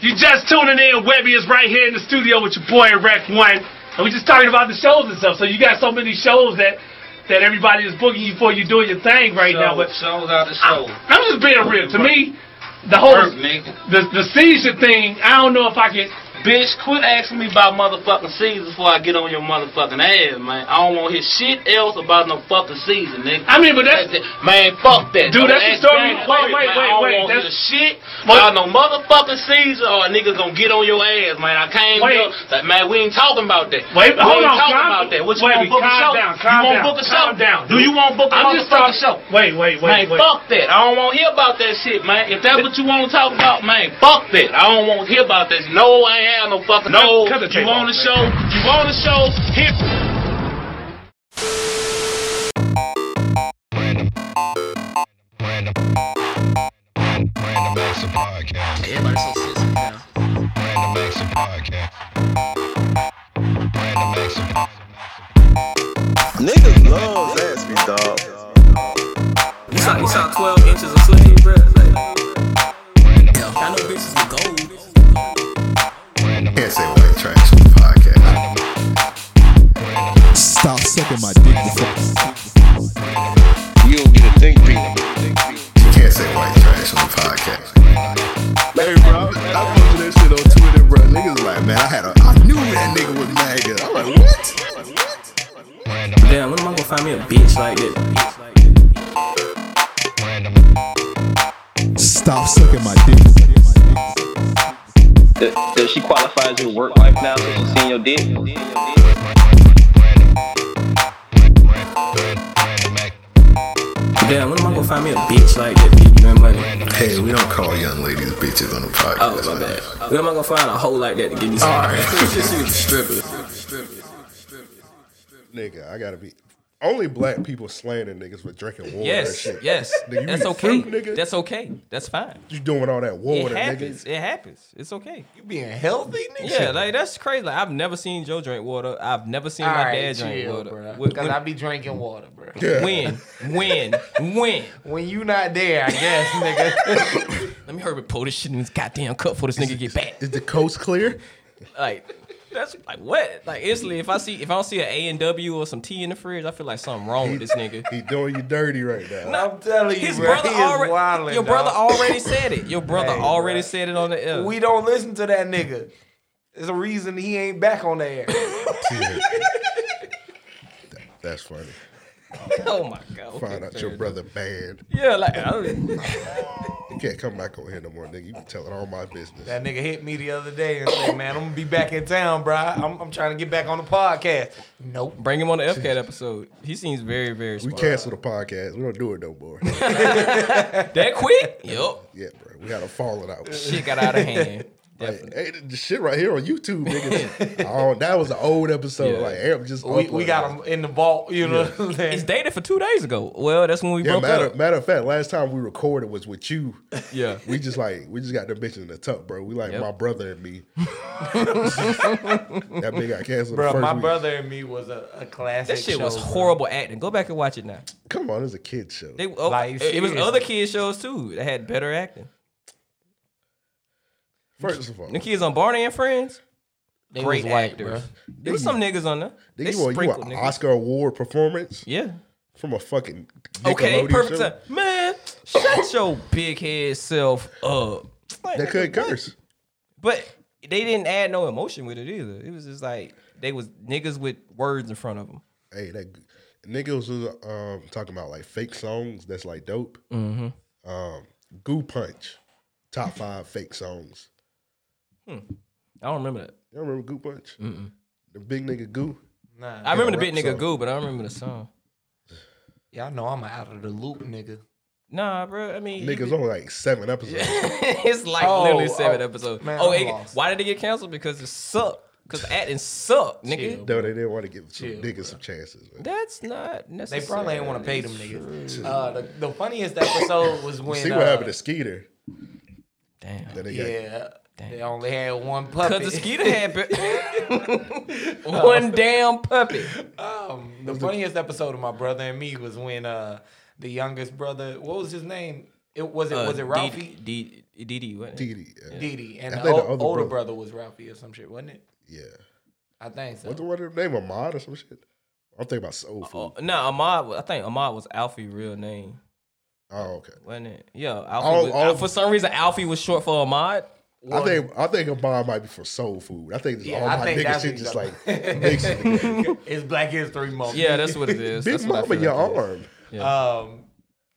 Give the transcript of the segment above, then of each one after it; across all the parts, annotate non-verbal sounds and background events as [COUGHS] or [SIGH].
you're just tuning in, Webby is right here in the studio with your boy Rec One, and we're just talking about the shows and stuff. So you got so many shows that that everybody is booking you for. You're doing your thing right now, but shows out of show. I'm just being real. To me, the whole Work, nigga. the the seizure thing, I don't know if I can. Bitch, quit asking me about motherfucking season before I get on your motherfucking ass, man. I don't want to hear shit else about no fucking season, nigga. I mean, but that's That's it. man, fuck that. Dude, that's the story. Man, Wait, wait, man, wait, I don't wait. want That's- the shit. What? Y'all no motherfucking season, or a nigga gonna get on your ass, man. I came Wait. here, like, man. We ain't talking about that. Wait, we hold ain't on, talking calm- about that. What you wait, want book a calm show? down, calm you want down, book a show? calm down, Do dude. you want book a I'm just motherfucking show? Wait, wait, wait, Man, wait. fuck that. I don't want to hear about that shit, man. If that's what you want to talk about, man, fuck that. I don't want to hear about that. No, I ain't have no fucking. No, Cut- cut the you tape want off, to man. show? You want to show? Hit. Random Acts of Podcast. Random Acts of Podcast. Random Acts of Podcast. Niggas love Zaxby, dog. You saw, you saw 12 inches of sleeve, bruh. I know bitches with gold. Can't say white trash on the podcast. Stop sucking my dick. you fuck. You don't get a think piece. Can't say white trash on the podcast. Hey, bro, I, I posted that shit on Twitter, bro. Niggas was like, man, I had a, I knew that nigga was MAGA. I'm like, what? Damn, when am I gonna find me a bitch like this? Stop sucking my dick. Does, does she qualify as your work wife now since she's seen your dick? Damn, when am I gonna find me a bitch like this? You know money. Hey, we don't call young ladies bitches on the Oh, podcast. my man. bad. When am I gonna find a hoe like that to give me some? Oh, All right. She was a stripper. nigga, I gotta be. Only black people slander niggas for drinking water. and Yes, shit. yes. Nigga, you That's eat okay. fruit, nigga? That's okay. That's fine. You doing all that It water, happens. nigga? It happens. It's okay. You being healthy, nigga? Yeah, like that's crazy. Like I've never seen Joe drink water. I've never seen my dad drink water. Wh- Because I be drinking water, bro. When, when, when, when? When you not there, [LAUGHS] I guess, nigga. [LAUGHS] Let me hurry up, pull this shit in this goddamn cup for this nigga get back. Is the coast clear? Like that's like what? Like instantly, if I see if I don't see an A and W or some tea in the fridge, I feel like something wrong with this nigga. He doing you dirty right [LAUGHS] now. Nah, I'm telling you, His bro. brother he already. is wilding, your brother dog. already [LAUGHS] said it. Your brother Hey, already bruh. said it on the L. We don't listen to that nigga. There's a reason he ain't back on [LAUGHS] the air. That's funny. [LAUGHS] oh my god. Find out your brother banned. Yeah, like I [LAUGHS] don't- You can't come back on here no more, nigga. You been telling all my business. That nigga hit me the other day and said, "Man, I'm gonna be back in town, bro. I'm, I'm trying to get back on the podcast." Nope. bring him on the FCAT episode. He seems very very we smart. canceled the podcast. We don't do it no [LAUGHS] more. That [LAUGHS] quick? Yup. yeah, bro. We had a falling out. Shit got out of hand. Definitely. Like, hey, the shit right here on [LAUGHS] YouTube, nigga. oh, that was an old episode. Yeah. Like, Amp just We, we got him in the vault, you know. what I'm saying? [LAUGHS] It's dated for two days ago. Well, that's when we Yeah, broke matter, up. matter of fact, last time we recorded was [LAUGHS] with you. [LAUGHS] Yeah. We just like we just got the bitch in the tuck, bro. We like Yep. my brother [LAUGHS] and me. that bitch got canceled. the Bro, first my week. brother and me was a, a classic. That shit show, was bro. horrible acting. Go back and watch it now. Come on, it's a kid show. They, oh, Like, it, it was seriously. other kids shows too that had better acting. First of all, The kids on Barney and Friends, They great was whack, actors. bro. There was some niggas on there. They nigga, you want you sprinkled want an niggas. Oscar award performance Yeah. from a fucking Nickelodeon Okay, perfect show? time. Man, shut your big head self up. Like, They couldn't curse. But they didn't add no emotion with it either. It was just like they was niggas with words in front of them. Hey, that niggas was um, talking about like fake songs that's like dope. Um, Goo Punch, top five fake songs. I don't remember that. Y'all remember Goo Punch? The big nigga Goo. Nah, I remember the big rap nigga song. goo, but I don't remember the song. y'all know I'm out of the loop, nigga. Nah, bro. I mean, [LAUGHS] Niggas only like seven episodes. [LAUGHS] it's like Oh, literally seven oh, episodes. man, oh, I'm it- lost. why did it get canceled? Because it sucked. Because acting sucked, nigga. No, they didn't want to give some Chill, niggas some chances. man. That's not necessary. They probably ain't want to pay them niggas. Uh, the, the funniest episode was when See what uh, happened to Skeeter? Damn. That they got- Yeah, they only had one puppy. Because the [LAUGHS] skeeter had be- one damn puppy. Um, the funniest episode of my brother and me was when uh the youngest brother, what was his name? It was it Uh, was D- it Ralphie? D D D wasn't it? DD. Yeah. Dee Dee. And I the, think the ol- other older brother- brother. was Ralphie or some shit, wasn't it? yeah. I think so. What's the word? Name Ahmad or some shit. I'm thinking about Uh, soul Oh, food. no, Ahmad. was- I think Ahmad was Alfie real name, Oh, okay. wasn't it? Yeah, Alfie. All- was, all- for some reason, Alfie was short for Ahmad. I think I think Ahmad might be for soul food. I think this Yeah, all I my think nigga that's shit what just like he's mixed [LAUGHS] together. it's Black History Month. Yeah, that's what it is. [LAUGHS] Big That's what I Mama, feel your like it is. arm. [LAUGHS] Um,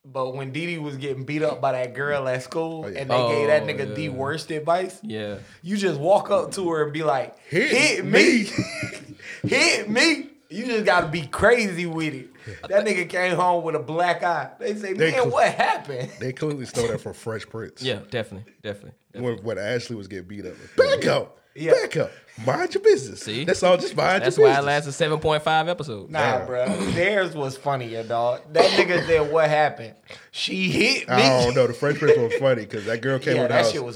but when Dee Dee was getting beat up by that girl at school, yeah. and they gave that Oh, nigga the yeah. worst advice, Yeah, you just walk up to her and be like, Hit "Hit, me, [LAUGHS] hit me." You just gotta be crazy with it. That nigga came home with a black eye. They say, They "Man, cl- what happened?" They clearly stole that from Fresh Prince. yeah, definitely, definitely. definitely. When, when Ashley was getting beat up. Back up. Yeah. Back up. Mind your business. See? That's all just mind That's your why I business. lasted seven point five episodes. [LAUGHS] Nah, Damn. bro. Theirs was funnier, dog. That nigga said, "What happened?" She hit me. I don't know. The Fresh [LAUGHS] Prince was funny because that girl came Yeah, in the that house. shit was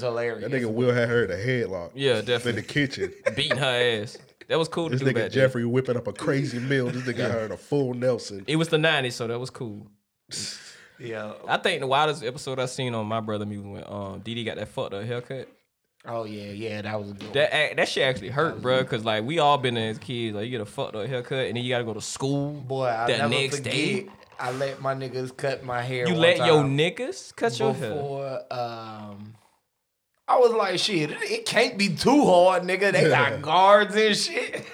That hilarious. nigga Will had her in a headlock. Yeah, In the definitely. [LAUGHS] kitchen. Beating her ass. That was cool to This do nigga back Jeffrey whipping up a crazy meal. This nigga had her in a full Nelson. then. It was the nineties, so that was cool. Yeah. I think the wildest episode I seen on My Brother Music when um DD got that fucked up haircut. Oh yeah, yeah. That was a good. That act- that shit actually hurt, bro. Cause like we all been there as kids, like you get a fucked up haircut and then you gotta go to school. one. boy. I that never next forget. day. I let my niggas cut my hair. You one let your time niggas cut your hair. before. Um, I was like, shit. It, it can't be too hard, nigga. They got guards [LAUGHS] and shit.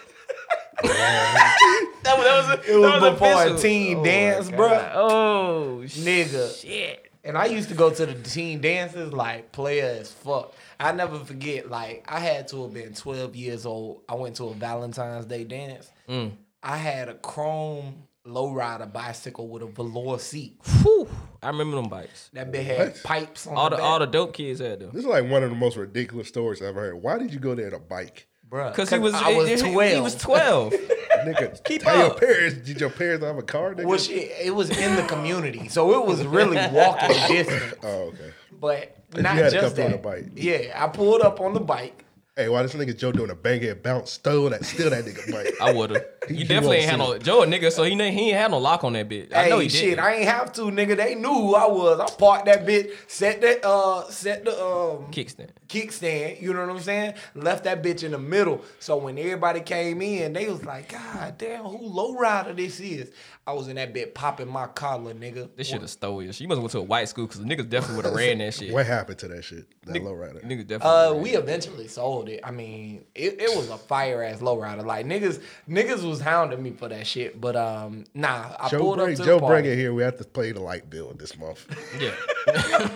That was, that was, It was before a teen dance, bro. Oh Nigga. shit. And I used to go to the teen dances like player as fuck. I never forget, like, I had to have been 12 years old. I went to a Valentine's Day dance. Mm. I had a chrome lowrider bicycle with a velour seat. Whew. I remember them bikes. That bitch had What? pipes on All the back. all the dope kids had them. This is like one of the most ridiculous stories I've ever heard. Why did you go there on a bike? Bruh. Cause he was, I was he- he- 12. He was twelve. Nigga, Keep tell up. your parents, did your parents have a car, nigga? [LAUGHS] Well, shit, it was in the community, so it was really walking [LAUGHS] distance. oh, okay. But you not had to just come that. on a bike. Yeah, I pulled up on the bike. Hey, why this nigga Joe doing a bang head bounce, stole that, steal that nigga bike. [LAUGHS] I would've. You, You definitely ain't had won't no Joe a nigga, so he ain't, he ain't had no lock on that bitch. I hey, know he shit, did. I ain't have to, nigga. They knew who I was. I parked that bitch, set that uh set the um Kickstand. kickstand, you know what I'm saying? Left that bitch in the middle. So when everybody came in, they was like, God damn, who lowrider this is? I was in that bit popping my collar, nigga. They should have stole you. She must have went to a white school because the niggas definitely would have ran that shit. What happened to that shit? That low rider. Niggas definitely. Uh, would've we eventually sold it. I mean, it, it was a fire ass lowrider. Like niggas, niggas was hounding me for that shit. But um, nah, I Joe, pulled bring, up to Joe the party. bring it here. We have to play the light bill this [LAUGHS] month. ran. Yeah.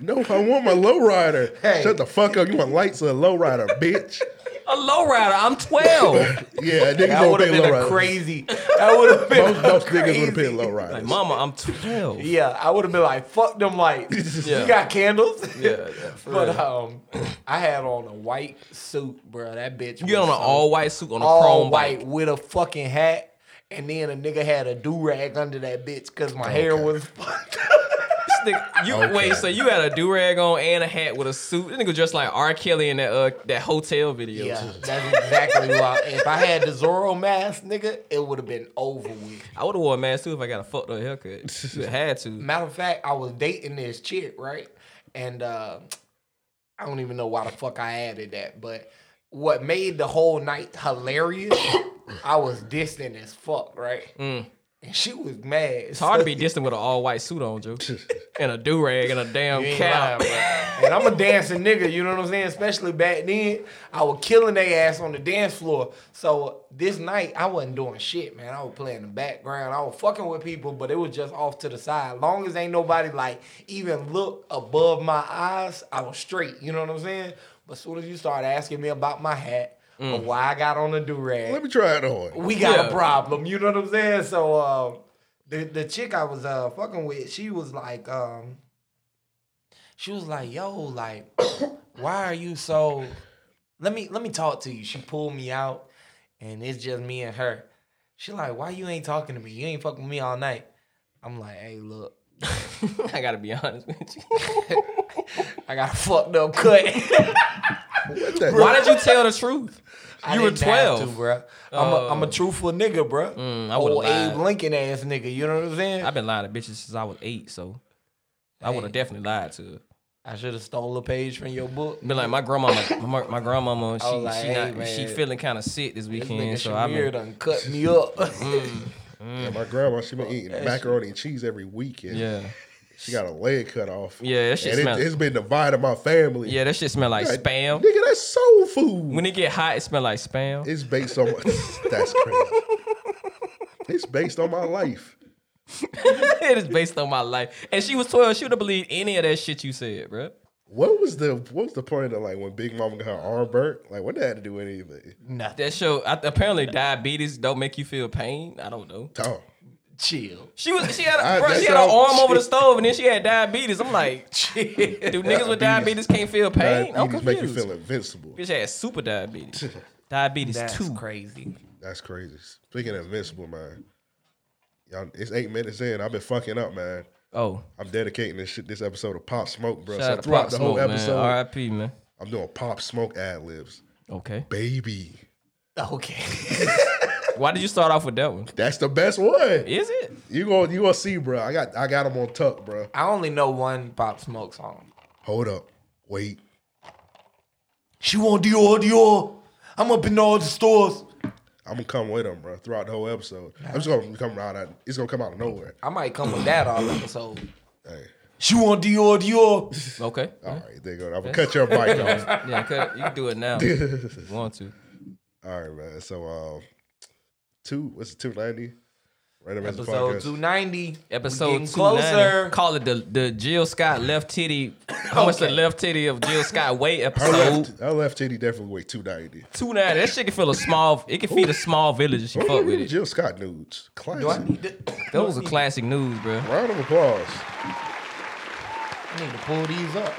no, I want my low rider. Hey. Shut the fuck up. You want lights or a low [LAUGHS] rider, bitch? a lowrider. I'm 12. Yeah, niggas That don't would have pay been low a rider. crazy. That [LAUGHS] would have been most a most niggas would crazy- have been low riders. like, [LAUGHS] mama, I'm 12. Yeah, I would have been like, fuck them [LAUGHS] lights. Yeah. You got candles? [LAUGHS] Yeah, yeah, for but real. um, I had on a white suit, bro. That bitch. You get on an all white suit on a all chrome white bike. with a fucking hat, and then a nigga had a do rag under that bitch because my hair Okay. was [LAUGHS] fucked. This nigga- You wait, so you had a do rag on and a hat with a suit. This nigga dressed like R. Kelly in that uh, that hotel video. yeah, that's exactly why. If I had the Zorro mask, nigga, it would have been over with. I would have wore a mask too if I got a fucked up haircut. [LAUGHS] had to. Matter of fact, I was dating this chick, right? And uh, I don't even know why the fuck I added that, but what made the whole night hilarious, [COUGHS] I was distant as fuck, right? And she was mad. It's hard to be distant with an all white suit on, [LAUGHS] Joe, and a do rag and a damn cap. and I'm a dancing nigga, you know what I'm saying? Especially back then, I was killing their ass on the dance floor. So this night, I wasn't doing shit, man. I was playing the background. I was fucking with people, but it was just off to the side. Long as ain't nobody like even look above my eyes, I was straight. You know what I'm saying? But soon as you start asking me about my hat Mm. or why I got on the do rag, Let me try it on. we got Yeah. a problem. You know what I'm saying? So um, the the chick I was uh fucking with, she was like, um, she was like, yo, like, [COUGHS] why are you so? Let me let me talk to you. She pulled me out, and it's just me and her. She like, why you ain't talking to me? You ain't fucking with me all night. I'm like, hey, look, [LAUGHS] I gotta be honest with [LAUGHS] you. I got a [LAUGHS] fucked [LAUGHS] up cut. What that- Why did you tell the truth? I You were didn't have 12. to, bruh. I'm, a, I'm a truthful nigga, bruh. Mm, I Old would've Abe lied. Lincoln ass nigga. You know what I'm saying? I've been lying to bitches since I was eight, so I would have definitely lied to her. I should have stole a page from your book. Been like my grandmama, my, my grandmama, she Oh, I was like, she, "Hey, not, she man, feeling kind of sick this This weekend, nigga so I been Shamir done cut me up. Yeah, my grandma, she been eating macaroni and cheese every weekend. yeah, She got a leg cut off. yeah. That shit and it, smell. has been dividing my family. yeah, that shit smell like Like, spam. Nigga, that's soul food. When it get hot, it smell like spam. It's based on [LAUGHS] that's crazy. It's based on my life. [LAUGHS] it is based on my life. And she was twelve. She would have believed any of that shit you said, bro. What was the what was the point of like when Big Mama got her arm burnt? Like what did that have to do with anything? That show I, apparently diabetes don't make you feel pain. I don't know. Tom. [LAUGHS] Chill. She was she had a, [LAUGHS] I- bruh, that's she had her how- arm over the stove and then she had diabetes. I'm [LAUGHS] like, do [LAUGHS] niggas with diabetes Diabetes. can't feel pain? I'm Diabetes make you confused. feel invincible. Bitch had super diabetes. [LAUGHS] Diabetes That's two. crazy. That's crazy. Speaking of invincible, man. Y'all, it's eight minutes in. I've been fucking up, man. Oh, I'm dedicating this shit, this episode of Pop Smoke, bro. shout so out to throughout Pop the whole Smoke, episode, man. R.I.P. Man. I'm doing Pop Smoke ad libs. Okay. Baby, Okay. Why did you start off with that one? that's the best one. Is it? You gonna you gonna see, bro. I got I got them on tuck, bro. [LAUGHS] I only know one Pop Smoke song. Hold up, wait. She want Dior, Dior. I'm up in all the stores. I'm gonna come with them, bro. Throughout the whole episode, I'm just gonna come out. Of, it's gonna come out of nowhere. I might come with that all episode. Hey, She want Dior, [LAUGHS] Dior. Okay. all right, there you go. I'm gonna cut your mic off. Yeah, cut it. you can do it now if you want to. All right, man. So, um, two. What's two ninety? Random as a Episode podcast. 290. We Episode getting two closer. Call it the the Jill Scott left titty. How much the Okay. left titty of Jill Scott weight Her episode? left, her left titty definitely weigh two ninety. Two nine. That shit can feel a small. It can feed a small village if you fuck with it. Jill Scott nudes. Classic. Do I need to, I Those are classic news, bro. Round of applause. need to pull these up.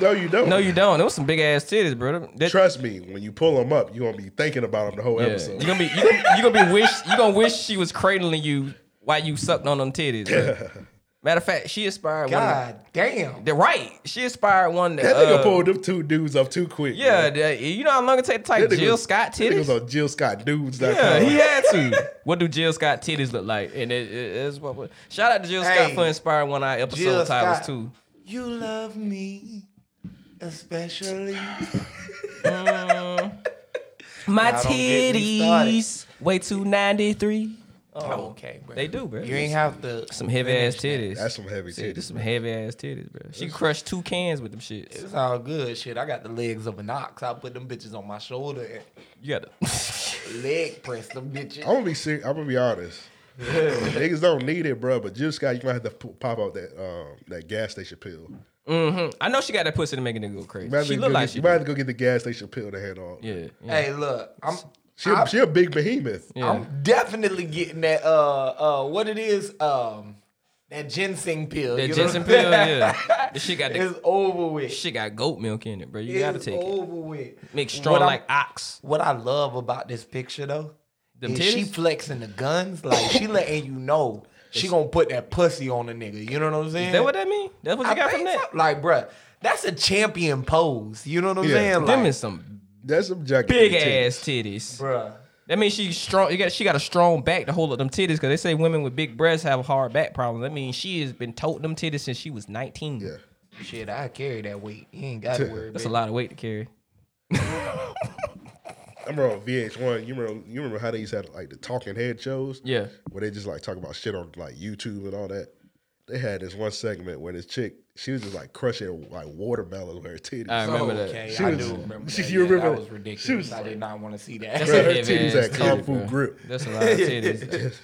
No, you don't. No, you don't. There was some big ass titties, bro. That, Trust me, when you pull them up, you're gonna be thinking about them the whole yeah. episode. You gonna be you gonna, you gonna be wish you gonna wish she was cradling you while you sucked on them titties. [LAUGHS] bruh. Matter of fact, she inspired one. God damn. Of, the, right, she inspired one. that That, nigga uh, pulled them two dudes up too quick. Yeah, bro. that- you know how long it take to type That nigga Jill was- Scott that nigga titties? was on Jill Scott dudes. Yeah, he had to. what do Jill Scott titties look like? And it, it- it's what, what- Shout out to Jill Scott Hey, for inspiring one of our episode Jill titles Scott. too. You love me, especially. My Now don't get me started. titties way two ninety three. Oh, okay, bro. They do, bro. You ain't have to. some heavy ass titties. That's some heavy See, this titties. some heavy ass titties, bro. She crushed two cans with them shits. It's all good, shit. I got the legs of an ox. I put them bitches on my shoulder You got to. and leg press them bitches. I'm gonna be serious. I'm gonna be honest. Niggas don't need it, bro. But Jill Scott, you might have to p- pop out that um, that gas station pill. [LAUGHS] I know she got that pussy to make a nigga go You crazy. might have She to look go like get- she. you might do. have to go get the gas station pill to hand on. Yeah. yeah. Hey, look, I'm She, a, she a big behemoth. yeah. I'm definitely getting that. Uh, uh, what it is? Um, that ginseng pill. that you know Jensen what I'm pill, saying? [LAUGHS] yeah. She got the It's over with. She got goat milk in it, bro. You It's gotta take it. over with. Make What strong I'm- like ox. What I love about this picture though, Them is she titties? flexing the guns. Like she letting you know she gonna put that pussy on the nigga. You know what I'm saying? Is that what that mean? That's what you I got from think that? so. Like, bruh, that's a champion pose. You know what I'm Yeah. saying? Them Like, is some That's some jacket. big ass titties. bruh. That means she's strong. You got she got a strong back to hold up them titties because they say women with big breasts have hard back problems. That means she has been toting them titties since she was nineteen. Yeah. Shit, I carry that weight. You ain't gotta worry. That's baby. a lot of weight to carry. I remember on VH1. You remember? You remember how they used to have like the talking head shows? Yeah. Where they just like talk about shit on like YouTube and all that. They had this one segment where this chick, she was just like crushing like watermelon with [LAUGHS] her titties. I remember that. okay, She I was- do remember. she- that. you Yeah, remember- that was ridiculous. she was I like- did not want to see That's that. Bro, a her heavy titties ass had kung titty, fu bro. grip. That's a lot of [LAUGHS] titties.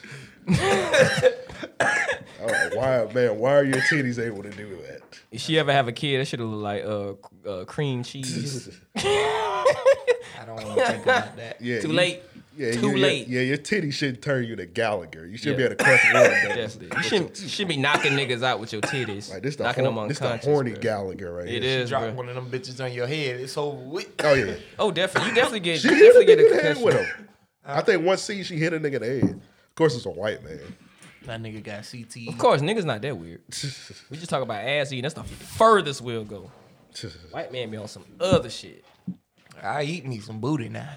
I was like, why, man? Why are your titties able to do that? if she ever have a kid, that should have looked like uh, uh cream cheese. [LAUGHS] I don't want to think about that. Yeah, Too you- late. Yeah, Too your- your- late. Yeah, your titty shouldn't turn you to Gallagher. You should Yeah. be able to crush [LAUGHS] one. That's though. it. You should, should be knocking niggas out with your titties. Like this, the, knocking horn, them this the unconscious. horny bro. Gallagher right It here. is, Drop bro. one of them bitches on your head. It's over with. [LAUGHS] Oh yeah, Oh, definitely. You definitely get, she you hit a definitely get nigga a in the head with concussion. him. I think one scene she hit a nigga in the head. Of course, it's a white man. That nigga got E. CTE. Of course, niggas not that weird. We just talk about ass eating. That's the furthest we'll go. White man be on some other shit. I eat me some booty now.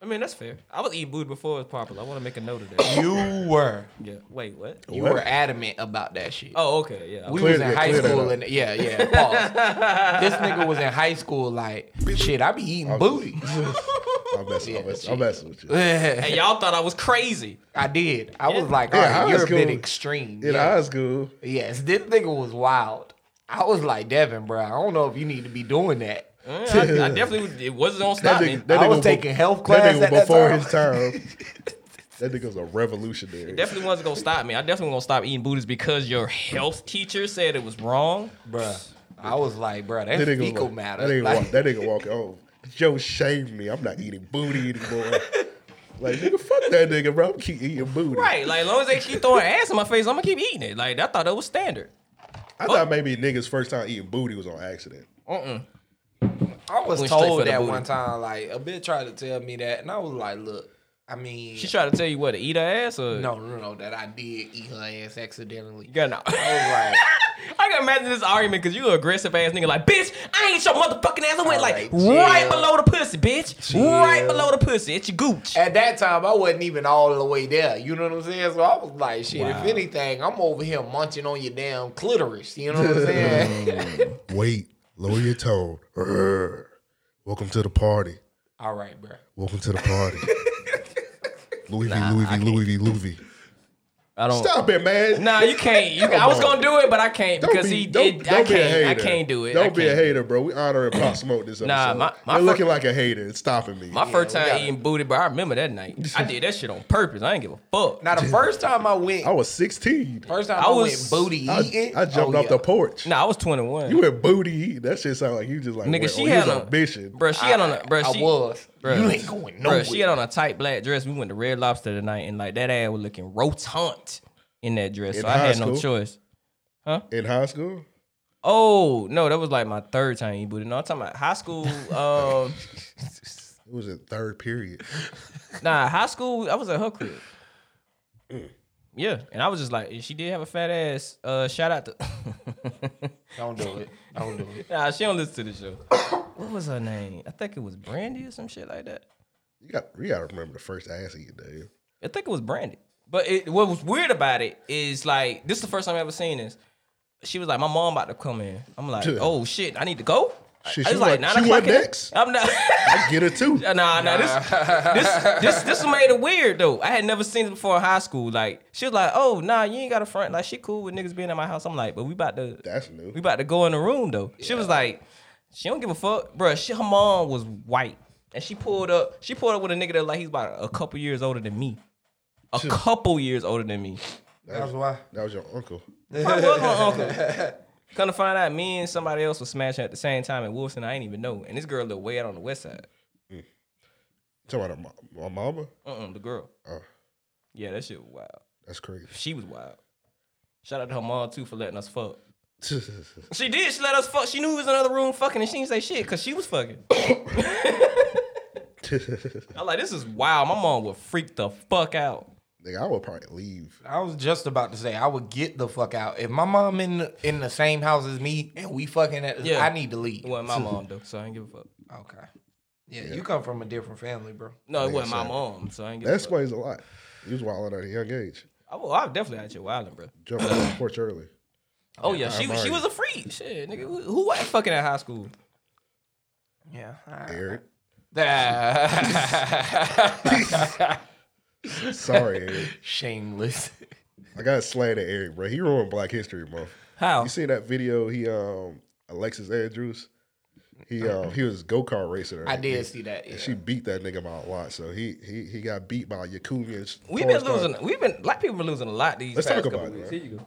I mean, that's fair. I was eating booty before it was popular. I want to make a note of that. You were. [COUGHS] Yeah. Wait, what? You Oh. What? were adamant about that shit. Oh, okay. Yeah. I We was- was Clear in that- high clear that school up. and yeah, yeah. Pause. this nigga was in high school like shit. I be eating booty. I'm messing, I'm messing, I'm messing with you. [LAUGHS] [LAUGHS] hey, y'all thought I was crazy. I did. I was like, all Yeah, right, high you're a bit school. extreme. In yeah. high school, Yes, this nigga was wild. I was like, Devin, bro, I don't know if you need to be doing that. Yeah, [LAUGHS] I, I definitely was, it wasn't on that stop me. nigga, that I nigga was be- taking health That class nigga at that before time. [LAUGHS] his time. that nigga was a revolutionary. Definitely wasn't gonna stop me. I definitely wasn't gonna stop eating booties because your health teacher said it was wrong. Bruh. I was like, bruh, that's That nigga, fecal walk- matter. That nigga, Like, walk, that nigga walking home. Joe shamed me. I'm not eating booty anymore. like nigga, fuck that nigga, bro. I'm keep eating booty. Right, like as long as they keep [LAUGHS] throwing ass in my face, I'm gonna keep eating it. Like I thought that was standard. I thought maybe niggas first time eating booty was on accident. [LAUGHS] I was Went straight for told the that booty. one time, like a bitch tried to tell me that, and I was like, look, I mean, She tried to tell you what to eat her ass or no, no, no, that I did eat her [LAUGHS] ass accidentally. You got no. I was like, I can imagine this argument because you an aggressive ass nigga like, bitch, I ain't your motherfucking ass. I went like All right, right chill. below the pussy, bitch. Right Chill. below the pussy. It's your gooch. At that time, I wasn't even all the way there. You know what I'm saying? So I was like, shit, if anything, I'm over here munching on your damn clitoris. You know what I'm [LAUGHS] saying? [LAUGHS] Wait, lower your tone. Urgh. Welcome to the party. all right, bro. Welcome to [LAUGHS] the party. Louis V, Louis V, Louis V, Louis V. I don't. Stop it, man. Nah, you can't. You, I was Come on. gonna do it, but I can't Don't because be, he. don't, it, don't I be a hater. can't. I can't do it. Don't I be a can't. hater, bro. We honoring Pop Smoke this episode. Nah, my- my You're fir- looking like a hater. It's stopping me. My first we time gotta- eating booty, bro. I remember that night. [LAUGHS] I did that shit on purpose. I ain't give a fuck. Now the first time I went, I was 16. first time I I, was- went booty Oh. I, eating, I jumped oh, off yeah. the porch. Nah, I was 21. You went booty eating. That shit sound like you just like Nigga, went she on had his on ambition. Bro, she had on a. Bro, I she was. Bruh. You ain't going Bro, nowhere. she had on a tight black dress. We went to Red Lobster tonight, and like that ass was looking rotund in that dress. In so I high had no school? choice. in high school. Oh no, that was like my third time eating booty. No, I'm talking about high school. [LAUGHS] Um, It was in third period. nah, high school. I was at her crib. Mm. Yeah, and I was just like, and she did have a fat ass. Uh, shout out to. Don't do it. Don't do it. [LAUGHS] nah, she don't listen to the show. what was her name? I think it was Brandy or some shit like that. You got you got to remember the first ass eating day. I think it was Brandy. But it, what was weird about it is like this is the first time I ever seen this. She was like, "My mom about to come in." I'm like, Yeah. "Oh shit, I need to go." Shit, I- she it's went- she went in the- next. I'm not. [LAUGHS] I get it too. nah, nah, This, this, this, this made it weird though. I had never seen it before in high school. Like she was like, "Oh, nah, you ain't got a front." Like she cool with niggas being at my house. I'm like, "But we about to That's new. we about to go in the room though. She was like, she don't give a fuck, Bruh, She, her mom was white, and she pulled up. She pulled up with a nigga that like he's about a couple years older than me, a couple years older than me. That's why. That was your uncle. Probably was my uncle. [LAUGHS] Come to find out, me and somebody else was smashing at the same time in Wilson. I ain't even know. And this girl lived way out on the west side. Talking about her mo- my mama. Uh-uh, the girl. Oh, Yeah, that shit was wild. that's crazy. [LAUGHS] She was wild. Shout out to her mom too for letting us fuck. She did. She let us fuck. She knew we was in another room fucking, and she didn't say shit because she was fucking. [COUGHS] Nigga, I'm like, this is wild. My mom would freak the fuck out. I would probably leave. I was just about to say I would get the fuck out if my mom in the, in the same house as me and we fucking at. Yeah. I need to leave. It wasn't my mom though, so I ain't give a fuck. Okay. Yeah, you come from a different family, bro. No, it wasn't my mom, so I ain't give That a fuck. explains a lot. You was wilding at a young age. I, well, I was definitely out your wilding, bro. Jumping off the porch early. Oh yeah, she was she was a freak. Shit, nigga, who, who was fucking at high school? [LAUGHS] Yeah. Eric. Sorry, Eric. [LAUGHS] Shameless. I got slanted at Eric, bro. He ruined Black History Month. How? You seen that video? He um Alexis Andrews. He um he was go kart racing. Her. Uh-huh. I did see that. Yeah. And she beat that nigga by a lot. So he he he got beat by Yakumian. We've been losing. We've been black people been losing a lot these Let's past talk couple about it, weeks. man. Here you go.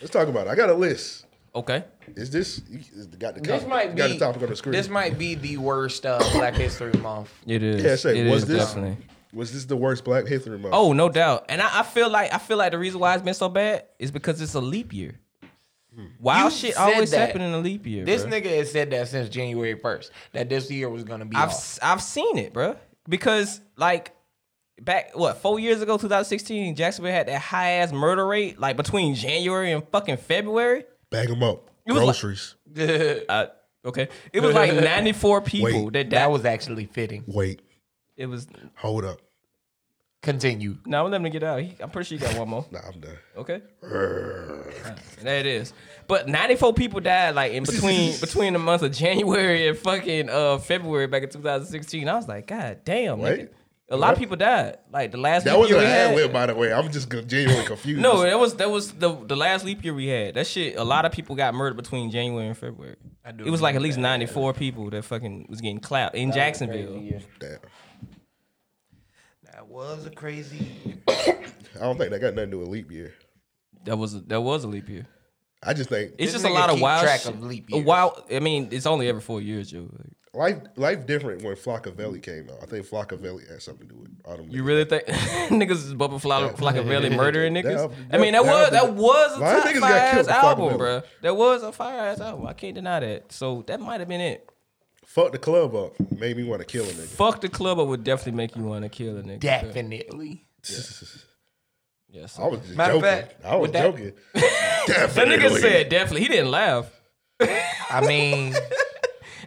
Let's talk about it. I got a list. Okay. Is this is- got the this topic, might be got the topic on the screen? This might be the worst uh, Black History Month. It is. Yeah, say, was this was this the worst Black History Month? Oh, no doubt. And I, I feel like I feel like the reason why it's been so bad is because it's a leap year. Wild Hmm. You shit said always that. happen in a leap year. This bruh. nigga has said that since January first that this year was gonna be. I've off. s- I've seen it, bruh. Because like back what four years ago, 2016, Jacksonville had that high ass murder rate, like between January and fucking [LAUGHS] February. bag them up. was like- Groceries. Okay, it was like 94 people [LAUGHS] Wait. that died. That was actually fitting. Wait, It was Hold up. Continue. no. I'm letting him get out. He, I'm pretty sure you got one more. Nah, I'm done. Okay. there it is. But 94 people died like in between between the months of January and fucking uh February back in 2016. I was like, God damn, Wait. nigga. a lot of people died. Like the last That leap year wasn't we an ad had. lib, by the way. I'm just genuinely confused. No, that was that was the the last leap year we had. That shit. A lot of people got murdered between January and February. I do It was like at remember least 94 people that fucking was getting clapped in Jacksonville. Damn. That was a crazy. year. I don't think that got nothing to do with leap year. That was that was a leap year. I just think It's This just a nigga lot of keep wild track shit. of leap A years. wild. I mean, it's only every four years, Joe. Like, life life different when Flockavelli came out. I think Flockavelli had something to do with autumn. You really think [LAUGHS] niggas is bumping Flo- Flockavelli murdering niggas? [LAUGHS] I That- mean, that that was that album- was a A lot of top niggas fire got killed ass for album, Flockavelli. bro. That was a fire ass album. I can't deny that. So that might have been it. Fuck the club up. Made me want to kill a nigga. Fuck the club, but would definitely make you want to kill a nigga. Definitely. Yes. I was just Matter of joking. fact, I was with that- joking. That Definitely. nigga said definitely. He didn't laugh. I mean,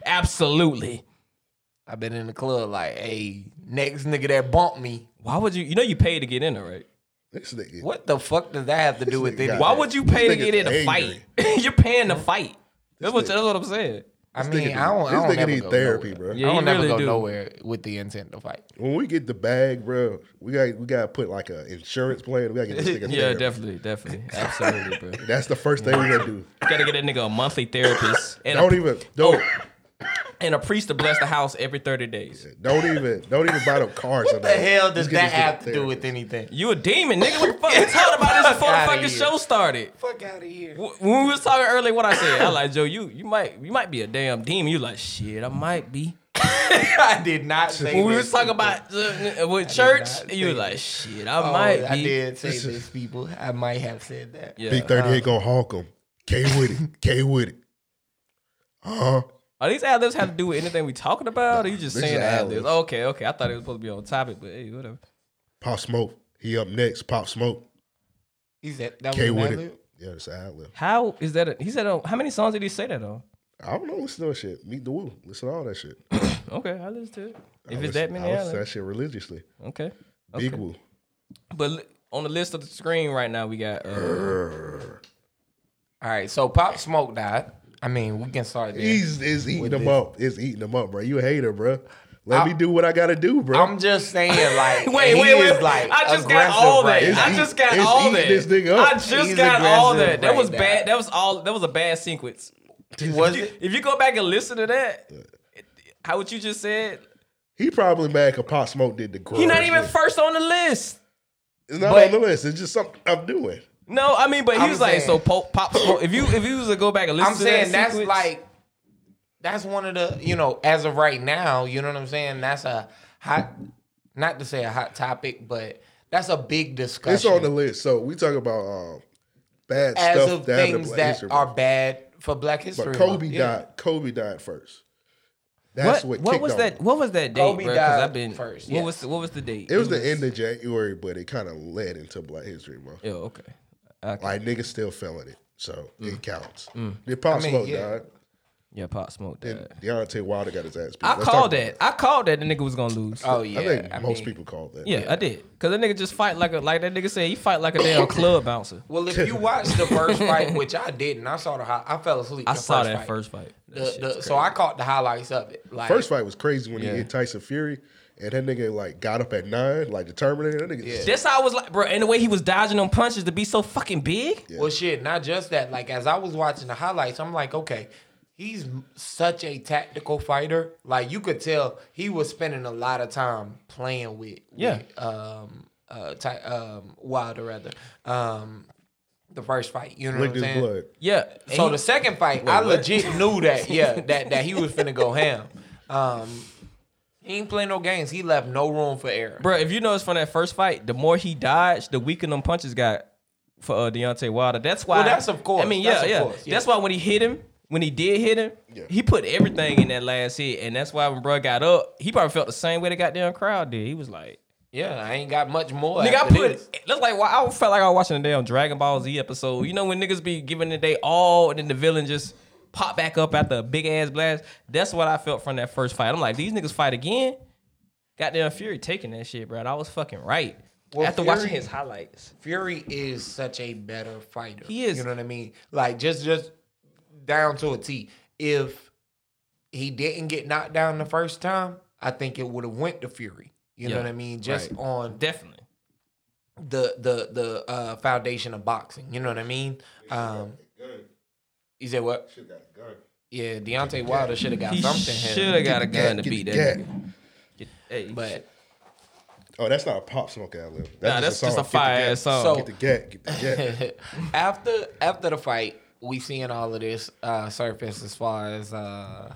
Absolutely. I've been in the club like, hey, next nigga that bumped me. Why would you? You know you paid to get in, all right? This nigga. What the fuck does that have to do with nigga it? got- Why would you pay to nigga's get in a angry. fight? [LAUGHS] You're paying to fight. That's what, nigga- that's what I'm saying. I This mean, nigga I don't. I This don't nigga ever need go therapy, nowhere. bro. Yeah, I you don't ever really go do. nowhere with the intent to fight. When we get the bag, bro, we got we got to put like an insurance plan. We got to get this [LAUGHS] nigga. Yeah, therapy. definitely, definitely, absolutely, bro. That's the first thing we gonna do. Gotta get that nigga a monthly therapist [COUGHS] and a Oh, Don't even don't and a priest to bless the house every 30 days. don't even don't even buy them cars. What the hell does that have to do with anything? You a demon, nigga. What the fuck? We talked about this before the Outta fucking here. show started. Fuck out of here. W- When we was talking earlier, what I said, I like Joe. You you might you might be a damn demon. You like shit. I might be. [LAUGHS] I did not say. When we was this, talking people. about uh, with church, not you say was like shit. I Oh, might be. I did [LAUGHS] say this, people. I might have said that. Yeah. Big Thirty ain't Uh-huh. gonna hawk them. K with it. K with it. Uh huh. Are these ad libs have to do with anything we talking about? Or you just This is saying ad libs? ad-libs. Okay, okay. I thought it was supposed to be on topic, but hey, whatever. Pop Smoke. He up next. Pop Smoke. He said that was K an with ad-lib? it. Yeah, it's an ad lib. How is that? A, he said, oh, how many songs did he say that on? I don't know. Listen to that shit. Meet the Woo. Listen to all that shit. Okay, I listen to it. If I it's listen- that many, I ad listen to libs. that shit religiously. okay. Big Woo. But li- on the list of the screen right now, we got. Uh, All right, so Pop Smoke died. I mean, we can start there. He's is eating them up. It's eating them up, bro. You a hater, bro. Let I- me do what I gotta do, bro. I'm just saying, like, [LAUGHS] wait, he wait, is, wait! Like, I just got all that. It's I eat- just got it's all eating that. this nigga up. I just He's got all that. aggressive That right was now. bad. That was all. That was a bad sequence. that. Was If you- it? If you go back and listen to that, how what you just said? He probably mad because Pop Smoke did the grudge. He not even nigga. first on the list. It's not but- on the list. It's just something I'm doing. No, I mean, but he I'm was like, saying- so pop, pop. Smoke- If you if you was to go back and listen, I'm to that saying that's sequence- like, that's one of the, you know, as of right now, you know what I'm saying? That's a hot, not to say a hot topic, but that's a big discussion. It's on the list. So we talk about um, bad as stuff of that happened to things Black that History Month. are bad for Black History. But Month. Kobe Yeah. died. Kobe died first. That's what. what what kicked was off. that? What was that date? Kobe bro? 'Cause died I've been first, What yes. was the, what was the date? It was the end of January, but it kind of led into Black History Month. Yeah, okay. okay. Like niggas still feeling it, so Mm. it counts. Then Pop I mean, Smoke yeah. died. Yeah, Pop Smoke Then died. Deontay Wilder got his ass beat. I Let's talk called about that. I called that the nigga was gonna lose. Oh yeah, I think I most mean- people called that. yeah, I did. Cause that nigga just fight like a like that nigga said he fight like a damn club bouncer. [LAUGHS] Well, if you watched the first fight, which I didn't, I saw the hi- I fell asleep. I the saw first that fight. first fight. That The- shit the- was so I caught the highlights of it. Like First fight was crazy when Yeah. he hit Tyson Fury, and that nigga like got up at nine, like the Terminator. That nigga, crazy. That's how I was like, bro. And the way he was dodging them punches to be so fucking big. Well, shit, not just that. Like, as I was watching the highlights, I'm like, okay, he's m- such a tactical fighter. Like, you could tell he was spending a lot of time playing with, Yeah. with, um, uh, Ty, um, Wilder rather, um, the first fight. You know licked his what I'm saying? blood. Yeah. And So he- the second fight, I legit knew that, [LAUGHS] yeah, that that he was finna go ham. Um, he ain't playing no games. He left no room for error. Bro, if you notice from that first fight, the more he dodged, the weaker them punches got for uh, Deontay Wilder. That's why. Well, that's of course. I mean, yeah, That's of yeah. course, yeah. That's why when he hit him, when he did hit him, Yeah. he put everything in that last hit, and that's why when bro got up, he probably felt the same way the goddamn crowd did. He was like, Yeah, I ain't got much more. "Nigga, I after this. put." That's like why I felt like I was watching a damn Dragon Ball Z episode. You know when niggas be giving it they all, and then the villain just pop back up after a big ass blast. That's what I felt from that first fight. I'm like, these niggas fight again. Goddamn Fury taking that shit, bro. I was fucking right. Well, After Fury- watching his highlights, Fury is such a better fighter. He is. You know what I mean? Like just just down to a T. If he didn't get knocked down the first time, I think it would have went to Fury. You know Yeah, what I mean? Just right. on definitely. the the the uh, foundation of boxing. You know what I mean? Um, you said what? Yeah, Deontay Wilder should have got He something. should have got a gun to beat that. Gat. nigga. Get- Hey, But Oh, that's not a pop smoke ad lib. nah, that's just a Get the fire Gat. ass song. So- Get the gat. Get the gat. [LAUGHS] after after the fight, we seeing all of this uh, surface as far as uh,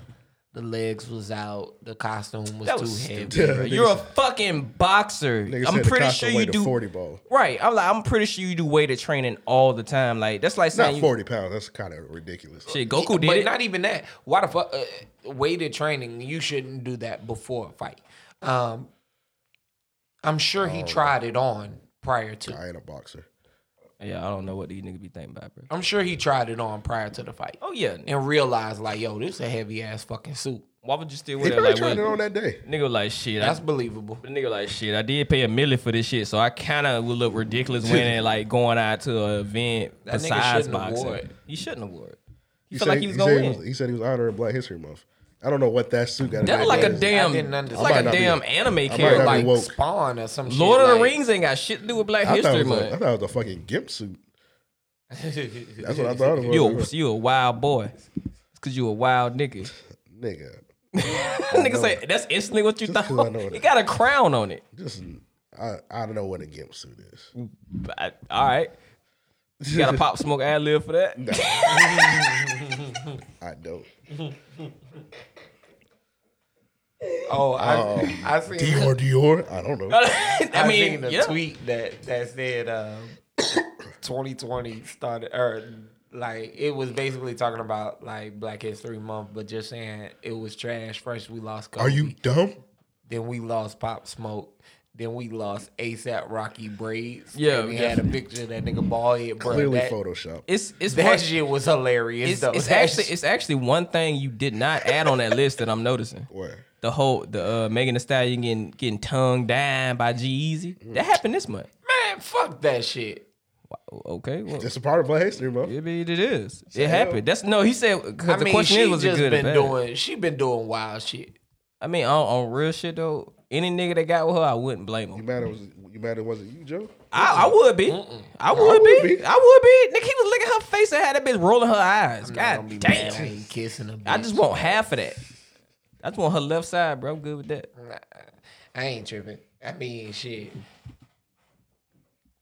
the legs was out, the costume was, that was too heavy. stupid. bro. You're a fucking boxer. Nigga I'm said the pretty costume sure you weighed a do. 40 ball. Right. I'm like, I'm pretty sure you do weighted training all the time. Like that's like It's not saying you, 40 pounds. That's kind of ridiculous. [LAUGHS] shit. Goku did but it. not even that. Why the fuck uh, weighted training? You shouldn't do that before a fight. Um, I'm sure he tried it on prior to. Oh, I ain't a boxer. yeah, I don't know what these niggas be thinking about, bro. I'm sure he tried it on prior to the fight Oh yeah. and realized like, yo, this a heavy ass fucking suit. Why would you still He wear that? probably Like, tried it what- on that day. nigga, like shit. I- That's believable. The nigga like shit. I did pay a million for this shit, so I kind of would look ridiculous [LAUGHS] winning like going out to an event That nigga besides shouldn't have boxing. wore it. He shouldn't have wore it. He, He felt said, like he was he, gonna said win. he, was, he said he was honored Black History Month. I don't know what that suit got to do that with look like a that. damn, didn't that's understand. like a I might not be- damn anime might character. not be Like, Like woke. Spawn or some shit. Lord of the like- Rings ain't got shit to do with Black I thought, History it was a, I Month. thought it was a fucking gimp suit. [LAUGHS] [LAUGHS] That's what I thought it was. You a, you a wild boy. It's cause you a wild [LAUGHS] nigga. Nigga, nigga say that's instantly what you Just 'cause I thought. know [LAUGHS] that. It got a crown on it. just I, I don't know what a gimp suit is. I- all right. You got a pop smoke ad lib for that? [LAUGHS] I don't. Oh, I, I seen, Dior, Dior. I [LAUGHS] don't know. I I mean, seen a yeah. tweet that that said um, [COUGHS] 2020 started or like it was basically talking about like Black History Month, but just saying it was trash. First we lost Kobe, Are you dumb? then we lost Pop Smoke. Then we lost ASAP Rocky braids. Yeah, and we yeah. had a picture of that nigga bald head. Bro, Clearly that, Photoshop. It's it's that one- shit was hilarious. it's, though. it's [LAUGHS] That actually shit- it's actually one thing you did not add on that list that I'm noticing. Where? The whole the uh, Megan Thee Stallion getting getting tongue down by G Easy Mm. that happened this month. Oh, man, fuck that shit. Okay, well, That's a part of Black History Month. I mean, it is. It happened. That's no. He said because I the mean, question she is was it just good or been bad. doing. She been doing wild shit. I mean, on, on real shit though, any nigga that got with her, I wouldn't blame You him. mad? It was you mad? It wasn't you, Joe? I, I would be. I would, be. I would be. Nigga, he was licking her face and had that bitch rolling her eyes. Don't be God mad. I damn. ain't kissing a bitch. I just want half of that. I just want her left side, bro. I'm good with that. I ain't tripping. I mean, shit.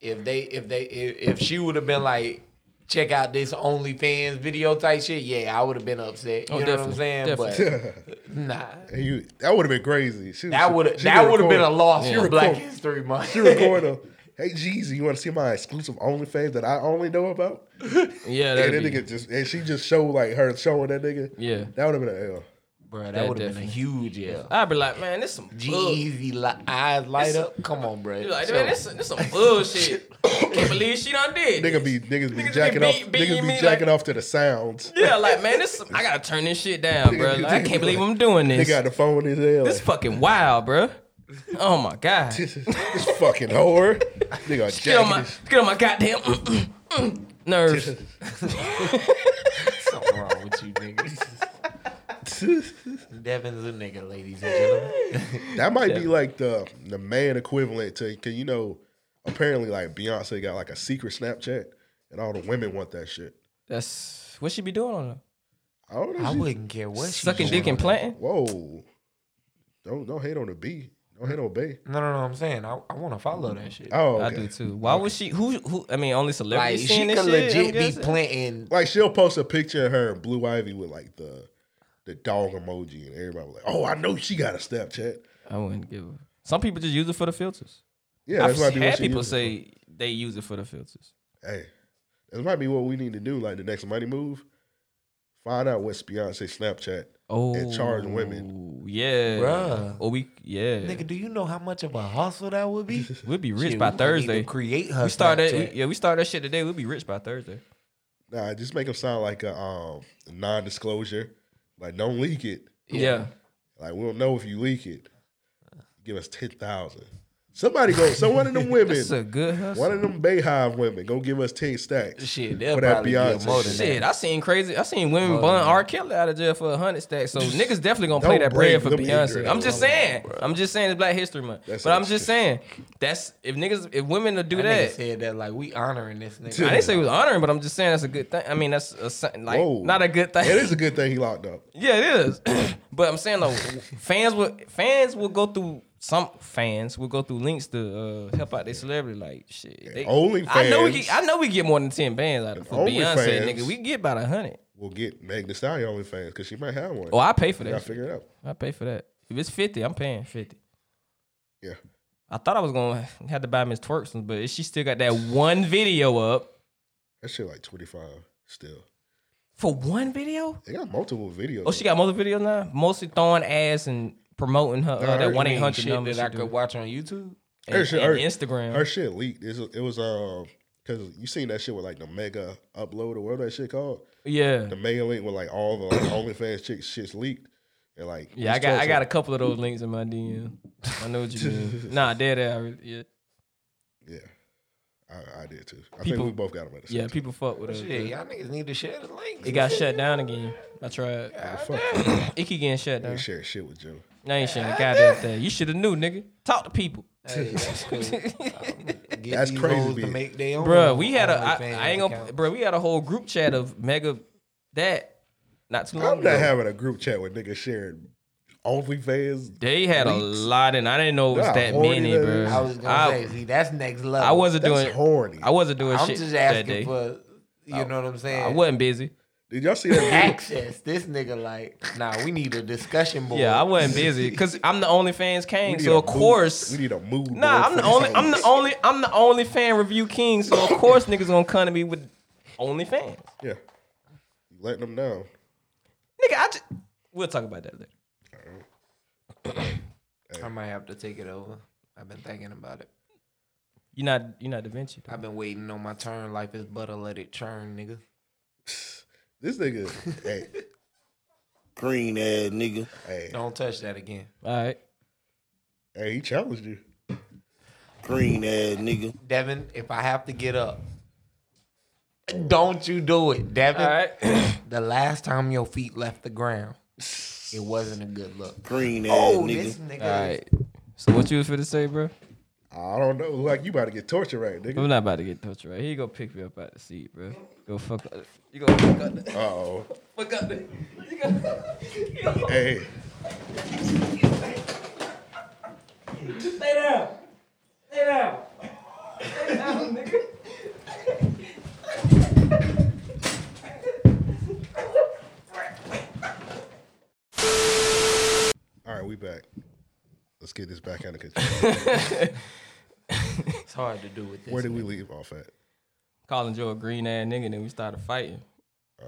If they, if they, if, if she would have been like, check out this OnlyFans video type shit, yeah, I would have been upset. You Oh, know what I'm definitely, saying? definitely. But nah, And you that would have been crazy. She, that she- would she that could would have been a record- loss she for record- Black History Month. She recorded. Hey Jeezy, you want to see my exclusive OnlyFans that I only know about? Yeah, And that'd that be- nigga just and she just showed like her showing that nigga. Yeah. that would have been an L. Bro, [LAUGHS] that That would have been a definitely. huge yeah. I'd be like, man, this some bull- Jeezy li- eyes light up. Come on, bro. Be Like, man, this, this some bullshit. Can't believe she done did. this. Nigga be niggas be Niggas jacking be off beat- beating niggas me be jacking like- off to the sounds. Yeah, like man, this I gotta turn this shit down, bro. Like, I can't believe I'm doing They this. got the phone in his This head. fucking wild, bro. Oh my god. This, this [LAUGHS] fucking whore. Nigga Get on my jacking get on my goddamn mm, nerves. his- something wrong with you [LAUGHS] niggas. Devin's a nigga, ladies and gentlemen. That might be like the the man equivalent to cause you know, apparently like Beyonce got like a secret Snapchat and all the women want that shit. That's what she be doing on her. I don't know. I she- wouldn't care what she's Sucking dick and planting. Whoa. Don't don't hate on the B. Don't hate on Bay. No, no, no. I'm saying I, I want to follow that shit. Oh I okay. do too. Why would she? Who? Who? I mean, only like celebrities she seeing could this shit. I'm legit be guessing? planting. Like she'll post a picture of her and Blue Ivy with like the the dog emoji and everybody was like, Oh, I know she got a Snapchat. I wouldn't give. A, some people just use it for the filters. Yeah, I've that's might be had what she people uses. say they use it for the filters. Hey, that might be what we need to do. Like the next money move, find out what's Beyonce Snapchat. Oh, charge women. Yeah, Bruh. Or we, yeah, Nigga, do you know how much of a hustle that would [LAUGHS] be? we'd be rich Shit, by we might need to Thursday. create her. We started, Snapchat. we, yeah, we started that shit today. We'll be rich by Thursday. Nah, just make them sound like a um, non-disclosure. Like don't leak it. Yeah, Like we don't know if you leak it. give us ten thousand. Somebody go. So one of them [LAUGHS] women. That's a good hustle. One of them Bayhive women go give us ten stacks. Shit, they'll for that probably Beyonce get more than shit. Shit, I seen crazy. I seen women bun R. Kelly out of jail for a hundred [LAUGHS] stacks. So niggas definitely gonna play Don't that bread break for them Beyonce. ignorant. I'm just saying. I'm just saying it's Black History Month. That's but I'm it. just saying that's if niggas if women to do That that. nigga said that like we honoring this [LAUGHS] Dude. I nigga. didn't say it was honoring, but I'm just saying that's a good thing. I mean, that's a, si- like Whoa. not a good thing. [LAUGHS] It is a good thing he locked up. Yeah, it is. [CLEARS THROAT] but I'm saying though, fans will fans will go through some fans will go through links to uh, help out their celebrity. Like shit, they, Only I know we fans- get, I know we get more than ten bands out of for Only Beyonce, fans- nigga. We get about a hundred. We'll get Meg Thee Stallion only fans because she might have one. Oh, I pay for I gotta that. figure it out. I pay for that. If it's fifty, I'm paying fifty. Yeah. I thought I was gonna have to buy Miss Twerks, but if she still got that one video up That shit like twenty five still. for one video. They got multiple videos. Oh, she got multiple videos now, mostly throwing ass and promoting her uh, her that one eight Ain't hundred shit number that she I do. could watch on YouTube. and, Her shit- and her- Instagram. Her shit leaked. It's, it was uh because you seen that shit with like the mega upload or whatever that shit called. yeah, The mega link with like all the like, [COUGHS] OnlyFans chicks shits leaked. And like Yeah, I these got I folks got a are- couple of those links in my DM. I know what you mean. Nah, dead ass. I really- Yeah, yeah. I, I did too. I People- think we both got them at the same yeah. People fuck with us. Shit, y'all niggas need to share the link. It got shut down again. I tried. time. Fuck, that. It keep getting shut I down. ain't sharing shit with you. I ain't shit. Goddamn thing. You should have knew, nigga. Talk to people, [LAUGHS] Get That's these crazy, hoes to bitch. make their own. Bruh, We had a. I, OnlyFans I ain't gonna. account. Bruh, we had a whole group chat of mega that not too long I'm not ago. having a group chat with niggas sharing OnlyFans. They had a lot, and I didn't know it was Nah, that horny many, than- bruh. I was gonna I, say, see, that's next level. I wasn't That's doing. horny. I wasn't doing I'm shit just that asking day. Oh. for, you know what I'm saying? I wasn't busy. Did y'all see [LAUGHS] that? [LAUGHS] video? [LAUGHS] access. This nigga like, nah, we need a discussion board. Yeah, I wasn't busy because I'm the only fans We king. need So a of mood- course, we need a mood. nah, board I'm for the these only, I'm hoes. the only, I'm the only fan review king. So of course, niggas gonna come to me with only fans. Yeah, you letting them down. Nigga, I just, we'll talk about that later. I might have to take it over. I've been thinking about it. You're not, you're not Da Vinci. though. I've been waiting on my turn. Life is but a let it churn, nigga. This nigga, [LAUGHS] hey, Green ass nigga. hey, Don't touch that again. All right, hey, he challenged you. Green ass nigga. Devin, if I have to get up, don't you do it, Devin. all right. The last time your feet left the ground, it wasn't a good look. Green ass Oh, nigga. this nigga. All right. So what you was for to say, bro? I don't know. Look Like you about to get tortured right, nigga. We're not about to get touched, right? He gonna pick me up out the seat, bro. Go fuck. up. You gonna fuck up. Uh oh. Fuck up. the- You gonna you gonna [LAUGHS] Hey, Stay down. Stay down. Stay down, nigga. all right, we back. Let's get this back out [LAUGHS] of control. It's hard to do with this. Where did we leave [LAUGHS] off at? [LAUGHS] Calling Joe a green ass nigga, then we started fighting. Uh.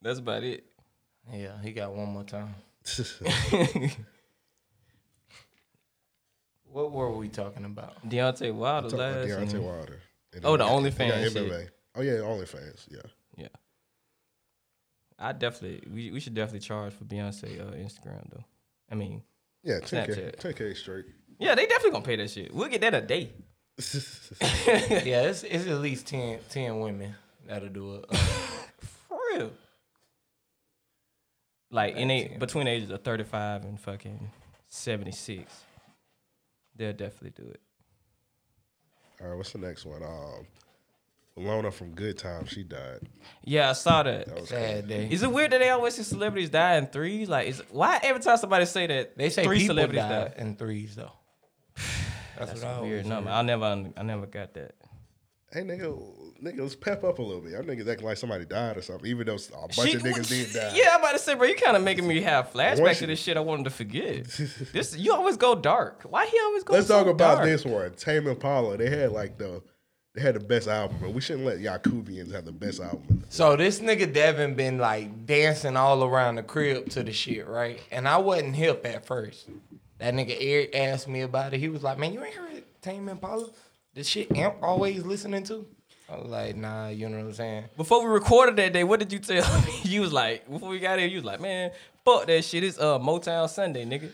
That's about it. Yeah, he got one more time. What were we [LAUGHS] talking about? Deontay Wilder Talk about last. Deontay and- Wilder. And Oh, the then- OnlyFans yeah, shit. MMA. Oh yeah, OnlyFans. Yeah. Yeah. I definitely we we should definitely charge for Beyonce uh, Instagram though. I mean, Yeah, 10K, Snapchat. 10K straight. yeah, they definitely gonna pay that shit. We'll get that a day. Yeah, it's, it's at least 10, 10 women that'll do it. For real. Like in a, between the ages of thirty five and fucking seventy six. They'll definitely do it. All right, what's the next one? Um, Lona from Good Time, she died. Yeah, I saw that. [LAUGHS] That was Sad day. Is it weird that they always see celebrities die in threes? Like, is why every time somebody say that They say three people celebrities die die? in threes though. That's, That's what I a always weird number. heard. I never, un- I never got that. Hey nigga, nigga, let's pep up a little bit. Y'all niggas acting like somebody died or something, even though a bunch She- of niggas did die. Yeah, I'm about to say, bro, you kind of making me have Why flashbacks she- to this shit I wanted to [LAUGHS] forget. this, you always go dark. Why he always go? Let's talk so about dark? this one. Tame Impala, they had like the they had the best album, but we shouldn't let Yakubians have the best album. So this nigga Devin been like dancing all around the crib to the shit, right? And I wasn't hip at first. That nigga Eric asked me about it. He was like, "Man, you ain't heard Tame Impala? This shit Amp always listening to." I was like, "Nah, you know what I'm saying." Before we recorded that day, what did [LAUGHS] you tell me? You was like, before we got here, you was like, man, fuck that shit. It's uh Motown Sunday, nigga.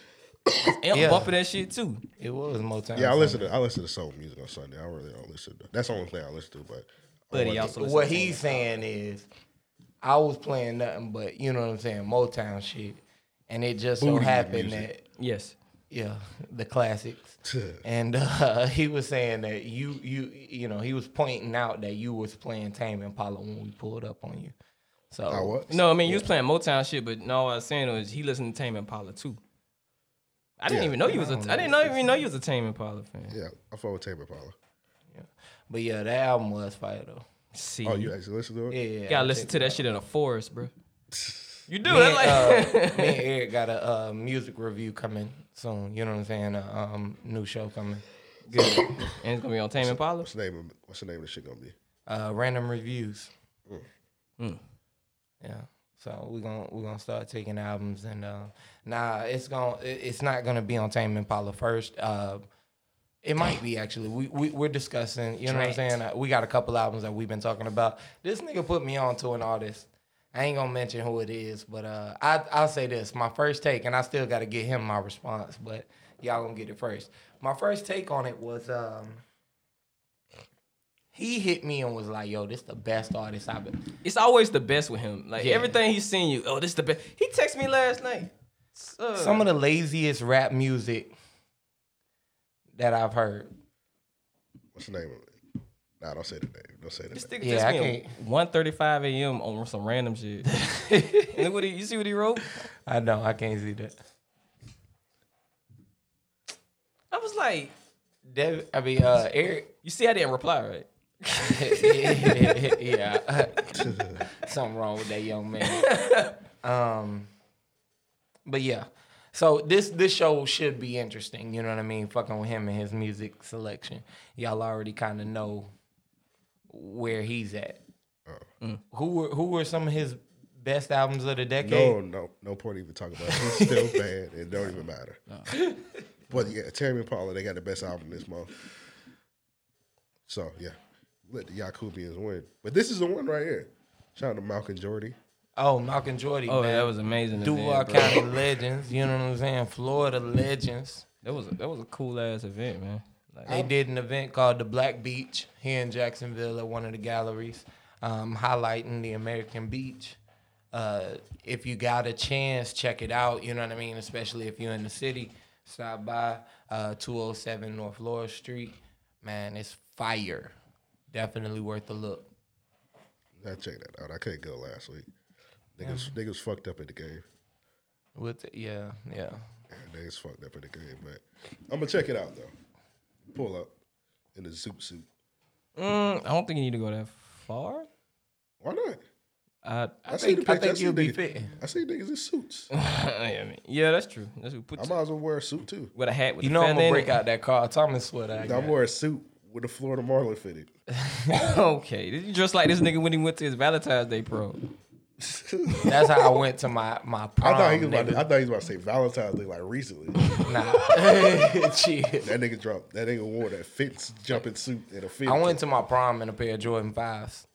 [COUGHS] Amp Yeah. bumping that shit too. It was Motown. Yeah, I listen to I listen to soul music on Sunday. I really don't listen to that's the only thing I listen to, but But he also What listens to he's saying is, I was playing nothing but you know what I'm saying, Motown shit, and it just so Booty happened music. that yes. yeah, the classics. and uh, he was saying that you you you know he was pointing out that you was playing Tame Impala when we pulled up on you. So I was No, I mean you was playing Motown shit, but no, what I was saying was he listened to Tame Impala too. I didn't Yeah. even know you was a. I didn't know, even know you was a Tame Impala fan. Yeah, I fuck with Tame Impala. But yeah, that album was fire though. See, Oh, you actually listen to it? Yeah, yeah. You gotta listen to that shit in a forest, [LAUGHS] bro. You do. Me and, That's like uh, me and Eric got a uh, music review coming soon. You know what I'm saying? A um, new show coming. good. [LAUGHS] And it's gonna be on Tame Impala. What's the name of what's the name of the shit gonna be? Uh, random reviews. Yeah. So we're gonna we're gonna start taking albums and uh, nah, it's gonna it- it's not gonna be on Tame Impala first. Uh, it might be actually. We, we we're discussing. You know what I'm saying? Uh, we got a couple albums that we've been talking about. This nigga put me on to an artist. I ain't gonna mention who it is, but uh, I I'll say this: my first take, and I still got to get him my response, but y'all gonna get it first. My first take on it was um, he hit me and was like, "Yo, this the best artist I've been." It's always the best with him. Like Yeah. everything he's seen you. Oh, this is the best. He texted me last night. Uh, some of the laziest rap music that I've heard. What's the name of it? Nah, don't say the name. Don't say the This name. nigga Yeah, I texted me at 1.35 a.m. on some random [LAUGHS] shit. and look what he, you see what he wrote? I know I can't see that. I was like, Dev, I mean, uh, Eric. you see, I didn't reply, right? yeah, [LAUGHS] something wrong with that young man. Um, but yeah, so this this show should be interesting. You know what I mean? Fucking with him and his music selection. Y'all already kind of know where he's at. Mm. Who were who were some of his best albums of the decade? No, no, no point even talking about it. He's still [LAUGHS] bad. It don't even matter. But yeah, Tame Impala, they got the best album this month. So yeah. Let the Yakubians win. But this is the one right here. Shout out to Malcolm Jordy. Oh, Malcolm Jordy. Oh, man. that was amazing. Duval Event, bro. County legends. You know what I'm saying? Florida legends. That was a, that was a cool ass event, man. Like, They did an event called the Black Beach here in Jacksonville at one of the galleries, um, highlighting the American beach. Uh, if you got a chance, check it out. You know what I mean? Especially if you're in the city, stop by uh, 207 North Laura Street. Man, it's fire. Definitely worth a look. I checked that out. I couldn't go last week. Niggas, niggas fucked up at the game. With yeah, yeah. Niggas fucked up at the game, but I'm gonna check it out though. Pull up in the zoot suit. mm, I don't think you need to go that far. Why not? I, I, think- I picture. think you'll be niggas- fitting. I see niggas in [LAUGHS] suits. I mean, Oh, yeah, that's true. That's what put I might as well wear a suit too. with a hat with You a know I'm feather gonna in break it. out that Carl Thomas sweater. I got. I'm wearing a suit with a Florida Marlin fitted. [LAUGHS] okay, this- you just like this nigga when he went to his Valentine's Day pro. That's how I went to my my I prom. thought he was about. Oh, nigga. To, I thought he was about to say Valentine's Day like recently. [LAUGHS] Nah. [LAUGHS] Chill. that nigga dropped. That nigga wore that fits jumping suit and a fit. I went to my prom in a pair of Jordan fives.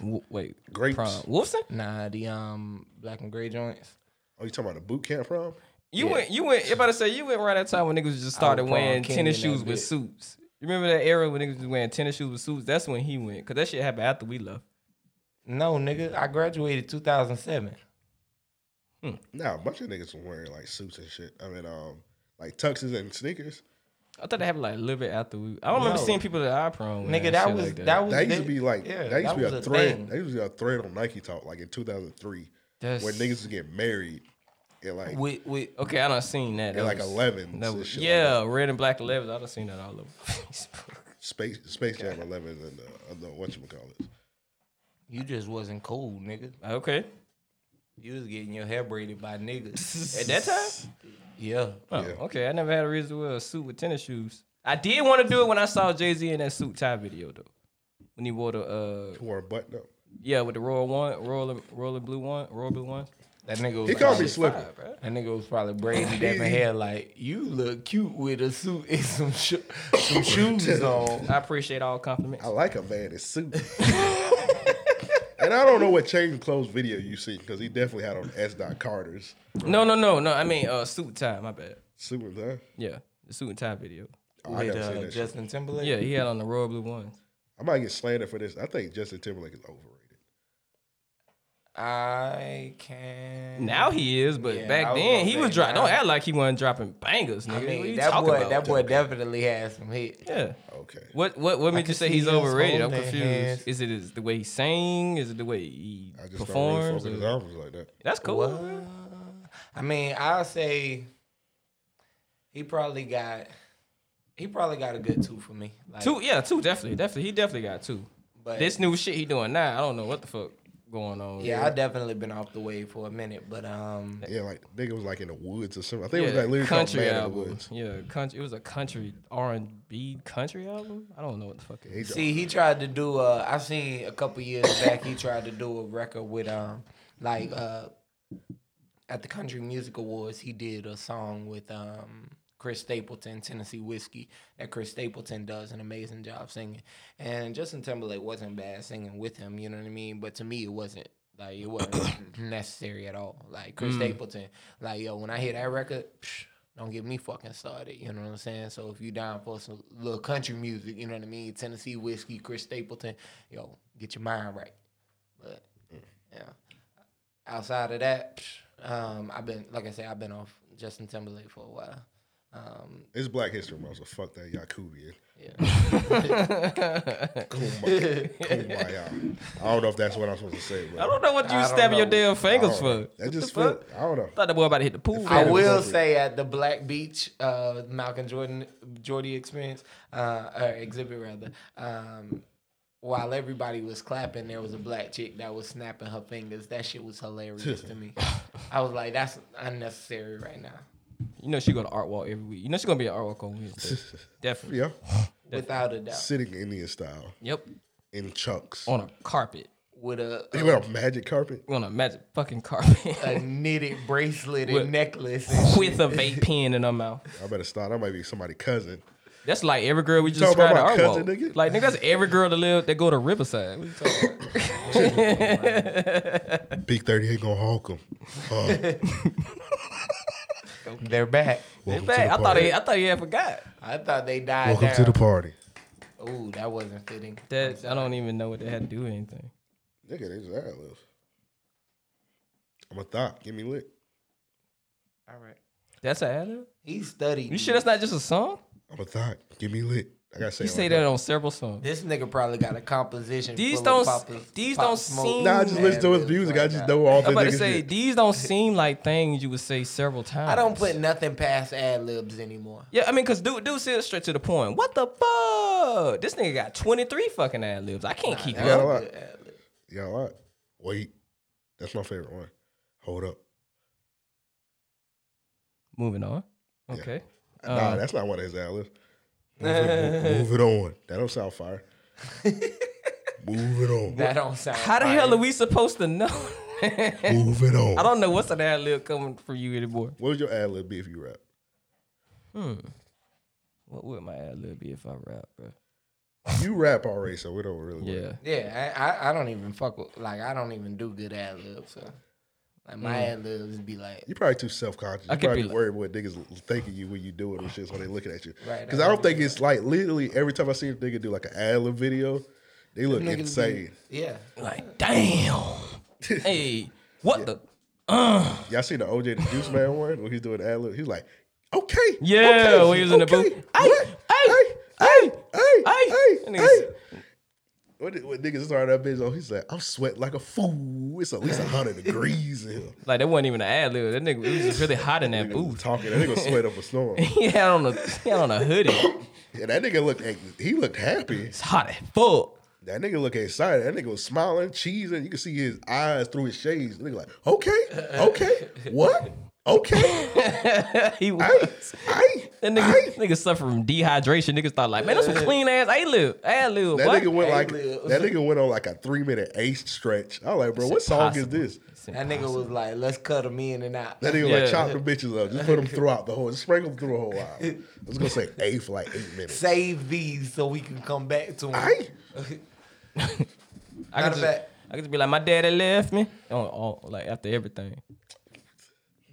W- wait, Grapes. prom. Wolfson, Nah, the um black and gray joints. Oh, you talking about the boot camp prom? you went, you went. you About to say you went around that time when niggas just started prom wearing king tennis in that shoes with bit. suits. You remember that era when niggas was wearing tennis shoes with suits? That's when he went, cause that shit happened after we left. No, nigga, I graduated 2007. Nah, a bunch of niggas were wearing like suits and shit. I mean, um, like tuxes and sneakers. I thought they happened like a little bit after we. I don't remember No. seeing people at our prom. wearing Nigga, that shit was, like that. that. was That used the- to be like yeah, that used to be a was thread. thing. That used to be a thread on Nike Talk like in 2003, That's- where niggas was getting married and like With with Okay, I done seen that. and That like was- 11s That and was, shit like yeah, red and black 11s. I done seen that [LAUGHS] all over Facebook. Space Space Jam 11 and uh, other what you call it. you just wasn't cool, nigga. Okay. You was getting your hair braided by niggas. [LAUGHS] At that time? yeah. Oh, Yeah. okay. I never had a reason to wear a suit with tennis shoes. I did want to do it when I saw Jay Z in that suit tie video, though. When he wore the, uh, Who wore a button up? yeah, with the royal one, royal, and- royal and blue one, royal blue one. That nigga was He called probably, me Slipper. bruh. that nigga was probably braiding that hair like you look cute with a suit and some sho- [LAUGHS] some shoes on. I appreciate all compliments. I like a man in suit. [LAUGHS] And I don't know what changing clothes video you see because he definitely had on S. Dot Carter's No, no, no, no. I mean, uh, suit and tie. My bad. suit and tie. Yeah, the suit and tie video. Oh, I With, gotta uh, say that. shit. Justin Timberlake. Yeah, he had on the royal blue ones. I might get slandered for this. I think Justin Timberlake is overrated. I can. Now he is, but Yeah, I back was then gonna he was say, dropping. nah. Don't act like he wasn't dropping bangers, nigga. I what mean, you that talking boy, about? that boy definitely has some hit. Yeah. Okay. What what what made can you say see he's us overrated? I'm holding confused. hands. Is it his, the way he sang? Is it the way he I just don't really performs? fuck with his Or- albums like that. That's cool. Well, I mean, I'll say he probably got he probably got a good two for me. Like, Two, yeah, two definitely, definitely. He definitely got two. but This new shit he doing now, I don't know what the fuck going on. yeah, I definitely been off the wave for a minute, but um, Yeah, like nigga was like in the woods or something. I think Yeah, it was like literally called country Man in the album. Woods. Yeah, country. It was a country R and B country album. I don't know what the fuck. It He is. dropped- see, he tried to do a. I seen a couple years back he tried to do a record with um like uh at the Country Music Awards he did a song with um. Chris Stapleton, Tennessee Whiskey, that Chris Stapleton does an amazing job singing. And Justin Timberlake wasn't bad singing with him, you know what I mean? But to me, it wasn't like it wasn't necessary at all. Like Chris Stapleton, like yo, when I hear that record, psh, don't get me fucking started. You know what I'm saying? So if you down for some little country music, you know what I mean? Tennessee Whiskey, Chris Stapleton, yo, get your mind right. But yeah, outside of that, psh, um, I've been like I said, I've been off Justin Timberlake for a while. Um, It's Black History Month, so fuck that Yakubian. [LAUGHS] yeah. Kumbaya. Kumbaya. I don't know if that's what I'm supposed to say, but I don't know what you I don't stabbing your know. damn fingers don't know. for. That just the feel, fuck? I don't know. Thought that boy about to hit the pool. I was will appropriate. say at the Black Beach, uh, Malcolm Jordan Jordy experience, uh, or exhibit rather, um, while everybody was clapping, there was a black chick that was snapping her fingers. That shit was hilarious [LAUGHS] to me. I was like, that's unnecessary right now. You know she go to art walk every week. You know she gonna be at art walk on Wednesday. [LAUGHS] Definitely. Yeah. Without a doubt. Sitting Indian style Yep. in chucks. On a carpet. With a He went on magic carpet. On a magic fucking [LAUGHS] carpet. a knitted bracelet and With- necklace. And With a vape pen in her mouth. I better start. I might be somebody's cousin. That's like every girl we just talking described about at art my walk. cousin, nigga? Like nigga, that's every girl that live that go to Riverside. What you talking about? Big 30 ain't gonna honk him. [LAUGHS] Uh, shit. They're back. welcome Back, to the I thought party. he, I thought he had forgot. I thought they died Welcome down. to the party. Ooh, that wasn't fitting. That I don't even know what that had to do with anything. Nigga, they just ad libs. I'm a thought. Give me lit. All right. That's an ad-lib? He studied. You sure that's not just a song? I'm a thought. Give me lit. I gotta say, You it say like that on several songs. This nigga probably got a composition. These full of don't s- Papa's- these Pop don't Smoke. seem- Nah, I just Man, listen to his it's music. like I just that. know all the I'm about to niggas. say shit. these don't seem like things you would say several times. I don't put nothing past ad libs anymore. Yeah, I mean, cause dude, dude, said straight to the point. What the fuck? This nigga got 23 fucking ad libs. I can't keep You got a up. lot. Good ad lib. You got a lot. Wait, that's my favorite one. Hold up. Moving on. Okay. Uh, nah, that's not one of his ad libs. Uh, Move, [LAUGHS] it- move it on. That don't sound fire. move it on. That don't sound. How the fire. hell are we supposed to know? [LAUGHS] move it on. I don't know what's an ad lib coming from you anymore. What would your ad lib be if you rap? What would my ad lib be if I rap, bro? You rap already, so we don't really. worry. Yeah. Yeah, I, I, I don't even fuck with. Like I don't even do good ad libs. So. Like my Mm. ad libs be like. You probably too self conscious. I You could probably be like- worried what niggas thinking you when you do it and shit so they looking at you. Right, Because that I don't would think it's like literally every time I see a nigga do like an ad lib video, they look niggas be- insane. Yeah. Like, damn. hey, what the? Y'all seen the OJ the Juice Man one when he's doing ad lib? He's like, okay, Yeah, okay, when he was in the okay, booth. Hey, what? hey, hey, hey, Hey, hey, that hey. nigga's- What, did- what niggas started that bitch on? He's like, I'm sweating like a fool. It's at [LAUGHS] least hundred degrees in here. Like that wasn't even an ad lib. That nigga it was just really hot in that Ooh, booth. [LAUGHS] talking. That nigga sweat up a storm. He had on a he had on a hoodie. Yeah, that nigga looked. He looked happy. It's hot as fuck. That nigga look excited. That nigga was smiling, cheesing. You could see his eyes through his shades. The nigga like, okay, okay, what? Okay, He I, was. I, [LAUGHS] That [LAUGHS] I. nigga, nigga suffered from dehydration. Niggas thought like, man, that's some clean ass ad lib. Ad lib. That boy. nigga went like lives. that nigga went on like a three minute ace stretch. I was like, bro, It's what song is impossible. this? It's That impossible. nigga was like, let's cut them in and out. That nigga Yeah. like chop the bitches up, just put them throughout the whole, just sprinkle them through a whole [LAUGHS] hour. I was gonna say A for like eight minutes. Save these so we can come back to them. I I Matter could of just, fact, I could just be like, my daddy left me. On all like after everything. [LAUGHS]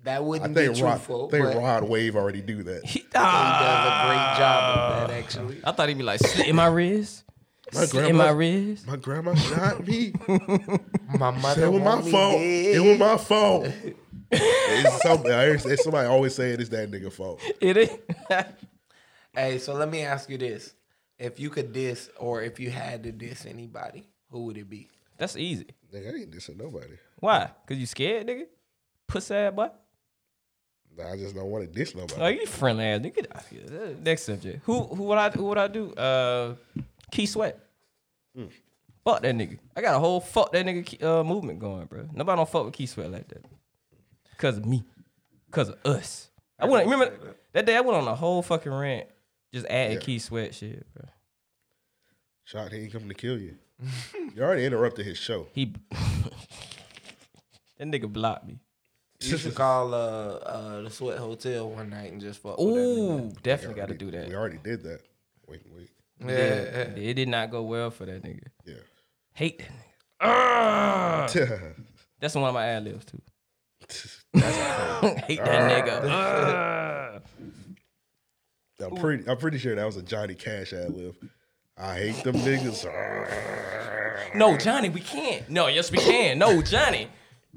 That I wouldn't be think Rod, truthful. I think but Rod Wave already do that. He, ah, does a great job of that, actually. I thought he'd be like, sit in my wrist. [LAUGHS] My Sit in my grandma- wrist. [LAUGHS] [LAUGHS] My grandma shot me. Ah. My mother It was my want me fault. dead. It was my [LAUGHS] fault. it's something. I hear it's somebody always saying it's that nigga fault. It is. Hey, so let me ask you this: If you could diss, or if you had to diss anybody, who would it be? [LAUGHS] That's easy. Nigga, I ain't dissing nobody. Why? Cause you scared, nigga? Puss ass boy. Nah, I just don't want to diss nobody. Oh, you friendly ass nigga. Get out of here. Next subject. Who who would I who would I do? Uh Key Sweat. Mm. Fuck that nigga. I got a whole fuck that nigga uh, movement going, bro. Nobody don't fuck with Key Sweat like that. Cause of me. Cause of us. I went remember that. day I went on a whole fucking rant just adding Yeah. Key Sweat shit, bro. Shot, he ain't coming to [LAUGHS] kill you. you already interrupted his show. He [LAUGHS] That nigga blocked me. You [LAUGHS] should call uh, uh, the Sweat Hotel one night and just fuck with that nigga. Ooh, definitely gotta do We that. already did that. Wait, wait. Yeah, yeah. It did not go well for that nigga. Yeah. Hate that nigga. Ah! That's one of my ad libs too. [LAUGHS] Hate that nigga. I'm pretty. I'm pretty sure that was a Johnny Cash ad lib. I hate them niggas. No, Johnny, we can't. No, yes, we can. No, Johnny,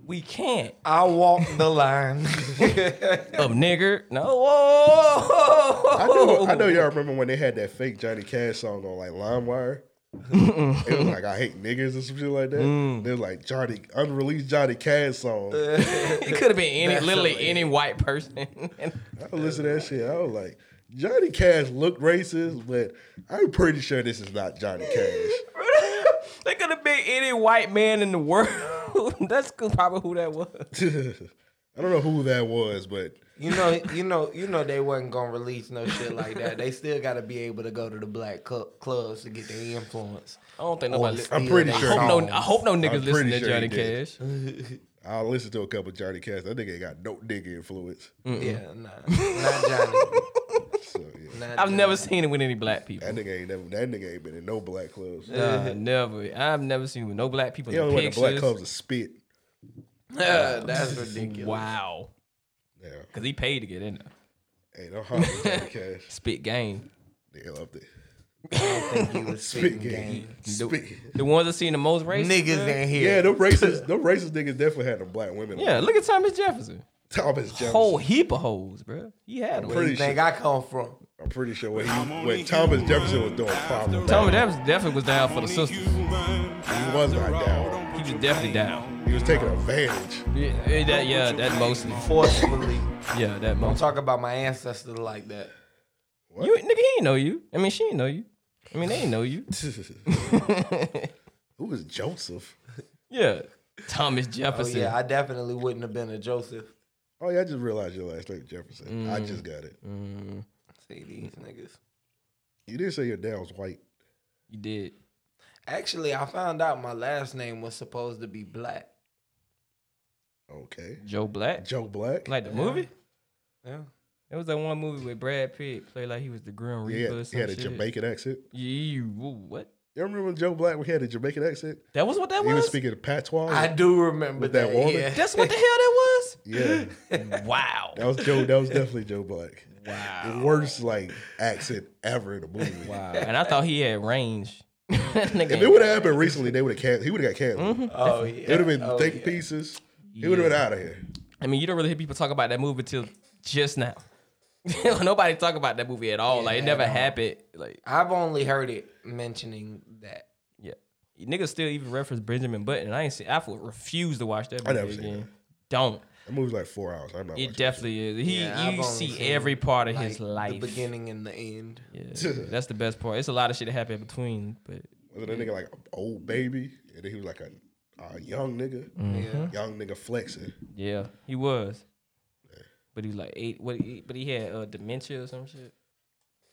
we can't. I walk [LAUGHS] the line. Up nigger. No. Whoa. I know, I know y'all remember when they had that fake Johnny Cash song on like LimeWire. it was like I hate niggas and some shit like that. Mm. They was like Johnny unreleased Johnny [LAUGHS] Cash song. It could have been any, literally any white person. [LAUGHS] I listened to that shit. I was like, Johnny Cash looked racist, but I'm pretty sure this is not Johnny Cash. [LAUGHS] they could have been any white man in the world. [LAUGHS] That's probably who that was. I don't know who that was, but you know, you know, you know, they wasn't gonna release no shit like that. They still gotta be able to go to the black cu- clubs to get their influence. I don't think Or nobody. steal Oh, I'm pretty they sure I hope, songs. no, I hope no niggas I'm listen pretty to sure he Johnny did. Cash. I listened to a couple Johnny Cash. That nigga ain't got no nigga influence. Mm. Yeah, nah, [LAUGHS] not Johnny. So yeah. Not I've Johnny. never seen it with any black [LAUGHS] people. That nigga ain't never that nigga ain't been in no black clubs. Nah, never. I've never seen with no black people He in only went to pictures. black clubs to spit. Yeah, that's ridiculous. Wow, Yeah. because he paid to get in there. Ain't no harm in [LAUGHS] Johnny Cash. Spit game. Nigga loved it. He was Spit spitting game. game. Spit. The ones that seen the most race. Niggas in here. [LAUGHS] Yeah, them racist, them racist niggas definitely had them black women. on. Yeah, look at Thomas Jefferson. Thomas Jefferson. Whole heap of hoes, bro. He had Pretty them. Where you sure. think I come from? I'm pretty sure what, he, what Thomas Jefferson was doing probably. Thomas Jefferson definitely was down for the sisters. He was not down. He was definitely down. He was taking [LAUGHS] advantage. Yeah, eh, that, yeah, that mostly. Forcefully. Yeah, that I'm mostly. talking about my ancestors like that. You, nigga, he ain't know you. I mean, she ain't know you. I mean, they ain't know you. Who was Joseph? Yeah. Thomas Oh Jefferson. yeah, I definitely wouldn't have been a Joseph. Oh yeah, I just realized your last name Jefferson. Mm. I just got it. See these niggas. You did say your dad was white. you did. Actually, I found out my last name was supposed to be black. Okay. Joe Black. Joe Black. Like the movie? Yeah. There was that one movie where Brad Pitt played like he was the Grim he Reaper or had, he some had a shit. Jamaican accent. You, what? You remember when Joe Black? We had a Jamaican accent. That was what that He was? was speaking patois. I do remember With that that. woman? yeah. That's what the hell that [LAUGHS] yeah, [LAUGHS] was? Wow. that was Joe. That was definitely Joe Black. Wow. The worst like accent ever in a movie. Wow. And I thought he had range. [LAUGHS] that nigga. If it would have happened recently, they would have can- he would have got canceled. Mm-hmm. Oh It would yeah. have been Oh, thick yeah. pieces. He would have been out of here. I mean, you don't really hear people talk about that movie till just now. [LAUGHS] Nobody talk about that movie at all. like it never happened. Like I've only heard it mentioning that. yeah, niggas still even reference Benjamin Button. And I ain't see. I would refuse to watch that movie I never seen again. that. Don't. That movie's like four hours. I'm not. It watching definitely is. He Yeah, I've you only see seen, every part of like, his life. The beginning and the end. Yeah, [LAUGHS] that's the best part. It's a lot of shit that happened between, but Was it a nigga like an old baby? And then he was like a, a young nigga. Mm. Mm-hmm. Young nigga flexing. yeah, he was. But he was like eight. What? He, but he had uh, dementia or some shit.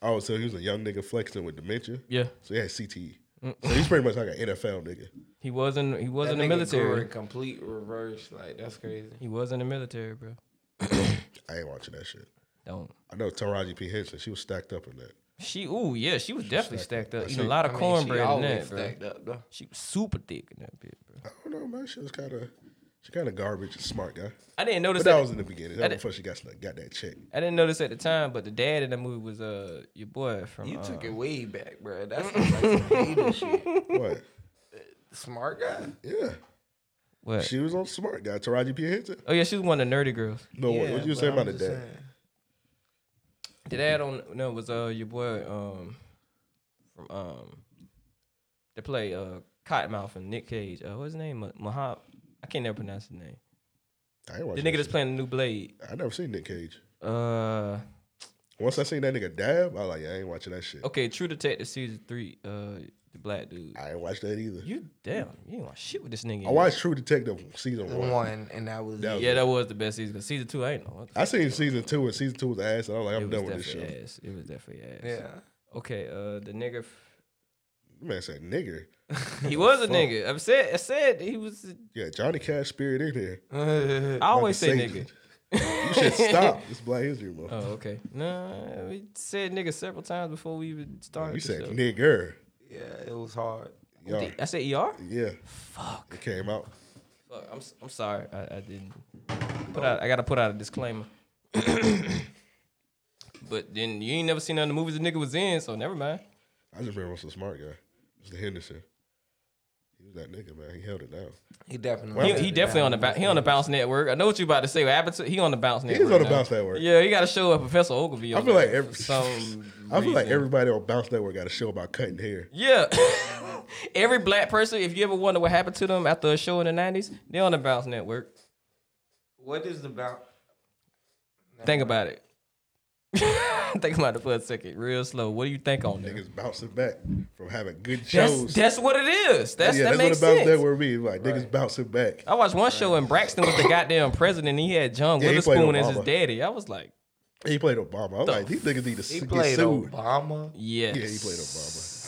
Oh, so he was a young nigga flexing with dementia. Yeah, So he had CTE. Mm. So he's pretty much like an NFL nigga. he wasn't. He was in That the nigga grew military. in complete reverse. Like that's crazy. He was in the military, bro. I ain't watching that shit. Don't. I know Taraji P. Henson. She was stacked up in that. She, ooh, yeah, she was definitely stacked stacked up. up. But Eating a she- lot I of mean, she cornbread in always that, bro. stacked up though. She was super thick in that bit, bro. I don't know, man. She was kind of, she kind of garbage and smart guy. I didn't notice But that, that- was in the beginning. I That was di- before she got snuck- got that check. I didn't notice at the time, but the dad in the movie was uh your boy from. You uh, took it way back, [LAUGHS] bro. That's like some hater shit. What? Smart guy. Yeah, What? she was on smart guy. Taraji P. Henson. oh yeah, she was one of the nerdy girls. No, what, what you but say I'm about the just dad? saying. The dad on no was uh your boy um from um the play uh Cottonmouth and Nick Cage. Uh, what's his name? Ma- Mahab. I can't never pronounce his name. I ain't The nigga watching. that that's playing the new Blade. shit. I never seen Nick Cage. Uh, Once I seen that nigga dab, I was like, yeah, I ain't watching that shit. okay, True Detective season three. Uh, the black dude. I ain't watched that either. You damn, you ain't want shit with this nigga. I watched True Detective season one. One, and that was That was Yeah, that was the best season. 'cause season two, I ain't know. What the I seen season two and season two was ass, and I was like, it I'm was done with this shit. definitely ass. It was definitely ass. yeah. Okay. Uh, the nigga. f- Man said nigger. He was a nigga. I said. I said he was. Yeah, Johnny Cash spirit in here. I always say Satan. nigga. [LAUGHS] You should stop. It's Black History Month. Oh, okay. No, we said nigga several times before we even started. you the said show. nigger. [LAUGHS] Yeah, it was hard. Yo, I said er. yeah. Fuck. It came out. Fuck, I'm s- I'm sorry. I, I didn't Oh. put out. I gotta put out a disclaimer. [COUGHS] but then you ain't never seen none of the movies the nigga was in, so never mind. I just remember some smart guy, Mr. Henderson. He was that nigga, man. He held it down. He definitely. He, he definitely on the ba- he on the bounce network. I know what you about to say. What happened to he on the bounce network? on the now. Bounce Network. Yeah, he got to show up, Professor Ogilvy. I on feel there like every, for some [LAUGHS] I feel like reason. everybody on Bounce Network got a show about cutting hair. Yeah. [LAUGHS] Every black person, if you ever wonder what happened to them after a show in the nineties, they on the Bounce Network. What is the bounce? Think about it. [LAUGHS] think about it for a second, real slow. What do you think on that? Niggas bouncing back from having good That's shows. that's what it is. That's yeah, that that's makes what a Bounce sense. Network means. Like niggas bouncing back. I watched one show and Braxton [COUGHS] was the goddamn president. and He had John Yeah, he played Witherspoon as his Obama. daddy. I was like, He played Obama. I'm like, these niggas need to He get played sued. Obama. yes. Yeah, he played Obama.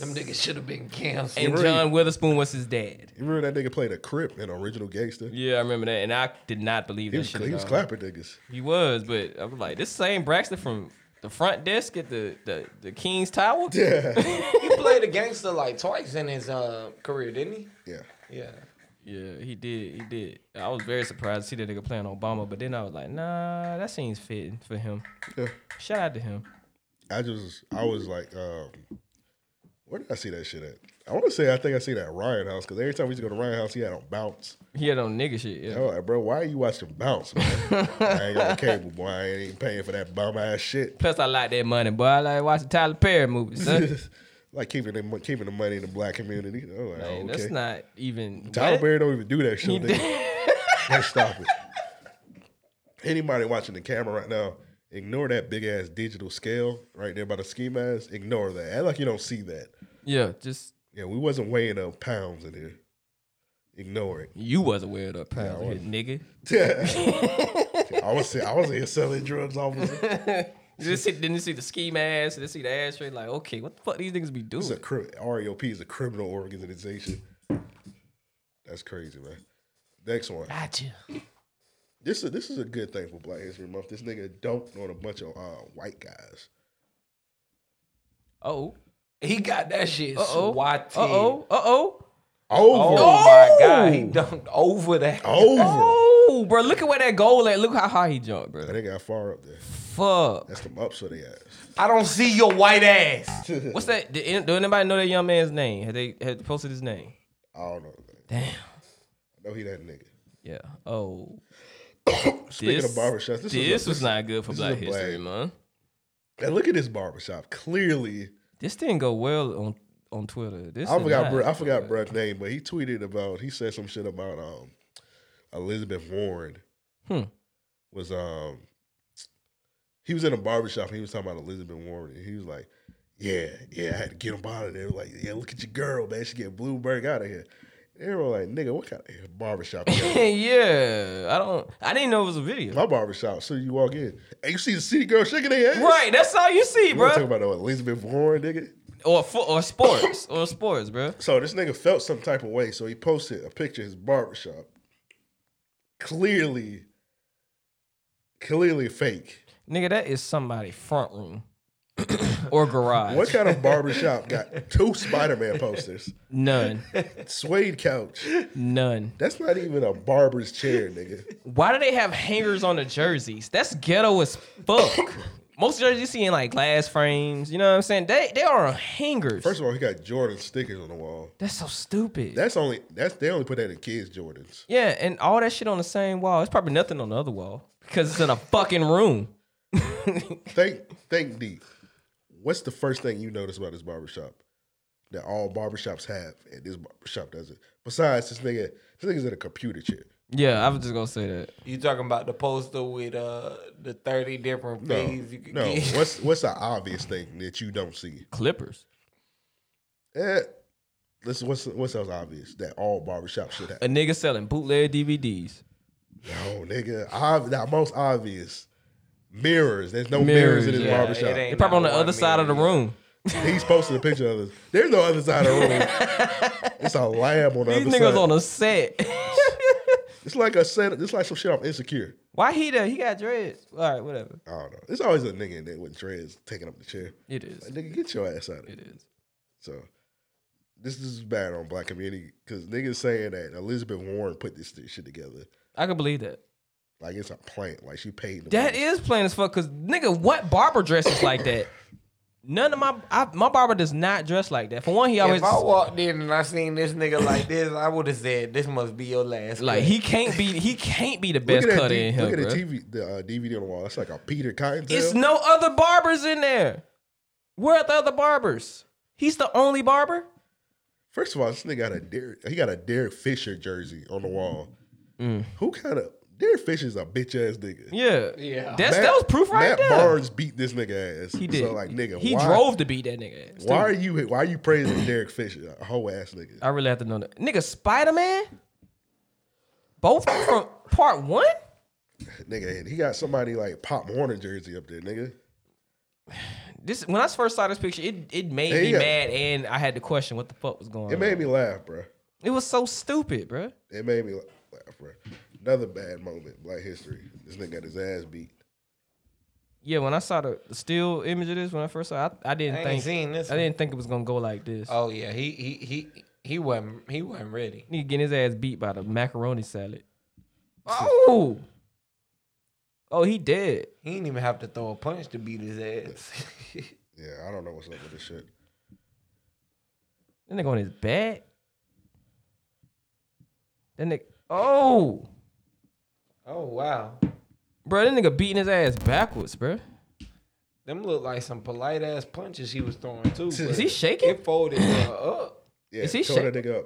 Them niggas should have been canceled. And John Witherspoon was his dad. You remember that nigga played a Crip in Original Gangster? Yeah, I remember that, and I did not believe that He was, shit. he at was all. clapping niggas. He was, but I was like, this same Braxton from the front desk at the the, the King's Tower. Yeah. he played a gangster like twice in his uh, career, didn't he? yeah. Yeah. Yeah, he did. He did. I was very surprised to see that nigga playing Obama, but then I was like, nah, that seems fitting for him. Yeah. Shout out to him. I just, I was like, um, where did I see that shit at? I want to say I think I see that at Ryan House because every time we used to go to Ryan House, he had on Bounce. He had on nigga shit. Yeah. I was Oh, like, bro, why are you watching [LAUGHS] Bounce, man? I ain't got a cable, boy. I ain't paying for that bum ass shit. [LAUGHS] Plus, I like that money, boy. I like watching Tyler Perry movies. Son. like keeping the, mo- keeping the money in the black community. I was like, Man, Oh, okay. That's not even. Tyler what? Perry don't even do that He shit. nigga. Let's stop it. Anybody watching the camera right now, ignore that big ass digital scale right there by the ski mask. Ignore that. Act like you don't see that. [LAUGHS] Yeah, just Yeah, we wasn't weighing up pounds in here. [LAUGHS] Ignore it. [LAUGHS] you was aware of the pound, wasn't. nigga. I was I was here selling drugs, officer. Just see, didn't see the ski mask, didn't see the ashtray. Like, okay, what the fuck these niggas be doing? It's a cri- REOP is a criminal organization. That's crazy, man. Next one. Gotcha. This is this is a good thing for Black History Month. This nigga dumped on a bunch of uh, white guys. Oh, He got that shit uh oh, uh swatted. oh, uh oh. Over. Oh my god, he dunked over that. Over. Oh, bro, look at where that goal at. Look how high he jumped, bro. That nigga got far up there. Fuck. That's them ups of the ass. [LAUGHS] I don't see your white ass. What's that? Did, any- do anybody know that young man's name? Had they had posted his name? I don't know. Damn. I know he that nigga. Yeah. Oh. Speaking this, of barbershops, this, this, is a- was not good for this is Black a black- History Month. And look at this barbershop. Clearly, This didn't go well on on Twitter. This I is forgot. not Br- I good. forgot Brett's name, but he tweeted about. He said some shit about um Elizabeth Warren. Hmm. Was um he was in a barbershop and he was talking about Elizabeth Warren and he was like, Yeah, yeah, I had to get him out of there. Like, yeah, look at your girl, man. She get Bloomberg out of here. And everyone like, nigga, what kind of barbershop? you [LAUGHS] [LAUGHS] at?" yeah, I don't. I didn't know it was a video. My barbershop. So you walk in, and you see the city girl shaking their ass. Right, that's all you see, You want to bro. talk about the Elizabeth Warren, nigga? or fo- or sports, or sports, bro. So this nigga felt some type of way, so he posted a picture of his barbershop. Clearly, clearly fake. Nigga, that is somebody front room. [COUGHS] or garage. What kind of barbershop got two Spider Man posters? None. Suede couch. None. That's not even a barber's chair, nigga. Why do they have hangers on the jerseys? That's ghetto as fuck. Most jerseys you see in like glass frames, you know what I'm saying? They they are hangers. First of all, he got Jordan stickers on the wall. That's so stupid. That's only that's they only put that in kids' Jordans. yeah, and all that shit on the same wall. It's probably nothing on the other wall because it's in a fucking room. Think think deep. What's the first thing you notice about this barbershop? That all barbershops have and this barbershop doesn't. Besides, this nigga this nigga's in a computer chair. Yeah, I was just gonna say that. You talking about the poster with uh the thirty different No. things you could No. get? [LAUGHS] What's what's an obvious thing that you don't see? Clippers. Eh, this what's what's else obvious that all barbershops should have. A nigga selling bootleg DVDs. No, nigga. Ob- the most obvious. Mirrors. There's no mirrors, in his yeah, barbershop. it ain't They probably on the not one other side of the mirror. room. He's posting a picture of us. There's no other side of the room. [LAUGHS] it's a lamb on the These other niggas side. on a set. [LAUGHS] it's like a set. It's like some shit off Insecure. Why he there? He got dreads. All right, whatever. I don't know. It's always a nigga in there with dreads taking up the chair. It is. Like, nigga, get your ass out of It here. is. So this is bad on black community because niggas saying that Elizabeth Warren put this shit together. I can believe that. Like it's a plant. Like she paid. the That money. is plain as fuck. Cause nigga, what barber dresses like that? None of my I, my barber does not dress like that. For one, he always If I walked in and I seen this nigga like this, I would have said, "This must be your last." like he can't be he can't be the Look best at that. cutter D- in look here, at bro. the TV, the uh, DVD on the wall. That's like a Peter Cottontail. It's no other barbers in there. Where are the other barbers? He's the only barber. First of all, this nigga got a Derek. He got a Derek Fisher jersey on the wall. Mm. Who kind of Derek Fisher's a bitch ass nigga. Yeah, Yeah. That's that was proof right Matt there. Barnes beat this nigga ass. he did. So like nigga, he why, drove to beat that nigga. ass, Why are too. you why are you praising Derek Fisher, a whole ass nigga? I really have to know that nigga Spider Man. Both from part one. nigga, he got somebody like Pop Warner jersey up there, nigga. This when I first saw this picture, it, it made Yeah, me yeah. mad, and I had to question what the fuck was going It on. made me laugh, bro. It was so stupid, bro. It made me la- laugh, bro. Another bad moment, Black History. This nigga got his ass beat. Yeah, when I saw the, the still image of this, when I first saw, it, I, I didn't I ain't think seen this I didn't think it was gonna go like this. Oh yeah, he he he he wasn't he wasn't ready. Nigga getting his ass beat by the macaroni [LAUGHS] salad. Oh, oh, he dead. He didn't even have to throw a punch to beat his ass. [LAUGHS] Yeah, I don't know what's up with this shit. That nigga on his back. That nigga. Oh, oh wow, bro, that nigga beating his ass backwards, bro. them look like some polite ass punches he was throwing too. Is he shaking? It folded uh, up. Yeah, Is he tore shit- that nigga up.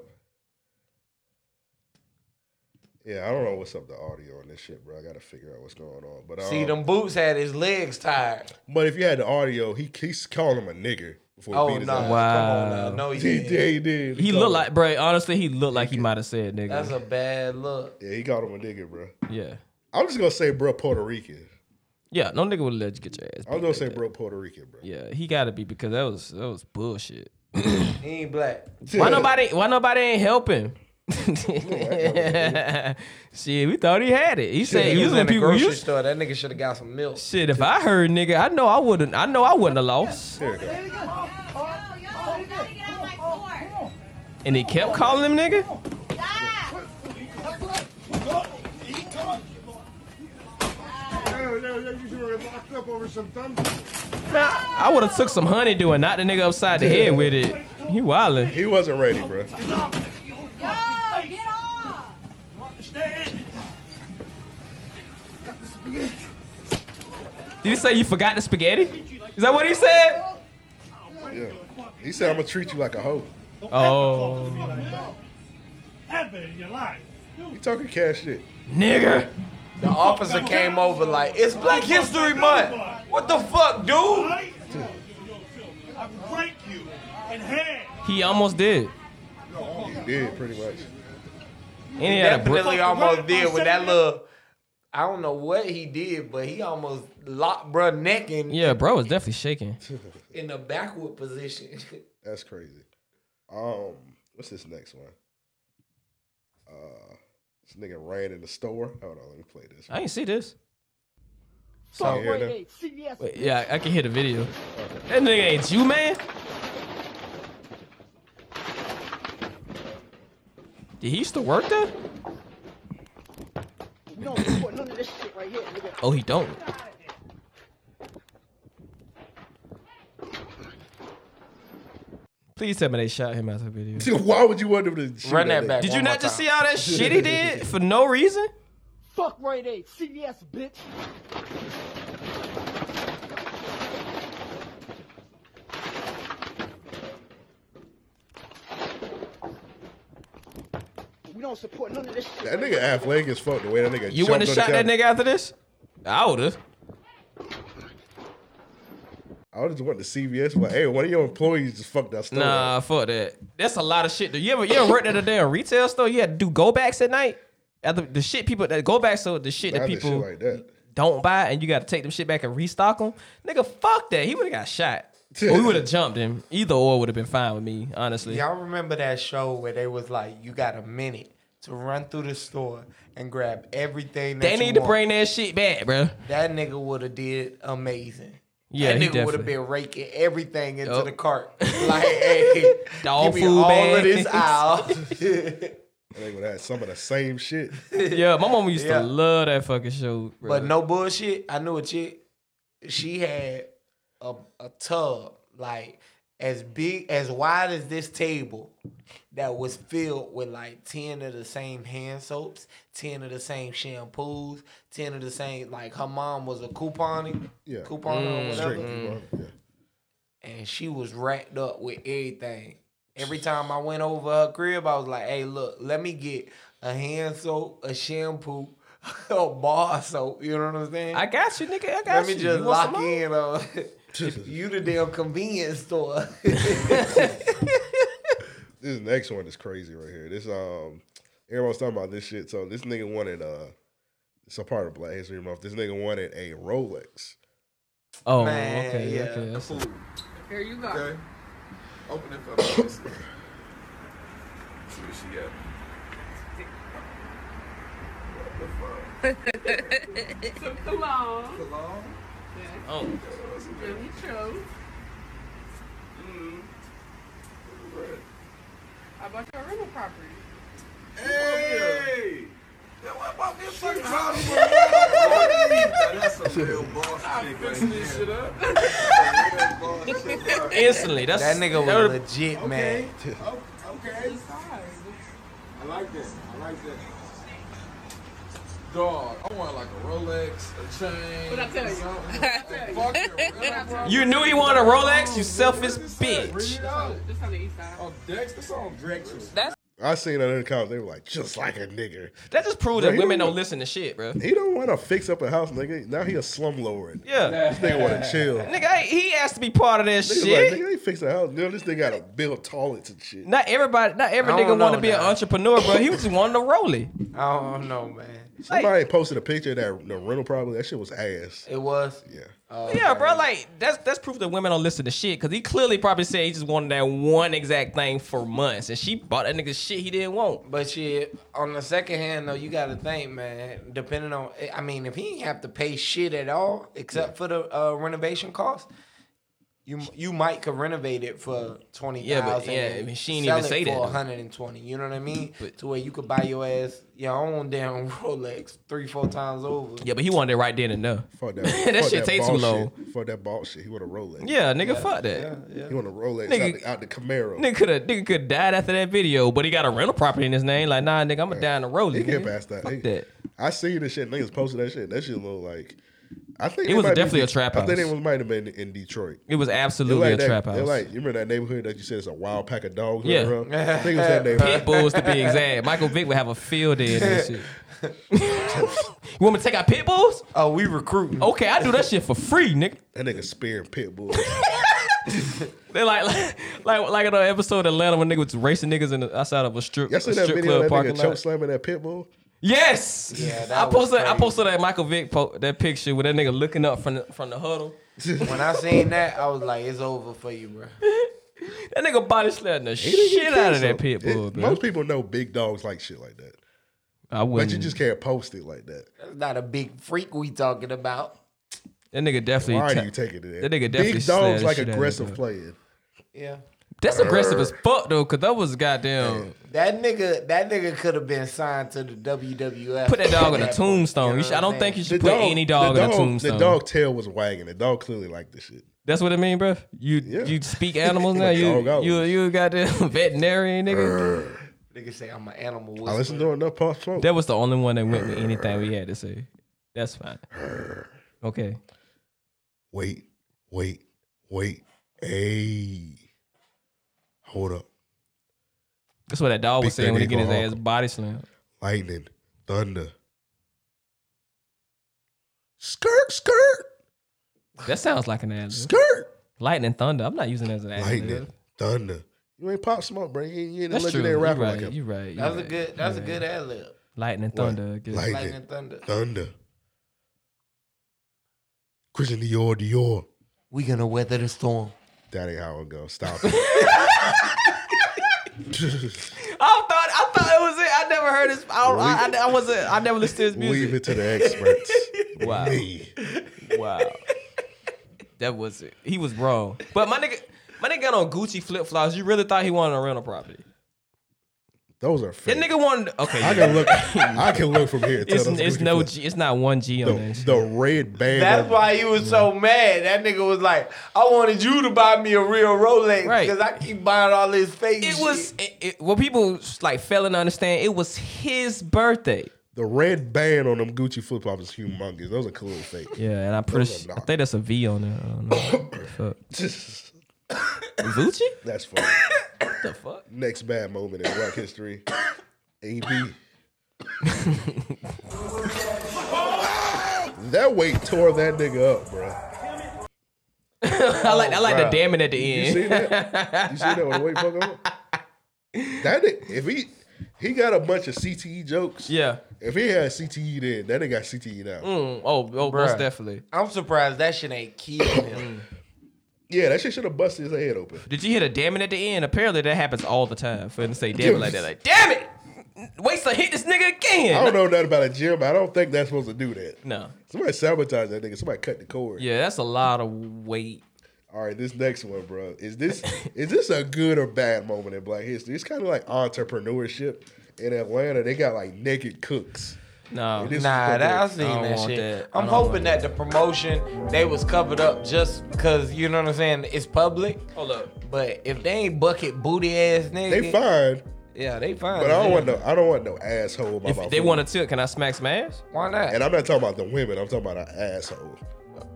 Yeah, I don't know what's up the audio on this shit, bro. I gotta figure out what's going on. But um, See, them boots had his legs tied. But if you had the audio, he he's calling him a nigger before Oh he no, beat his come ass. [LAUGHS] on Wow. now. No, he He didn't. did. He, did. He called looked him- like, bro. Honestly, he looked like he might have said, nigga. That's a bad look. Yeah, he called him a nigger, bro. yeah, I'm just gonna say, bro, Puerto Rican. yeah. No nigga would let you get your ass. I'm Beat gonna like say, that. bro, Puerto Rican, bro. Yeah, he gotta be because that was that was bullshit. He ain't black. Why nobody? Why nobody ain't helping? shit, we thought he had it. He said He was usually in the people grocery use store. That nigga should have got some milk. shit. If I heard nigga, I know I wouldn't. I know I wouldn't have lost. There you go. And he kept calling him nigga. Man, I would have took some honey doing, not the nigga upside the head with it. He wildin'. He wasn't ready, bro. Did he say you forgot the spaghetti? Is that what he said? Yeah. He said, "I'm gonna treat you like a hoe." Oh, He talking cash shit. nigga. The officer came over like, it's Black History Month. What the fuck, dude? He almost did. He did pretty much. [LAUGHS] And he had a brick. Definitely almost did with that little. I don't know what he did, but he almost locked bruh neck in, Yeah, bro was definitely shaking. in the backward position. [LAUGHS] That's crazy. Um, what's this next one? Uh, this nigga ran in the store. Hold on, let me play this. I ain't see this. Can you hear that? Wait, yeah, I, I can hear the video. Okay. That nigga ain't you, man. Did he used to work there? We don't support none of this shit right here, nigga. Oh, he don't. Please tell me they shot him out of the video. [LAUGHS] Why would you want them to shoot Run that nigga? back Did you one not more just time. see all [LAUGHS] that shit he did for no reason? Fuck Rite Aid, CVS, bitch. We don't support none of this shit. That right nigga here. athletic as fuck the way that nigga You jumped wouldn't have on shot the that counter. nigga after this? I would have. I would just want the CVS. Like, hey, one of your employees just fucked that store. Nah, fuck that. That's a lot of shit. to- You ever you ever worked at a damn retail store? You had to do go backs at night. At the, the shit people that go backs so the shit Nah, that that shit people like that. don't buy and you got to take them shit back and restock them. Nigga, fuck that. He would have got [LAUGHS] shot. Or we would have jumped him. Either or would have been fine with me, honestly. Y'all remember that show where they was like, you got a minute to run through the store and grab everything that They you need to want. bring that shit back, [LAUGHS] bro. That nigga would have did amazing. Yeah, that he nigga would have definitely- been raking everything into Yup. [LAUGHS] the cart. Like, hey, Dog give me food all of bags. this aisle. [LAUGHS] That nigga would have had some of the same shit. Yeah, my mama used Yeah. to love that fucking show, bro. But no bullshit. I knew a chick. She had a, a tub like as big as wide as this table that was filled with like 10 of the same hand soaps 10 of the same shampoos 10 of the same like her mom was a couponing Yeah. coupon or whatever Mm, Straight people. Yeah. and she was racked up with everything. Every time I went over her crib, I was like, "Hey, look, let me get a hand soap, a shampoo, [LAUGHS] a bar soap." You know what I'm saying? I got you, nigga. I got let me you. just You want some lock more? in on [LAUGHS] [LAUGHS] you, the damn convenience store. This next one is crazy right here. This um, everyone's talking about this shit. So this nigga wanted uh, it's a part of Black History Month. This nigga wanted a Rolex. Oh, Man, okay, yeah. okay. That's Cool. Here you go. Okay. Open it for me. Let's See See what she got. What the fuck? Some cologne. Cologne? Oh. Really true. Mm. How about your rental property? Hey! Now what about this fucking house? Now, That's some real boss shit right this shit up. Instantly, that's that nigga was legit, man. Okay. I like that. I like that. Dog, I want like a Rolex, a chain. What I tell you? [LAUGHS] something. What I tell You knew he wanted a Rolex, you selfish bitch. This on- this on the east side. Oh, Dex, that's on Drexel's. That's I seen that in the comments. They were like, just like a nigga. that just proved Bro, that he women don't- don't listen to shit, bro. He don't want to fix up a house, nigga. Now he a slumlord. Yeah. This nigga want to chill. Nigga, Nigga, I- he asked to be part of that like, shit. nigga, they fix the house. Nigga, this nigga got to build toilets and shit. Not everybody, not every I don't nigga want know to be an now. entrepreneur, bro. He just wanted a Rolly. I don't know, man. Somebody posted a picture of that the rental property. That shit was ass. It was. Yeah. Yeah, bro. Like that's that's proof that women don't listen to shit. Cause he clearly probably said he just wanted that one exact thing for months, and she bought that nigga shit he didn't want. But shit, on the second hand though, you gotta think, man. Depending on, I mean, if he ain't have to pay shit at all except for the uh, renovation cost, you you might could renovate it for twenty Yeah, but, thousand. yeah, I mean, she ain't even say that, for though. one hundred and twenty. You know what I mean? to where you could buy your ass your own damn [LAUGHS] Rolex three four times over. Yeah, but he wanted it right then and there. [LAUGHS] Fuck that. that fuck shit take too ball long. Shit. Fuck that ball shit. He want a Rolex. Yeah, nigga, fuck that. He want a Rolex out, Nigga- the, out the Camaro. Nigga could have nigga could died after that video, but he got a rental property in his name. Like, nah, nigga, I'm gonna die in a Rolly. He get nigga. past that. Fuck He- that. I see this shit. Niggas posted that shit. That shit look like. I think It they was might be definitely De- a trap I think house. it was might have been in Detroit. It was They absolutely like a that- trap They house. like you remember that neighborhood that you said it's a wild pack of dogs. Yeah. running around? I think it was that neighborhood. Pit bulls to be exact. Michael Vick would have a field day in [LAUGHS] that shit. you want me to take out pit bulls? Oh, we recruiting. Okay, I do that shit for free, nigga. That nigga spearing pit [LAUGHS] bulls. They like [LAUGHS] like like, like in an episode of Atlanta when nigga was racing niggas in the, outside of a strip, Y'all a seen that strip video club of that parking nigga choke lot. slamming that pit bull? Yes. Yeah, that I was posted I crazy. posted that Michael Vick po- that picture with that nigga looking up from the, from the huddle. [LAUGHS] when I seen that, I was like, it's over for you, bro. That nigga body slapping the He didn't get shit out of that canceled. pit bull, It- bro. Most people know big dogs like shit like that. I But you wouldn't. just can't post it like that. That's not a big freak we talking about. That nigga definitely. Why ta- are you taking it? That nigga definitely. Big slapped dogs the like shit out of aggressive that. playing. Yeah. That's aggressive as fuck though, cause that was goddamn. That nigga, that nigga could have been signed to the WWF. Put that dog on a [LAUGHS] At that point, tombstone. know You should- what I don't I'm think you saying? should The put dog- any dog the on a dog, tombstone. The dog tail was wagging. The dog clearly liked this shit. That's what I mean, bruh. You you [LAUGHS] speak animals now. Like dog You hours. you you goddamn [LAUGHS] veterinarian nigga. Nigga say I'm an animal. I whisperer. listened to enough Pop Smoke. That was the only one that went with anything we had to say. That's fine. Okay. Wait, wait, wait. Hey, hold up. That's what that dog was Big saying when he Daddy get his Hawk. ass body slammed. Lightning, thunder. Skirt, skirt. That sounds like an ad. Skirt. Lightning thunder. I'm not using that as an ad. Hmm? Lightning, thunder. You ain't Pop Smoke, bro. You ain't, you ain't a That's true. legendary You rapper right. like him. You right. you That's a right, good. you That's a right. good ad lib. Lightning thunder. Good. Lightning, Lightning thunder. thunder. Christian Dior, Dior. We gonna weather the storm. That ain't how it goes. [LAUGHS] Stop I it. thought I thought it was it. I never heard his. I, don't- I, I, I wasn't. I never listened to his music. Leave it to the experts. Wow. Me. Wow. That was it. He was wrong. But my nigga, my nigga got on Gucci flip flops. You really thought he wanted to rent a property? Those are That fake. nigga wanted. Okay, I yeah. can look. I can look from here. It's, it's no G. It's not one G on that. the, the red band. That's on- why he was so mad. That nigga was like, "I wanted you to buy me a real Rolex Right. because I keep buying all this fake." It shit." was it, it, what people like failing to understand. It was his birthday. The red band on them Gucci flip flops is humongous. Those are cool fake. Yeah, and I pretty. Those are I think that's a V on there. I don't know. Fuck. [COUGHS] Gucci? That's funny. What the fuck? Next bad moment in rock history. AB. that weight tore that nigga up, bro. I like I like the Bruh. damn it at the You end. see that? You see that when the weight fuck up? That nigga, if he he got a bunch of CTE jokes. Yeah. If he had CTE then, that nigga got CTE now. Mm, oh, oh, most Bruh. definitely. I'm surprised that shit ain't killing him. Mm. Yeah, that shit should have busted his head open. Did you hear the damn it at the end? Apparently that happens all the time. For him to say damn it like that, like damn it, waste to hit this nigga again. I don't know nothing about a gym. I don't think that's supposed to do that. No. Somebody sabotaged that nigga. Somebody cut the cord. Yeah, that's a lot of weight. All right, this next one, bro. Is this is this a good or bad moment in Black history? It's kind of like entrepreneurship in Atlanta. They got like naked cooks. No, It is Nah, fucking that, I weird. seen I don't that want shit. that. I I'm don't hoping that the promotion they was covered up just because you know what I'm saying. It's public. Hold up. But if they ain't bucket booty ass nigga, They fine, Yeah, they fine. but I don't yeah. want no I don't want no asshole. By my If they food. want to tilt, can I smack some ass? Why not? and I'm not talking about the women. I'm talking about an asshole.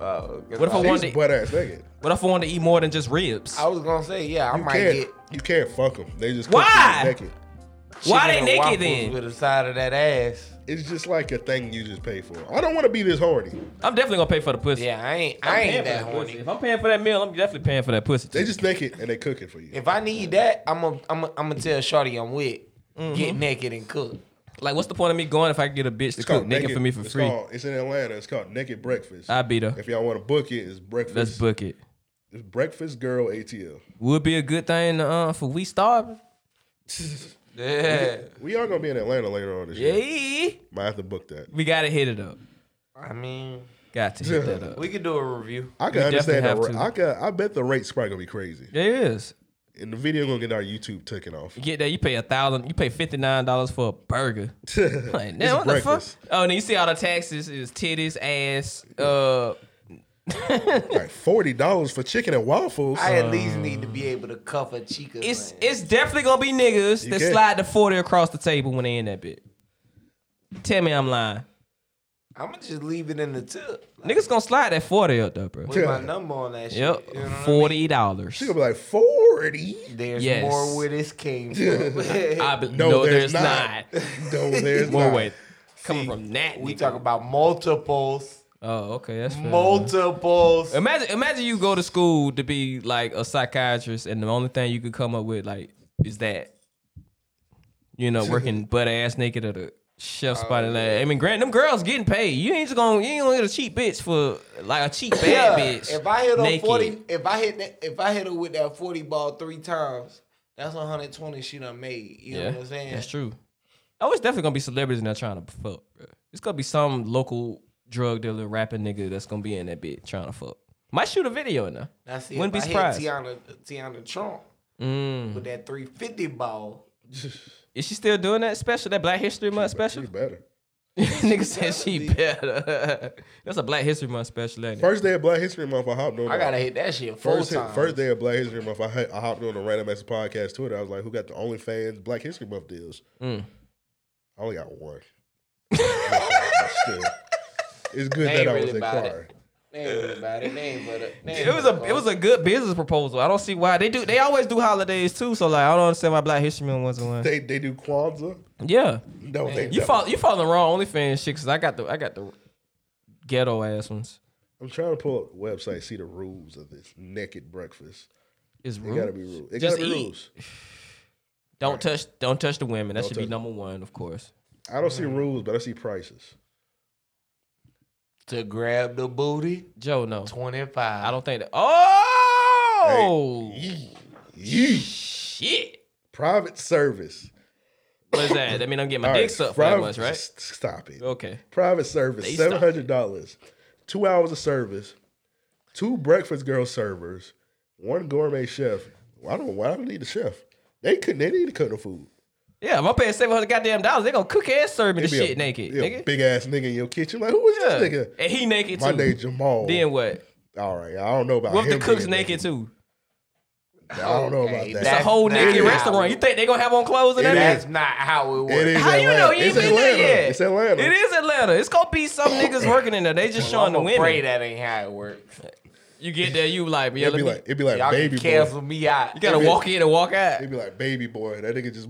Oh, What if I wanted These to- butt ass naked? What if I wanted to eat more than just ribs? I was gonna say yeah. I You might can't get you can't fuck them. They just Why? cook you naked. Why chicken they and naked waffles then? With the side of that ass. It's just like a thing you just pay for. I don't want to be this horny. I'm definitely gonna pay for the pussy. Yeah, I ain't. I'm I paying ain't for that pussy. horny. If I'm paying for that meal, I'm definitely paying for that pussy. They just naked and they cook it for you. If I need that, I'm gonna I'm gonna I'm tell Shorty I'm with. Get Mm-hmm. naked and cook. Like, what's the point of me going if I can get a bitch to It's cook called naked, for me for it's free? Called, it's in Atlanta. It's called Naked Breakfast. I beat her. If y'all want to book it, it's breakfast. Let's book it. It's breakfast girl ATL. Would be a good thing uh, for we starving. Yeah. We are gonna be in Atlanta later on this year. Yeah. Might have to book that. We gotta hit it up. I mean, Got to hit that [LAUGHS] up. we could do a review. I can We definitely understand that. have ra- to. I can. I bet the rate's probably gonna be crazy, Yeah, it is. and the video gonna get our YouTube taken [LAUGHS] off. You get that? You pay a thousand. You pay fifty nine dollars for a burger. Like, It's now what breakfast. the fuck? Oh, and you see all the taxes is titties, ass. Uh, like forty dollars for chicken and waffles. I at least need to be Uh, able to cuff a chica. it's man. it's definitely gonna be niggas You that can't. slide the forty across the table when they in that bit. Tell me I'm lying. I'm gonna just leave it in the tip. Niggas gonna slide that forty up though, bro. Put my number on that shit. Yep, You know what I mean? forty dollars. She gonna be like forty. There's Yes. more where this [LAUGHS] came from. [LAUGHS] I be- No, no, there's, there's not. not. [LAUGHS] [LAUGHS] No, there's More not. weight coming from that. we nigga. talk about multiples, Oh, okay, that's fair. multiples. Imagine, imagine you go to school to be like a psychiatrist, and the only thing you could come up with like is that, you know, [LAUGHS] working butt ass naked at a Oh, chef spot. and like, I mean, grant them girls getting paid. You ain't just gonna, you ain't gonna get a cheap bitch for like a cheap bad bitch. If I hit her naked. forty, if I hit that, if I hit her with that forty ball three times, that's one hundred twenty she done made. You know what I'm saying? that's true. Oh, it's definitely gonna be celebrities in there trying to fuck. Bro. It's gonna be some local drug dealer, rapping nigga that's gonna be in that bitch trying to fuck. Might shoot a video in there. That's it. Wouldn't be If I hit surprised. Tiana, Tiana Trump Mm. with that 350 ball. Is she still doing that special? That Black History Month special? She better. [LAUGHS] Nigga said she better. [LAUGHS] That's a Black History Month special. ain't it? First day of Black History Month, I hopped on. I the- gotta hit that shit full First, time. first day of Black History Month, I, hit- I hopped on the Random Access Podcast Twitter. I was like, "Who got the OnlyFans Black History Month deals?" Mm. I only got one. [LAUGHS] Still, it's good They that ain't I was really in about it. car. They ain't really about it. They ain't but a- they ain't It was but a it was a good business proposal. I don't see why they do. They always do holidays too. So like I don't understand why Black History Month wasn't one. They they do Kwanzaa. Yeah. No, they you don't. follow you follow the wrong OnlyFans shit because I got the I got the ghetto ass ones. I'm trying to pull up the website, see the rules of this naked breakfast. It's It gotta be rules? rules. It Just gotta be eat. rules. Don't touch don't touch the women. That Don't should be touch- number one, of course. I don't see Mm. rules, but I see prices. to grab the booty. Joe, no. 25. I don't think that. Oh shit! Private service. What's that? I mean, I'm getting my All right, dick sucked for that private- much, right? s- [LAUGHS] Stop it. Okay. Private service, They seven stop hundred dollars, two hours of service, two breakfast girl servers, one gourmet chef. Well, I don't. Why do I need the chef? They couldn't. They need to cook the food. Yeah, if I'm paying seven hundred goddamn dollars, they gonna cook and serve me the It'd be a- shit naked, yeah, nigga. Big ass nigga in your kitchen. Like who is this Yeah. nigga? And he naked My too. name Jamal. Then what? All right, I don't know about What if him the cook's being naked too? I don't know about Okay, that. It's a whole That's naked not- restaurant. You think they gonna have on clothes and It everything? is. That's not how it works. It is How you Atlanta. know you ain't It's been Atlanta. there yet? It's Atlanta. It is Atlanta. It's gonna be [COUGHS] some niggas working in there. They just Well, showing the I'm women. afraid that ain't how it works. You get there, you like, yeah, It'd let be me- like it'd be like Y'all can baby boy. cancel me out. You gotta [LAUGHS] walk in and walk out. It'd be like baby boy. That nigga just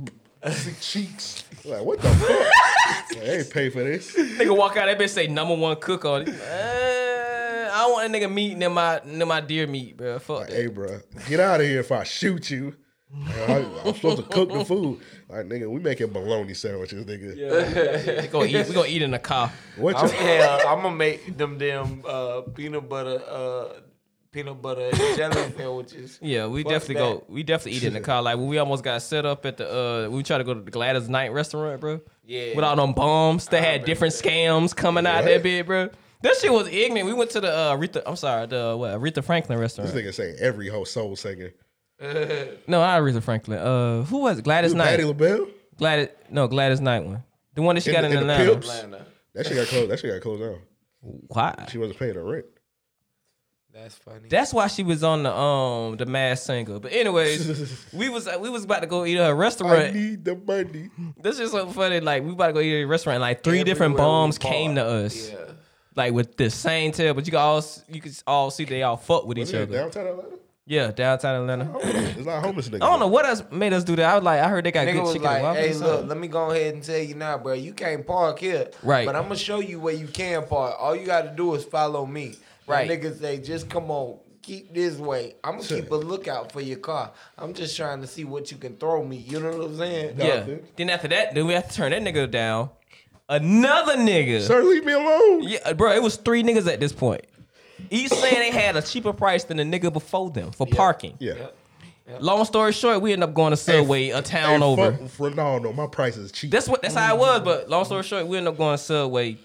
cheeks. Like what [LAUGHS] the fuck? Like, I ain't pay for this. Nigga walk out, that bitch say number one cook on it. Uh, I don't want a nigga meat in my in my deer meat, bro. Fuck that. hey, bro, get out of here if I shoot you. Like, I, I'm supposed to cook the food. Like, nigga, we making bologna sandwiches, nigga. we gonna eat. We gonna eat in the car. What I'm, you- yeah, I'm gonna make them damn uh, peanut butter, uh, peanut butter and jelly sandwiches. Yeah, we Fuck definitely that. go. We definitely eat [LAUGHS] in the car. Like when we almost got set up at the, uh we tried to go to the Gladys Night restaurant, bro. Yeah. With all them bombs, they had different scams coming out that bit, bro. That shit was ignorant. We went to the uh, Aretha. I'm sorry, the what Aretha Franklin restaurant. This nigga saying every whole soul singer. No, not Aretha Franklin. Uh, who was it? Gladys Who, Knight? Patti LaBelle? Gladys. No, Gladys Knight one. The one that she In got the- in, in the Atlanta. Pips? That shit got closed. That shit got closed down. Why? She wasn't paying her rent. That's funny. That's why she was on the um the Masked Singer. But [LAUGHS] anyways, we was we was about to go eat at a I restaurant. need the money. This is so funny. Like we about to go eat at a restaurant. And, like three different Everywhere we bombs park, came to us. yeah. Like with the same tail, but you can all s- you can all see they all fuck with Was each it in other. downtown Atlanta? yeah, downtown Atlanta. It's not homeless nigga. I don't know what else made us do that. I was like, I heard they got Nigga good was chicken. like, and waffles "Hey, or look, something." let me go ahead and tell you now, bro. You can't park here, Right. But I'm gonna show you where you can park. All you got to do is follow me, Right. And niggas say, just come on, keep this way. I'm gonna keep a lookout for your car. I'm just trying to see what you can throw me. You know what I'm saying? yeah. Then after that, then we have to turn that nigga down. Another nigga. Sir, leave me alone. Yeah, bro, it was three niggas at this point. Each saying they had a cheaper price than the nigga before them for parking. Yeah. Long story short, we end up going to Subway, a town over. Fuck Ronaldo, my price is cheap. That's what. That's how it was. But long story short, we end up going to Subway,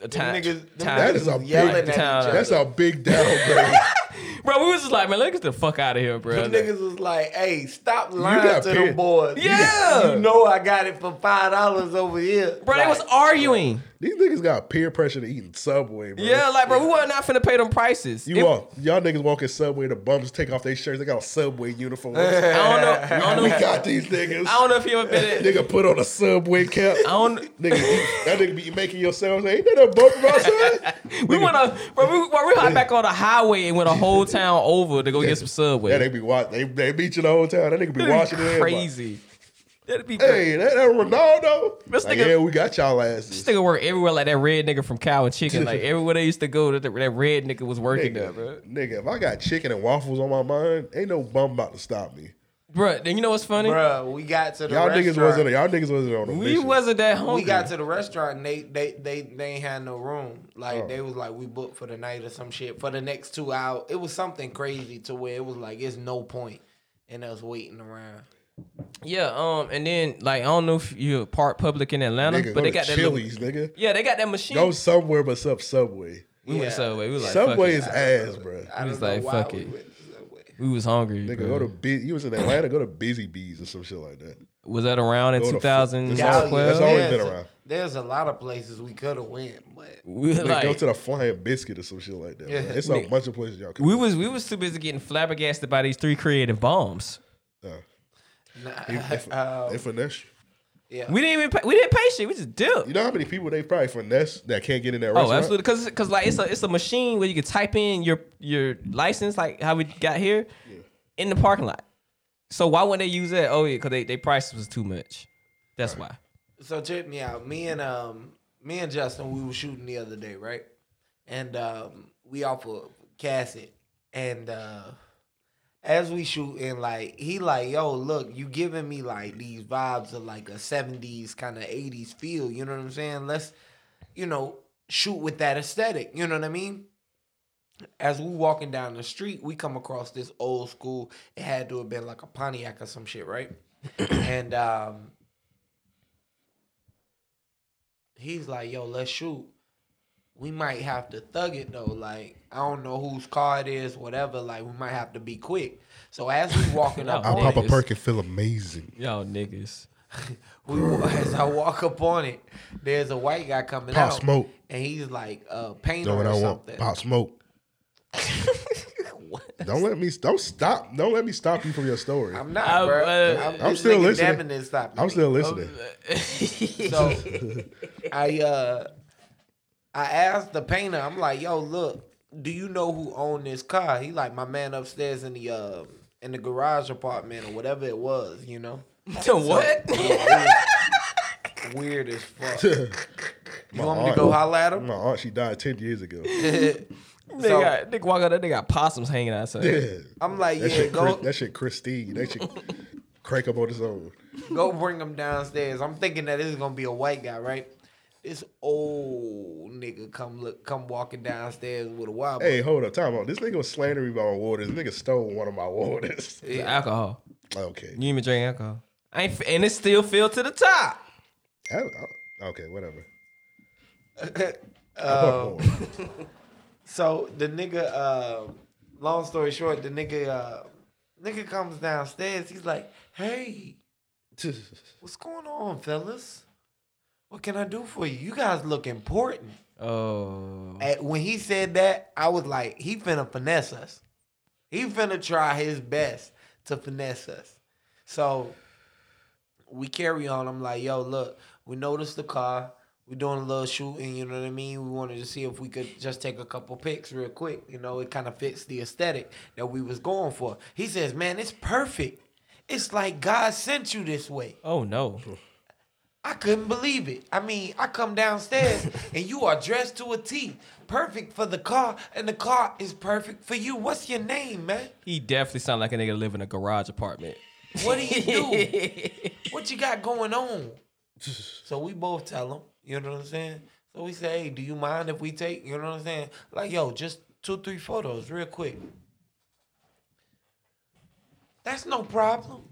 a town. niggas- them town- that is a was yelling big. at each other. That's a big downgrade. bro, we was just like, man, let's get the fuck out of here, bro. Them niggas was like, "Hey, stop lying got to paid. them boys." Yeah. you know I got it for five dollars over here, Bro, they was arguing. [LAUGHS] These niggas got peer pressure to eating Subway, bro. Yeah, like, bro, we were not finna pay them prices. You It- walk, y'all niggas walk in Subway. The bums take off their shirts. They got Subway [LAUGHS] uniforms. I don't know. I don't know. [LAUGHS] We got these niggas. I don't know if you ever been [LAUGHS] at Nigga put on a Subway cap. I don't. Nigga, eat- that nigga be making yourself. Like, Ain't that a bump [LAUGHS] outside? We went on, bro, we, bro, we hopped back on the highway and went a whole town over to go get some Subway. yeah, they be watch. They they beat you the whole time. That nigga be watching it. crazy. That'd be Hey, that, that Ronaldo. This Like, nigga- yeah, we got y'all This asses. nigga work everywhere like that red nigga from Cow and Chicken. Like everywhere they used to go, that, that red nigga was working there, Nigga, bro. nigga, if I got chicken and waffles on my mind, ain't no bum about to stop me. Bro, then you know what's funny? Bruh, we got to the Y'all niggas restaurant. wasn't. Y'all niggas wasn't on the We mission. wasn't that hungry. We got to the restaurant and they they they, they ain't had no room. Like Oh. they was like we booked for the night or some shit for the next two hours. It was something crazy to where it was like it's no point in us waiting around. Yeah, um, and then like I don't know if you're part public in Atlanta, but Nigga, go they to got that little- Chili's, nigga. Yeah, they got that machine. Go somewhere but sub Subway. We went Subway. We was like, fuck Subway it. is ass, bro. We was like, fuck it. We was hungry. Nigga, bro. go to Bu- you was in Atlanta. Go to Busy Bees or some shit like that. Was that around in Go to- 2012? That's always- that's always been There's a- around. There's a lot of places we could have went, but We Nigga, like- go to the Flying Biscuit or some shit like that. bro. Yeah. It's a Nigga. bunch of places y'all. Can We was we was too busy getting flabbergasted by these three creative bombs. If, [LAUGHS] Um, if finesse. Yeah. We didn't even pay, we didn't pay shit. We just dipped. You know how many people they probably finesse that can't get in that restaurant? Oh, absolutely. Cause, cause like it's a it's a machine where you can type in your your license, like how we got here, in the parking lot. So why wouldn't they use that? Oh yeah, cause they they price was too much. That's why. [LAUGHS] So check me out. Me and um me and Justin, we were shooting the other day, right? And um we off of Cassett. And uh as we shooting, like he like, yo, look, you giving me like these vibes of like a seventies kind of eighties feel, you know what I'm saying? Let's, you know, shoot with that aesthetic, you know what I mean? as we walking down the street, we come across this old school. It had to have been like a Pontiac or some shit, right? and um, he's like, "Yo, let's shoot. We might have to thug it though. Like, I don't know whose car it is, whatever. Like, we might have to be quick." So as we walking up, I'll on pop a it- perk and feel amazing. Y'all niggas. we [LAUGHS] as I walk up on it, there's a white guy coming Pop out, Smoke. and he's like a painter Know what or I want? something. Pop [LAUGHS] smoke. Don't let me. Don't stop. Don't let me stop you from your story. I'm not, I'm, bro. uh, I'm- I'm this still nigga listening. dabbing and stopping I'm me. still listening. [LAUGHS] so I uh I asked the painter, I'm like, yo, look, do you know who owned this car? He like my man upstairs in the uh in the garage apartment or whatever it was, you know? what? weird [LAUGHS] as fuck. My want me to go holler at My aunt, she died ten years ago. So- They got they walk out there, they got possums hanging outside. Yeah. I'm like, that yeah, shit, go- Chris- that shit, Christine. That shit, crank up on its own. Go bring him downstairs. I'm thinking that this is gonna be a white guy, right? This old nigga come look come walking downstairs with a wild Hey, hold up, time out. This nigga was slandering me about my waters. This nigga stole one of my waters. [LAUGHS] The alcohol. Okay. You even drink alcohol. I ain't, f- and it's still filled to the top. I- I- okay, whatever. [LAUGHS] Um, so the nigga, uh, long story short, the nigga, uh, nigga comes downstairs. He's like, "Hey, what's going on, fellas? What can I do for you? You guys look important." Oh, At, when he said that, I was like, "He finna finesse us. He finna try his best to finesse us." So we carry on. I'm like, yo, look, we noticed the car. We're doing a little shooting, you know what I mean? We wanted to see if we could just take a couple pics real quick. You know, it kind of fits the aesthetic that we was going for. He says, man, it's perfect. It's like God sent you this way. Oh no. I couldn't believe it. I mean, I come downstairs and you are dressed to a T. Perfect for the car, and the car is perfect for you. What's your name, man? He definitely sound like a nigga live in a garage apartment. What do you [LAUGHS] do? what you got going on? So we both tell him, you know what I'm saying? So we say, hey, do you mind if we take, you know what I'm saying? Like, yo, just two, three photos real quick. That's no problem.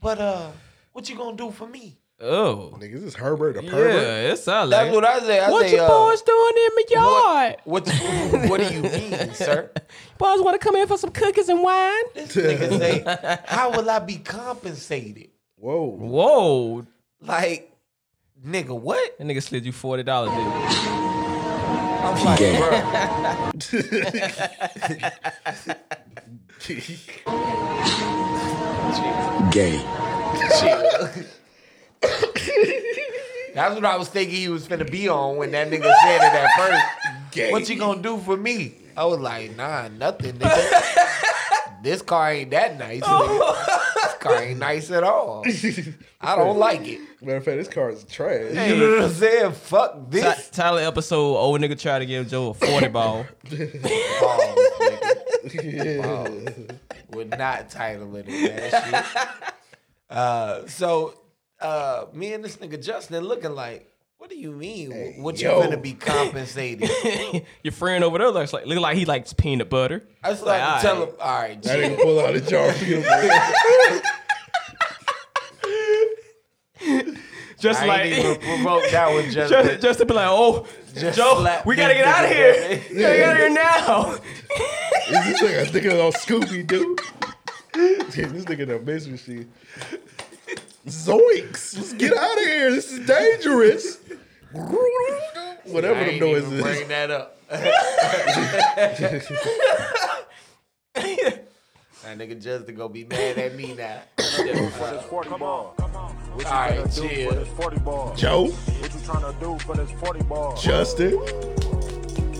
But uh, what you gonna do for me? Oh, nigga, is this Herbert the pervert? Yeah, it sound like. That's what I say. I what say, you uh, boys doing in my yard? What [LAUGHS] what, do you mean, sir? Boys want to come in for some cookies and wine? Nigga say, how will I be compensated? Whoa, [LAUGHS] whoa, like, nigga, what? That nigga slid you forty dollars, dude. I'm like, Gay. That's what I was thinking he was finna be on when that nigga said it at first. What you gonna do for me? I was like, nah, nothing, nigga. this car ain't that nice. nigga. this car ain't nice at all. I don't like it. Matter of fact, this car is trash. [LAUGHS] You know what I'm saying? Fuck this. [LAUGHS] Tyler episode, old nigga tried to give Joe a forty ball. [LAUGHS] Balls. We're not titling it that shit. Uh, so, uh, me and this nigga Justin looking like, what do you mean? what yo. you finna be [LAUGHS] compensated? Your friend over there looks like look like he likes peanut butter. I just like to tell him, all right, That chill. nigga pull out a jar of peanut butter. Just I like ain't [LAUGHS] even provoked that one just, just that- just to be like, oh, Just Joe, slap we gotta this get out of nigga here. [LAUGHS] back. We gotta get out of here now. Is this nigga thinking on Scooby [LAUGHS] Doo? this nigga done misery shit. Zoinks! Let's get out of here. This is dangerous. Whatever I them ain't noises. even Bring that [LAUGHS] up. That nigga Justin gonna be mad at me now. [COUGHS] Come on. What you All right, tryna do for chill. this 40 ball? Joe? What you tryna do for this 40 ball? Justin.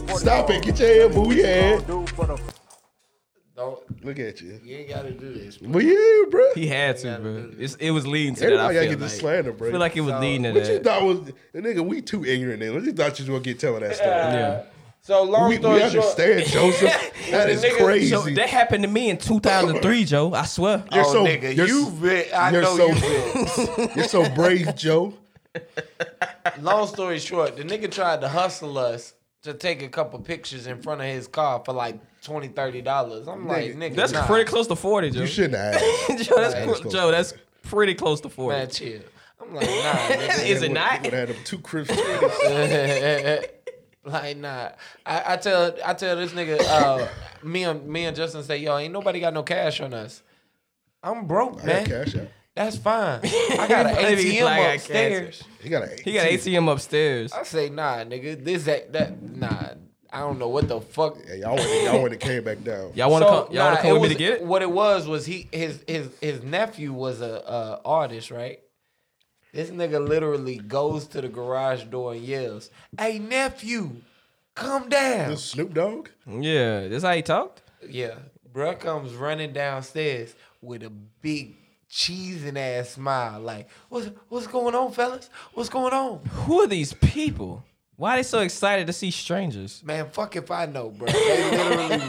Stop it. Get your head booty head. Don't. Look at you. You ain't gotta do this. Well, yeah, bro. [LAUGHS] He had to, bro. It's, it was leading to Everybody that. I gotta feel get the like. slander, bro. I feel like it was leading to what that. you thought was nigga, we too ignorant then. What you thought you was gonna get telling that stuff? Yeah. So long we, story we short- understand, Joseph. [LAUGHS] That is crazy. Joe, that happened to me in 2003, Joe. I swear. You're Oh, so you're, I you're know so, you [LAUGHS] You're so brave, Joe. Long story short, the nigga tried to hustle us to take a couple pictures in front of his car for like 20 dollars. I'm like, nigga, that's nah. pretty close to 40, Joe. You shouldn't have. [LAUGHS] Joe, that's, Nah, clo- it's close. Joe, that's pretty close to 40. Man, chill. I'm like, [LAUGHS] nah, nigga. [LAUGHS] Is it not? Would have had them two crisp. [LAUGHS] [LAUGHS] like nah, I, I tell I tell this nigga, uh, me and me and Justin say, yo, ain't nobody got no cash on us. I'm broke, I man. got cash out. That's [LAUGHS] fine. I got an Maybe he's ATM like, I got upstairs. He got an He got an ATM upstairs. I say, nah, nigga, this that that nah. I don't know what the fuck. Yeah, y'all went, y'all went and came back down. Y'all want to So, come? Y'all want nah, to come with was, me to get it? What it was was he his his his nephew was a uh, artist, right? This nigga literally goes to the garage door and yells, "Hey nephew, come down!" This Snoop Dogg? Yeah, that's how he talked. Yeah. Bruh comes running downstairs with a big cheesing ass smile, like, what's what's going on, fellas? What's going on? Who are these people? Why are they so excited to see strangers? Man, fuck if I know, bruh. They literally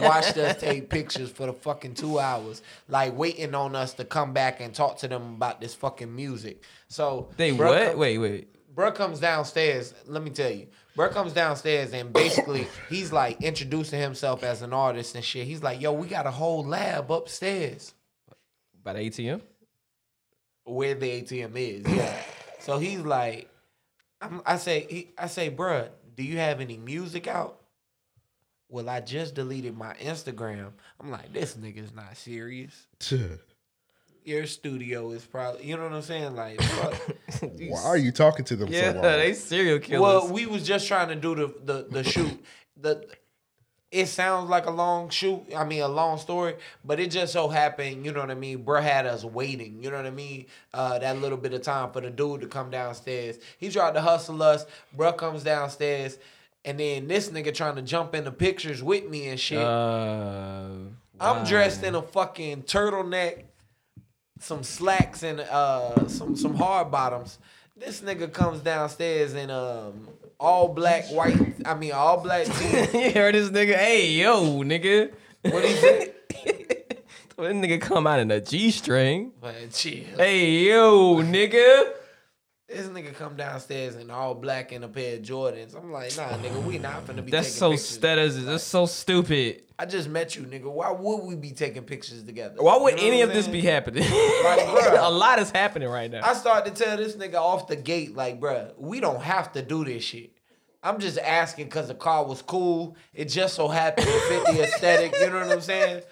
[LAUGHS] watched us take pictures for the fucking two hours, like waiting on us to come back and talk to them about this fucking music. So They bruh what? come- wait, wait. Bruh comes downstairs. Let me tell you. Bruh comes downstairs and basically he's like introducing himself as an artist and shit. He's like, yo, we got a whole lab upstairs. By the ATM? where the ATM is. Yeah. so he's like, I'm, I say, he, I say, bruh, do you have any music out? Well, I just deleted my Instagram. I'm like, this nigga's not serious. Your studio is probably, you know what I'm saying? Like, fuck. Why are you talking to them Yeah, so long? they serial killers. well, we was just trying to do the the, the shoot. The it sounds like a long shoot. I mean, a long story, but it just so happened. You know what I mean? Bruh had us waiting. You know what I mean? Uh, that little bit of time for the dude to come downstairs. He tried to hustle us. Bruh comes downstairs, and then this nigga trying to jump in the pictures with me and shit. Uh, I'm wow. dressed [LAUGHS] in a fucking turtleneck, some slacks, and uh, some some hard bottoms. This nigga comes downstairs in um all black white. I mean all [LAUGHS] black tee. you heard this nigga? Hey, yo, nigga. [LAUGHS] What he said? Well, That nigga come out in a G string. Man, chill. Hey, yo, nigga. This nigga come downstairs in all black and a pair of Jordans. I'm like, nah, nigga, we not finna be That's taking so pictures. that is that's so stupid. I just met you, nigga. Why would we be taking pictures together? Why would You know any what of I'm this saying? be [LAUGHS] happening? Like, bruh. a lot is happening right now. I started to tell this nigga off the gate, like, bruh, we don't have to do this shit. I'm just asking because the car was cool. It just so happened to fit the aesthetic. You know what I'm saying?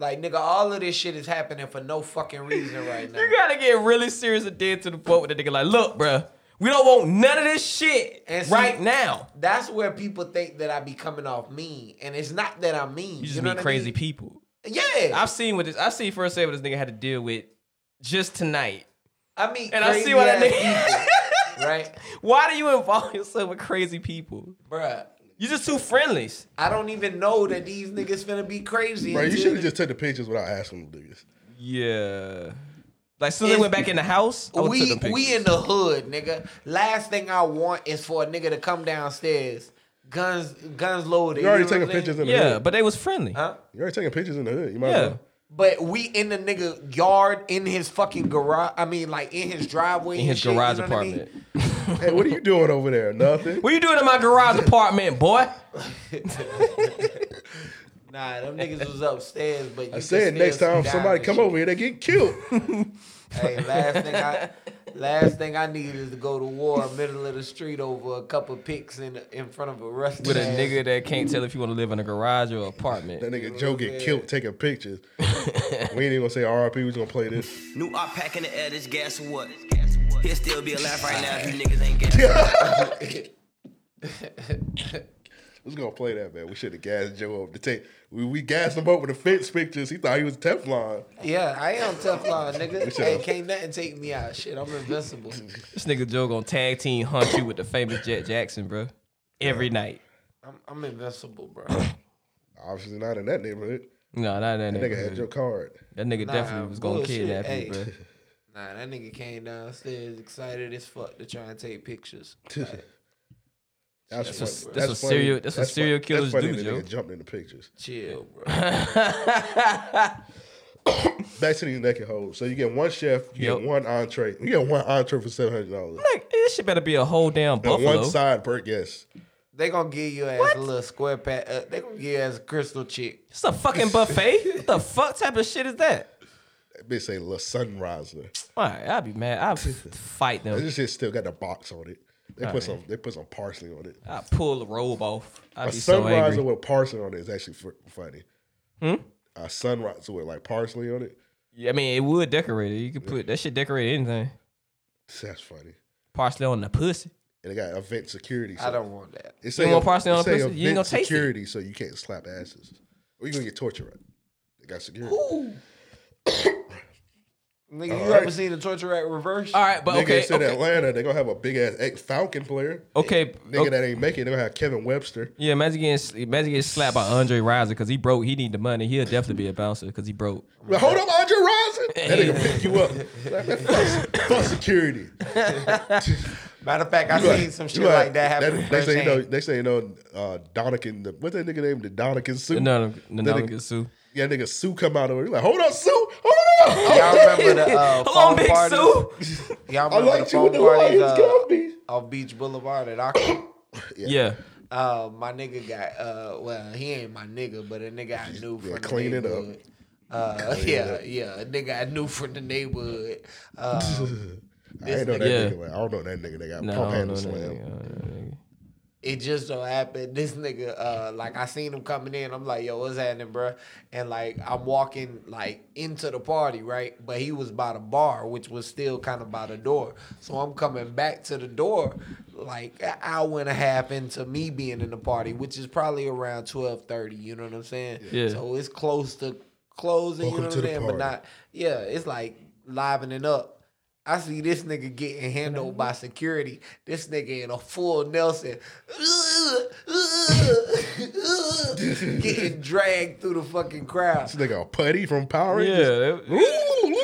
Like, nigga, all of this shit is happening for no fucking reason right now. you gotta get really serious and dead to the point with the nigga. Like, look, bruh, we don't want none of this shit And see- right now. That's where people think that I be coming off mean, and it's not that I'm mean. You just you know meet what crazy I mean? people. Yeah, I've seen what this. I've seen first what this nigga had to deal with just tonight. I mean, And I see why that [LAUGHS] nigga, right, Why do you involve [LAUGHS] yourself with crazy people? bruh. You're just too friendlies. I don't even know that these niggas finna be crazy. Bro, you until- should have just took the pictures without asking them niggas. Yeah. Like soon as they went back in the house, I we took them we in the hood, nigga. Last thing I want is for a nigga to come downstairs, guns guns loaded. You already know what taking I'm saying? pictures in the Yeah, hood. but they was friendly. Huh? You already taking pictures in the hood. You might as Yeah. well. But we in the nigga yard in his fucking garage. I mean, like in his driveway, In his and shit, garage you know what I mean? apartment. Hey, what are you doing over there? [LAUGHS] Nothing. What you doing in my garage apartment, boy? Nah, them niggas was upstairs. But [LAUGHS] you I said next time somebody come over here, they get killed. Hey, last thing I Last thing I need is to go to war, middle of the street, over a couple picks in in front of a restaurant. With a nigga that can't tell if you want to live in a garage or apartment. [LAUGHS] That nigga Joe get killed [LAUGHS] taking pictures. we ain't even gonna say RIP. We just gonna play this. New op pack in the air, this gas or what? He'll still be alive right now if you niggas ain't gas. Let's gonna play that, man. We should have gassed Joe up to take. We, we gassed him up with the fence pictures. He thought he was Teflon. Yeah, I am Teflon, nigga. We should Hey, have- can't nothing take me out. Shit, I'm invincible. This nigga Joe gonna tag team hunt you with the famous Jet Jackson, bro. Every night. I'm, I'm invincible, [COUGHS] bro. Obviously not in that neighborhood. No, not that That nigga had nigga. your card. That nigga Nah, definitely was gonna bullshit. kidnap Hey. you, bro. Nah, that nigga came downstairs excited as fuck to try and take pictures. Like, That's funny. what- that's what serial- that's what fu- serial killers funny do, that Joe. Nigga jumped in the pictures. Chill, [LAUGHS] bro. Back to these naked hoes. So you get one chef, you Yep. get one entree. You get one entree for seven hundred dollars. Like, this shit better be a whole damn And buffalo. one side per guest. They gonna give you ass a little square pat. Uh, they gonna give you ass a crystal chick. It's a fucking buffet. what the fuck type of shit is that? That bitch say little sunriser. All right, I'd be mad. I'd fight them. This shit still got the box on it. They All right. put some. They put some parsley on it. I pull the robe off. I'd a be so sunriser angry. with parsley on it is actually fr- funny. Hmm? A sunriser with like parsley on it. Yeah, I mean, it would decorate it. You could put that shit decorate anything. That's funny. Parsley on the pussy. And it got event security. I don't want that. It You say want parsley it on a say pussy? You ain't event gonna taste it. security, so you can't slap asses, or you gonna get torture. Right? It got security. Nigga, All you right. ever seen the torture rack reverse? All right, Nigga, it's in Atlanta. They're gonna have a big ass ex Falcon player. Okay, nigga, that ain't making. They're gonna have Kevin Webster. Yeah, imagine getting imagine getting slapped by Andre Riser because he broke. He need the money. He'll definitely be a bouncer because he broke. But hold up, Andre Rosen. That [LAUGHS] nigga pick you up. Like, man, fuck, fuck security. Matter of fact, I You seen got- some you shit got- like that happen. They say you know. firsthand. They say you know. Uh, Donican. The, what's that nigga name? The Donican Sue. No, the That Donican nigga- Sue. Yeah, nigga Sue come out of it. Like, hold up, Sue. Hold up. [LAUGHS] Y'all remember the uh, phone parties? [LAUGHS] Y'all I remember liked the you phone with the parties Lions, uh, off Beach Boulevard at Oxford? Yeah. Uh, my nigga got uh, well, he ain't my nigga, but a nigga I knew from clean the it up. neighborhood. Uh, Clean it yeah, up. yeah, a nigga I knew from the neighborhood. Um, I ain't this know that Yeah. nigga. Like, I don't know that nigga. They got No, pump I don't handle know that slam. nigga. it just so happened this nigga uh like i seen him coming in i'm like yo what's happening bruh? and like i'm walking like into the party right but he was by the bar which was still kind of by the door so i'm coming back to the door like an hour and a half into me being in the party which is probably around twelve thirty. you know what i'm saying Yeah. so it's close to closing Welcome you to know what i'm the saying but party. not yeah it's like livening up I see this nigga getting handled by security. This nigga in a full Nelson. [LAUGHS] getting dragged through the fucking crowd. [LAUGHS] This nigga a putty from Power Rangers. Yeah.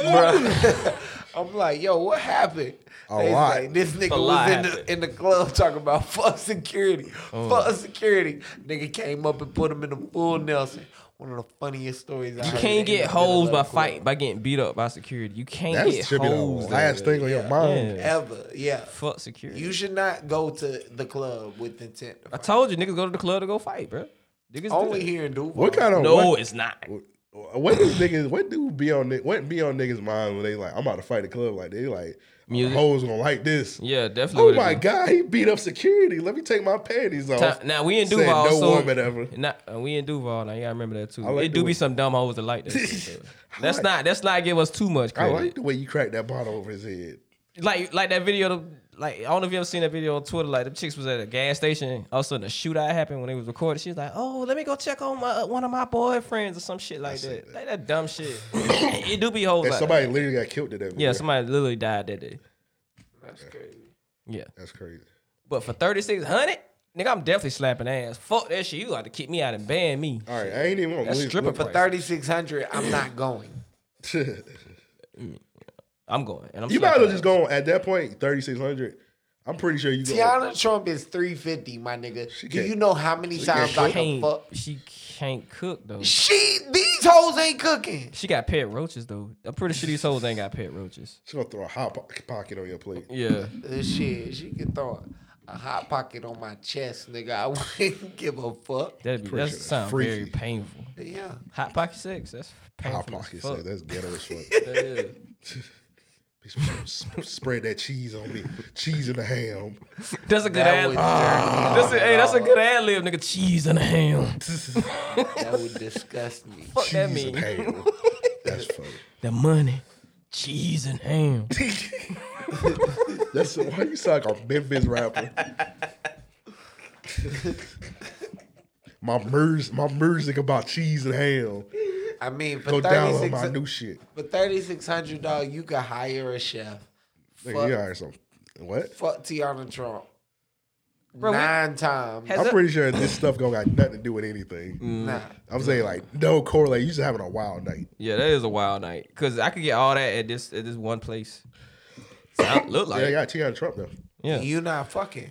Bruh. I'm like, yo, what happened? A They was lot. like, this A nigga lot was in the, in the club talking about [LAUGHS] fuck security. Oh. Fuck security. Nigga came up and put him in the full Nelson. One of the funniest stories I You heard can't in get the middle hoes of by the club. fight by getting beat up by security. You can't That get should be the hoes. last thing on your mind. Ever, yeah. Fuck security. You should not go to the club with intent. I told you, niggas go to the club to go fight, bro. Niggas Only do that. here in Duval. What kind of No, what- it's not. Oh What do niggas? What do be on? ni- What be on niggas' mind when they like? I'm about to fight the club. Like they like. "Oh, Music. Hoes gonna like this. Yeah, definitely. Oh what it my is. god, he beat up security. Let me take my panties off. Ti- Now we in Said Duval, no so woman ever. [LAUGHS] Nah, uh, we in Duval. Now you gotta remember that too. I like it the do way- be some dumb hoes that like that. shit, so. [LAUGHS] I That's like- not. That's not give us too much I credit. like the way you cracked that bottle over his head. like like that video. the- Like I don't know if you ever seen that video on Twitter. Like the chicks was at a gas station. All of a sudden a shootout happened when they was recording. She was like, "Oh, let me go check on my uh, one of my boyfriends or some shit like that. Like that dumb [LAUGHS] shit. it do be hoes. And like somebody that. literally got killed today. Yeah, somebody literally died that day. That's crazy. Yeah, that's crazy. But for thirty six hundred, nigga, I'm definitely slapping ass. Fuck that shit. You got to kick me out and ban me. All right, I ain't even gonna That's leave- stripper look- price. For thirty six hundred, I'm [CLEARS THROAT] not going. [LAUGHS] I'm going, and I'm. you might as slapping well just go on at that point. Thirty six hundred. I'm pretty sure you. go. Tiana Trump is three fifty, my nigga. Do can't- you know how many she times I can't can cook. fuck? She can't cook though. She these hoes ain't cooking. She got pet roaches though. I'm pretty sure these hoes ain't got pet roaches. She's gonna throw a hot po- pocket on your plate. Yeah. Uh, shit, she can throw a, a hot pocket on my chest, nigga. I [LAUGHS] wouldn't give a fuck. That'd be that sound very painful. Yeah. Hot pocket sex. That's painful. [LAUGHS] [LAUGHS] Hot pocket sex. That's ghetto as fuck. That is. He sp- sp- spread that cheese on me. Cheese and the ham. That's a good That ad was lib. dirty. That's a, hey, that's a good ad lib, nigga. Cheese and ham. That would disgust me. Fuck that Cheese and mean. [LAUGHS] ham. That's funny. The money, cheese and ham. That's why you sound like a [LAUGHS] Memphis rapper. my murs, my music about cheese and ham. I mean, for go download 36 my new shit. For thirty six hundred dollars, you could hire a chef. Nigga, you hired some what? Fuck Tiana Trump. Bro, we- Nine times. I'm pretty sure this stuff gonna got nothing to do with anything. Nah. I'm saying like no correlate. You just having a wild night. Yeah, that is a wild night. Cause I could get all that at this at this one place. Sound look like yeah, they got Tiana Trump though. Yeah. You not fucking.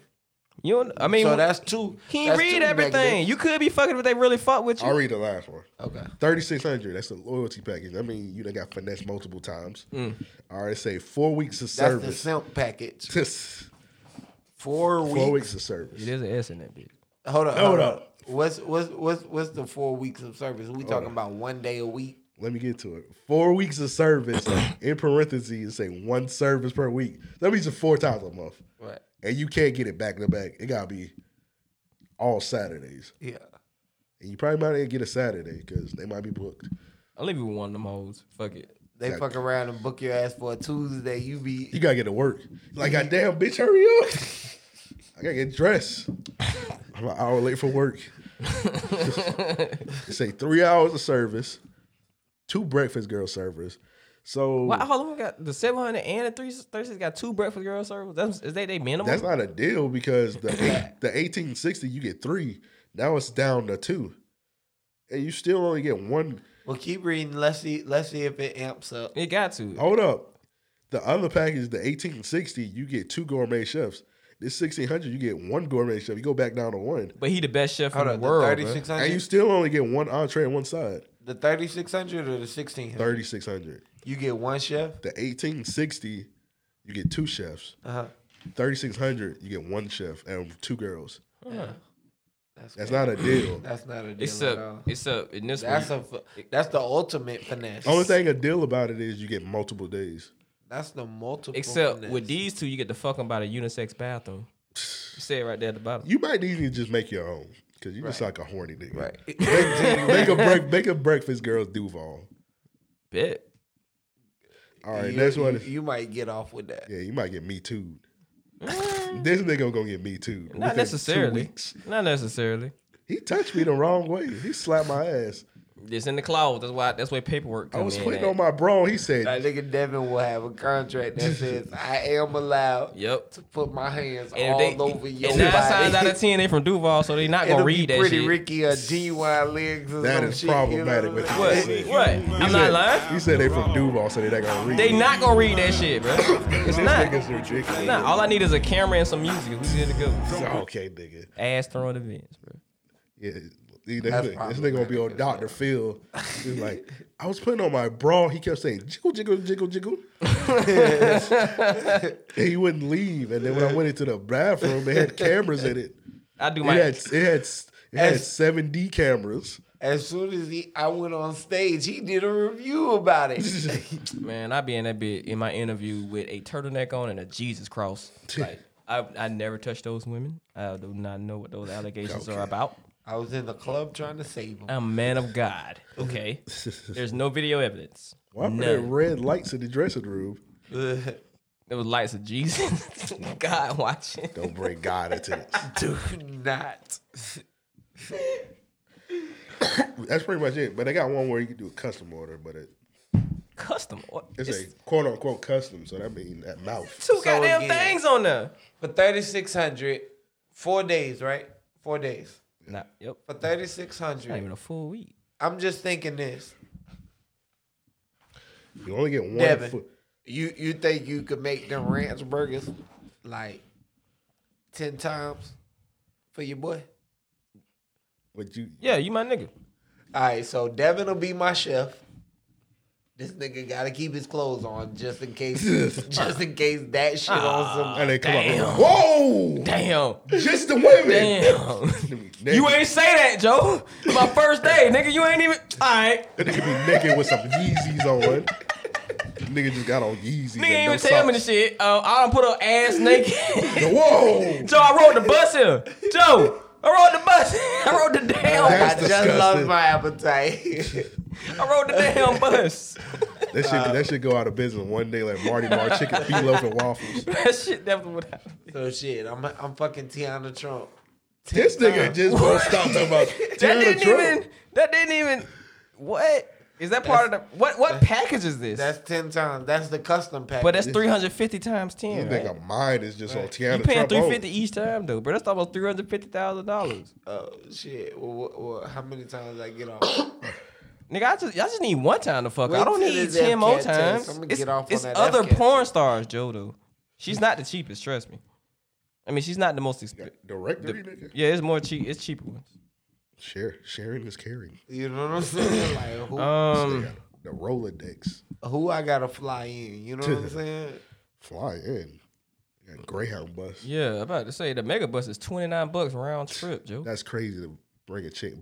You don't, I mean, So that's two. He that's read two everything. negative. You could be fucking if they really fuck with you. I'll read the last one. Okay. Thirty six hundred. That's the loyalty package. I mean, you done got finessed multiple times. Mm. All right, say four weeks of That's the service. simp package. four [LAUGHS] Four Four weeks. weeks of service. There's an S in that bitch. Hold up. Hold Hold, up. up. What's what's what's what's the four weeks of service? We talking up. about one day a week. Let me get to it. Four weeks of [COUGHS] service in parentheses say one service per week. That means it's four times a month. Right. And you can't get it back to back. It gotta be all Saturdays. Yeah. And you probably might not get a Saturday because they might be booked. I'll leave you with one of them hoes. Fuck it. They Got- fuck around and book your ass for a Tuesday. You be You gotta get to work. Like, goddamn, bitch, hurry up. I gotta get dressed. I'm an hour late [LAUGHS] for work. say three hours of service, two breakfast girl servers. So Why, hold on, we got the 700 and the 336 got two breakfast girl service. That's, is they they minimum? That's not a deal because the eight, the eighteen sixty you get three. Now it's down to two, and you still only get one. Well, keep reading. Let's see. Let's see if it amps up. It got to. Oh. Hold up, the other package, the eighteen sixty, you get two gourmet chefs. This sixteen hundred, you get one gourmet chef. You go back down to one, But he the best chef Hold in up, the the world. bruh. 3600? and you still only get one entree and one side. The thirty six hundred or the sixteen hundred. Thirty six hundred. You get one chef. The eighteen sixty, you get two chefs. Uh-huh. Thirty six hundred, you get one chef and two girls. Yeah. That's not a deal. That's not a deal. Except- at all. except in this That's one- a. fu- That's the ultimate finesse. Only thing a deal about it is you get multiple days. That's the multiple. Except finesse. with these two, you get to fuck 'em by the unisex [SIGHS] bathroom. You say it right there at the bottom. You might need to just make your own because you just like a horny nigga. Right. make, make [LAUGHS] a break, make a breakfast girl Duval. Bet. [LAUGHS] All right, You- next one. you- Is, You might get off with that. yeah, you might get me too. Mm. this nigga gonna get me too. Not necessarily. Not necessarily. He touched me the wrong way. He slapped my ass. It's in the cloud. That's why. That's where paperwork. I come was in putting at. on my bra. He said, That nigga Devin will have a [LAUGHS] contract that says, "I am allowed Yep. to put my hands And all if they- over your and body." nine times [LAUGHS] out of ten, they from Duval, so they not gonna It'll read be that pretty shit. Ricky or genuine legs. Or That some is shit, you know problematic what I'm what you saying? said. What? He I'm said- not lying. He said they from Duval, so they not gonna read. They not gonna read that shit, bro. It's not. Niggas ridiculous. It's not. All I need is a camera and some music. We good to go. okay, nigga. Ass throwing events, bro. Yeah, he- this That's nigga this nigga gonna be on Doctor Phil. He's like, I was putting on my bra. He kept saying jiggle, jiggle, [LAUGHS] jiggle, jiggle. and he wouldn't leave. And then when I went into the bathroom, [LAUGHS] it had cameras in it. I do It my. had it had it had As- seven D cameras. As soon as he, I went on stage, he did a review about it. [LAUGHS] Man, I be in that bit in my interview with a turtleneck on and a Jesus cross. Like, I I never touched those women. I do not know what those allegations Okay. are about. I was in the club trying to save him. I'm a man of God. Okay. There's no video evidence. [LAUGHS] Why were there None. red lights in the dressing room? Uh. There was lights of Jesus. [LAUGHS] God watching. Don't bring God into this. [LAUGHS] Do not. That's pretty much it. But they got one where you can do a custom order, but it, Custom. What? it's, It's a quote unquote custom. So that means at mouth. two So goddamn again- things on there. For thirty six hundred, four days, right? Four days. Nah, yep. For thirty six Not even hundred. a full week. I'm just thinking this. You only get one. Devin, foot. you you think you could make them ranch burgers like ten times for your boy? But you Yeah, you my nigga. All right, so Devin will be my chef. This nigga gotta keep his clothes on just in case, [LAUGHS] [LAUGHS] just in case that shit on some. and they come out. Ah, Damn. Whoa! Damn. Just the women. Damn. [LAUGHS] Naked. you ain't say that, Joe. My first day, nigga. You ain't even. All right. That nigga be naked with some Yeezys on. Nigga just got on Yeezys. Nigga ain't and no even tell me the socks. shit. Uh, I done put her ass naked. [LAUGHS] Whoa! Joe, I rode the bus here. Joe, I rode the bus. [LAUGHS] I rode the damn. I bus. just lost my appetite. [LAUGHS] I rode the [LAUGHS] damn bus. [LAUGHS] That shit, that shit go out of business one day like Marty Mar chicken feet loaf and waffles. that shit definitely would happen. So shit, I'm I'm fucking Tiana Trump. This nigga just won't stop talking about That Tiana didn't Trump. even. That didn't even. What is that part of the? What what package is this? That's ten times. That's the custom package. But that's 350 times You 10. think Right? a mine is just on Tiana You paying Trump? Oh, only. 350 each time though, bro. That's almost 350 thousand dollars. Oh shit! Well, what, what, how many times I get on? Nigga, I just I just need one time to fuck. her. Wait I don't till need this ten more FCAT test. times. I'ma It's, get off on it's that other FCAT porn stars, Joe. Though she's not the cheapest. Trust me. I mean, she's not the most expensive. Directory, nigga. Yeah, it's more cheap. It's cheaper ones. Share, sharing is caring. You know what [LAUGHS] I'm saying? Like who? Um, the Rolodex. who I gotta fly in? You [LAUGHS] know what I'm saying? Fly in. Yeah, Greyhound bus. Yeah, about to say the mega bus is 29 bucks round trip, Joe. That's crazy to bring a chick.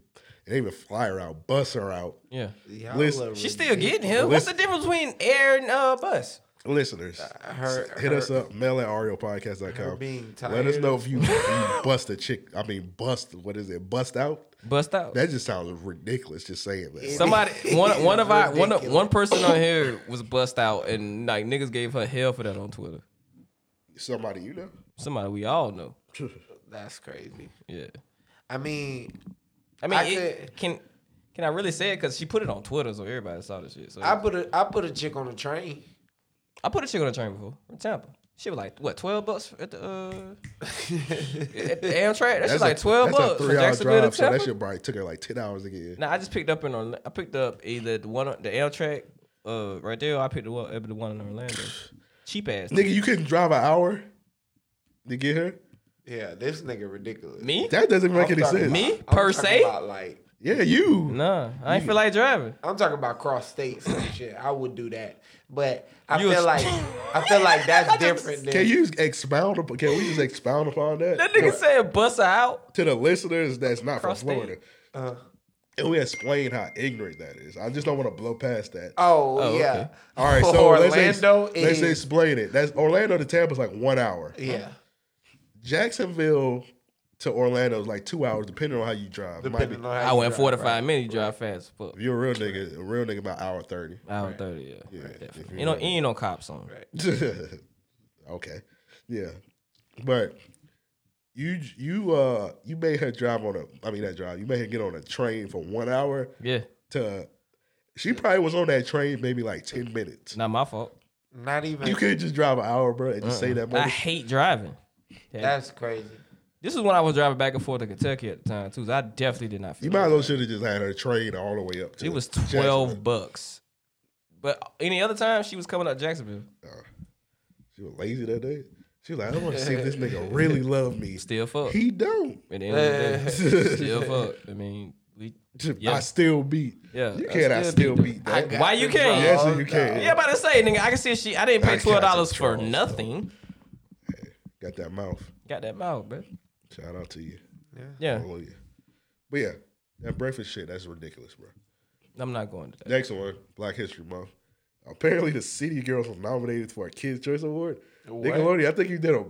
It ain't even fly her out, bus her out. Yeah. Y'all are She's still getting him. What's the difference between air and uh, bus? Listeners, Uh, her- s- hit us up, mail at E ariopodcast.com. being Let us tired. know if you, if [LAUGHS] you bust a chick. I mean, bust, what is it? Bust out? Bust out. That [LAUGHS] just sounds ridiculous just saying that. Somebody, one one of our one of- one person on here was bust out, and like niggas gave her hell for that on Twitter. Somebody you know? Somebody we all know. That's crazy. Yeah. I mean, I mean, I it- can can I really say it? Because she put it on Twitter, so everybody saw this shit. So I put a I put a chick on a train. I put a chick on a train before from Tampa. She was like what twelve bucks at the uh, at the Amtrak. That shit That's like a- twelve that's bucks a from three hour Jacksonville drive, to so Tampa. that shit probably took her like 10 hours to get here. Nah, I just picked up in Orla- I picked up either the one on- the Amtrak uh, right there, or I picked the one, up the one in Orlando. Cheap ass. Nigga, you couldn't drive an hour to get her? Yeah, this nigga ridiculous. Me? That doesn't make I'm any talking sense. about- I'm talking about, like Yeah, you. Nah, I ain't feel like driving. I'm talking about cross states and shit. I would do that, but I You feel a- like I feel [LAUGHS] like that's different. Than, Can you expound upon? Can we just expound upon that? That nigga said bust her out to the listeners that's not from Cross state. Florida. uh, Can we explain how ignorant that is? I just don't want to blow past that. Uh, Oh, Oh, yeah. okay. All right. For So let's, ex- Orlando let's is- explain it. That's Orlando to Tampa is like one hour. Yeah. Jacksonville to Orlando is like two hours, depending on how you drive. Might Depending be- on how I you went drive, 45 right. minutes, you drive fast as fuck. If you're a real nigga, a real nigga about hour thirty. Hour 30, yeah. Right, if definitely. you're You know, a real ain't no cops on. [LAUGHS] okay. Yeah. But you you uh you made her drive on a I mean that drive, you made her get on a train for one hour. Yeah. To she probably was on that train maybe like ten minutes. Not my fault. Not even. You could just drive an hour, bro, and just say that Uh-uh. I much. hate driving. Yeah. That's crazy. This is when I was driving back and forth to Kentucky at the time too. So I definitely did not feel. You might as well should have just had her train all the way up to It was Jacksonville. twelve bucks, but any other time she was coming up Jacksonville. She was lazy that day. She was like, I want to see if this [LAUGHS] nigga really love me. Still fuck. He don't. At the end of the [LAUGHS] day, still fuck. I mean, we. Yeah. I still beat. Yeah, You I can't I still still beat beat them. I that. got Why you the can't? Yes, draws you can. Yeah, about to say, nigga, I can see she. I didn't I pay got twelve dollars the for draws, nothing. Got that mouth. Got that mouth, bro. Shout out to you. Yeah. Yeah. Hallelujah. But yeah, that breakfast shit, that's ridiculous, bro. I'm not going to that. Next one, Black History Month. Apparently, the City Girls were nominated for a Kids' Choice Award. Nickelodeon, I think you did a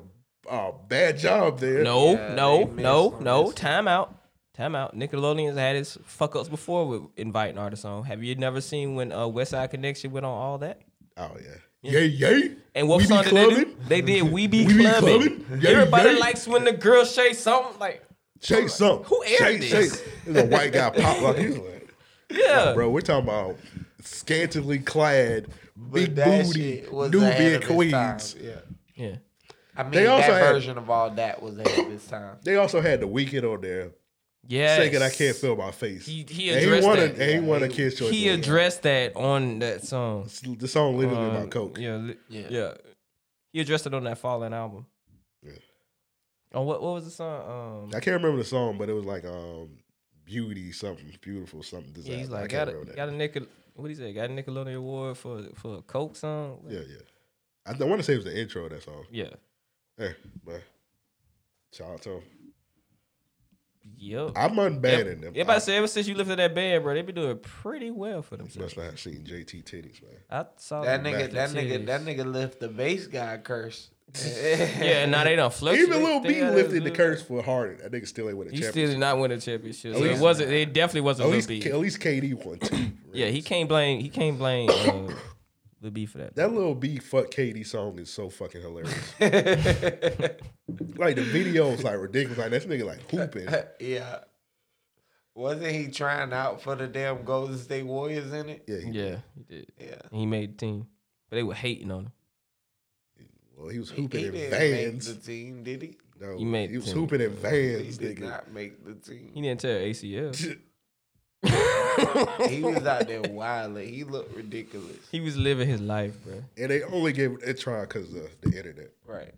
uh, bad job there. No, no, no, no. Time out. Time out. Nickelodeon's had its fuck ups before with inviting artists on. Have you never seen when uh, West Side Connection went on all that? Oh yeah. Yay, yay. And what We Be song did they do? Clubbing? They did We Be We Be Clubbing. Clubbing? Yay, Everybody yay. likes when the girl shakes something like Shake something. Who aired Shake, this? shake. There's a white guy pop up. He's like, [LAUGHS] Yeah. bro, we're talking about scantily clad, big that booty, shit was ahead Nubian of its time, queens. Yeah. Yeah. I mean, They also that had- version of all that was ahead of its time. They also had the weekend on there. Yes. Singing I Can't Feel My Face. He, he And addressed won that. A, and he won a Kids Choice He Award. addressed that on that song. The song literally about coke. Um, Yeah, li- Yeah. yeah, He addressed it on that Fallen album. Yeah. On what? What was the song? Um, I can't remember the song, but it was like um beauty something beautiful something disaster. Yeah, he's I like can't got a remember that. got a nickel. What he say? Got a Nickelodeon award for for a Coke song. Yeah, yeah. I, th- I want to say it was the intro of that song. Yeah. Yeah, but shout out to him. Yep. I'm unbad in them. Everybody say ever since you lifted that band, bro, they been doing pretty well for themselves. Must not have seen JT titties, man. I saw That them nigga, that back in nigga, titties. that nigga left the bass guy curse. [LAUGHS] yeah, now they don't flex. [LAUGHS] Even Lil They B gotta lifted the do- curse for Harden. That nigga still ain't with a uh, He championship. Oh, still did not win a championship. At So it least- wasn't. It definitely wasn't at Lil least, B. at least KD [CLEARS THROAT] won two. yeah, he can't blame. He can't blame uh, Lil B for that. That little B fuck KD song is so [LAUGHS] fucking hilarious. like the video's like ridiculous. Like this nigga [LAUGHS] like hooping. yeah. Wasn't he trying out for the damn Golden State Warriors in it? Yeah, he yeah, he did. Yeah. he made the team, but they were hating on him. Well, he was He hooping in didn't make vans. the team, did he? No, He made he was the team. hooping in He vans, did nigga. not make the team. [LAUGHS] He didn't tear [LAUGHS] ACL. he was out there wilding. He looked ridiculous. he was living his life, bro. And they only gave it a try because of the internet. Right.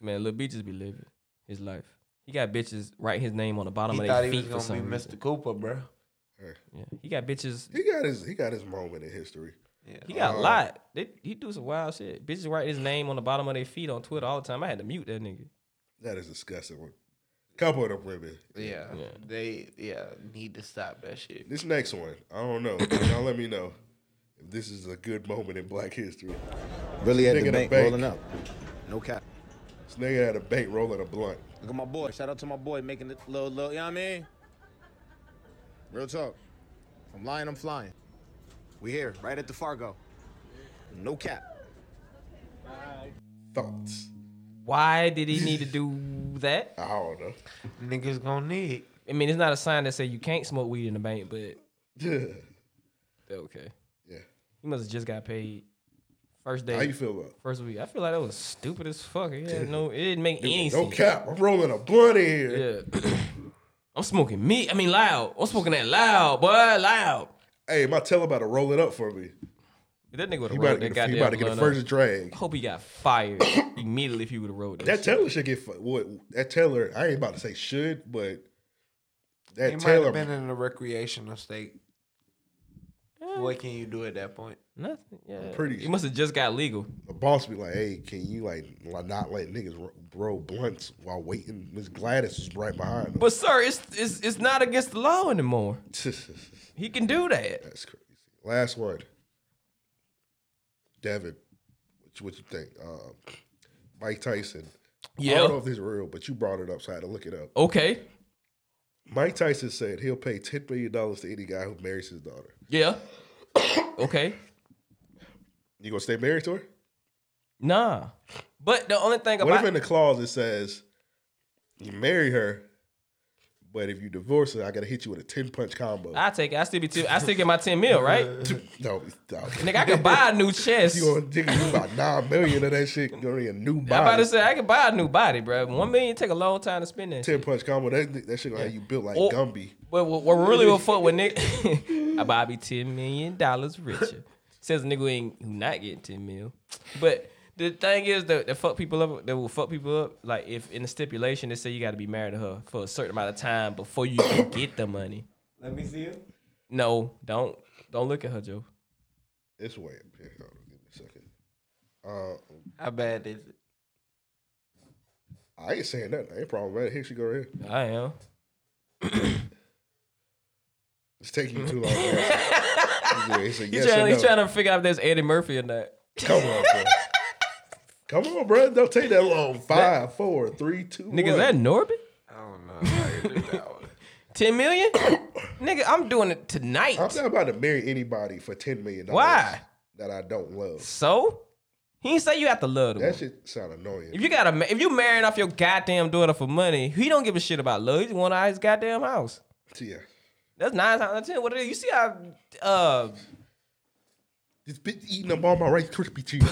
Man, Lil B just be living his life. He got bitches writing his name on the bottom He of thought their he was feet for gonna some be reason. Mr. Cooper, bro. Yeah, he got bitches. He got his he got his moment in history. He got Uh, a lot. They, he do some wild shit. Bitches write his name on the bottom of their feet on Twitter all the time. I had to mute that nigga. That is disgusting. One. Couple of them women. Yeah. They yeah need to stop that shit. This next one, I don't know. Y'all let me know if this is a good moment in Black history. Really at Nigga the in bank, rolling up. No cap. This nigga at a bank rolling a blunt. Look at my boy. Shout out to my boy making the little, little, you know what I mean? Real talk. If I'm lying, I'm flying. We here, right at the Fargo. No cap. Thoughts. Why did he need to do that? I don't know. [LAUGHS] Niggas gonna need. I mean, it's not a sign that say you can't smoke weed in the bank, but okay. Yeah. He must have just got paid first day. How you feel about it? First week. I feel like that was stupid as fuck. It had no, it didn't make any no sense. cap. I'm rolling a blunt in here. Yeah. [COUGHS] I'm smoking meat. I mean, loud. I'm smoking that loud, boy, loud. Hey, my teller about to roll it up for me. That nigga would have He about to rolled that get, the- goddamn. he about to get the blunt up. first drag. Hope he got fired [COUGHS] immediately if he would have rolled that. That shit. teller should get fu- what? That teller. I ain't about to say should, but that he teller. might have been in a recreational state. What can you do at that point? Nothing. Yeah. I'm pretty. He must have just got legal. The boss be like, "Hey, can you like li- not let niggas ro- roll blunts while waiting?" Miss Gladys was right behind [LAUGHS] him. But sir, it's it's it's not against the law anymore. He can do that. That's crazy. Last one, Devin. What you, what you think? Um, Mike Tyson. I Yeah. don't know if this is real, but you brought it up, so I had to look it up. Okay. Mike Tyson said he'll pay ten million dollars to any guy who marries his daughter. Yeah. [COUGHS] okay. You gonna stay married to her? Nah. But the only thing What about if in the clause it says you marry her, but if you divorce her, I gotta hit you with a ten punch combo? I take it. I still be two, I still get my ten mil, right? [LAUGHS] no, no. Nigga, I could buy a new chest. [LAUGHS] You gonna nigga, you about nine million of that shit gonna be a new I'm about body. to say I could buy a new body, bro. One million take a long time to spend that. ten punch combo. That that shit gonna have you built like Or- Gumby. But what, what really will fuck with nigga, [LAUGHS] I buy be ten million dollars richer. Says a nigga ain't who not getting ten mil. But the thing is that the fuck people up that will fuck people up. Like if in the stipulation they say you got to be married to her for a certain amount of time before you can get the money. Let me see it. No, don't don't look at her, Joe. It's way up here. Hold on, give me a second. Uh, How bad is it? I ain't saying nothing. I ain't problematic. Here she go right here. I am. It's taking you too [LAUGHS] long. to answer. You ain't say He's yes or trying, no. he's trying to figure out if there's Eddie Murphy or not. Come on, bro. Come on, bro. Don't take that long. Five, four, three, two. Nigga, is one. that Norbit? I don't know. Ten million? [COUGHS] Nigga, I'm doing it tonight. I'm not about to marry anybody for ten million dollars. Why? That I don't love. So he ain't say you have to love the That woman. shit sound annoying. If you got a, if you marrying off your goddamn daughter for money, he don't give a shit about love. He just want out his goddamn house. Yeah. That's nine times out of ten. What it is? You see how? Uh, [LAUGHS] This bitch eating up all my Rice Krispie treats.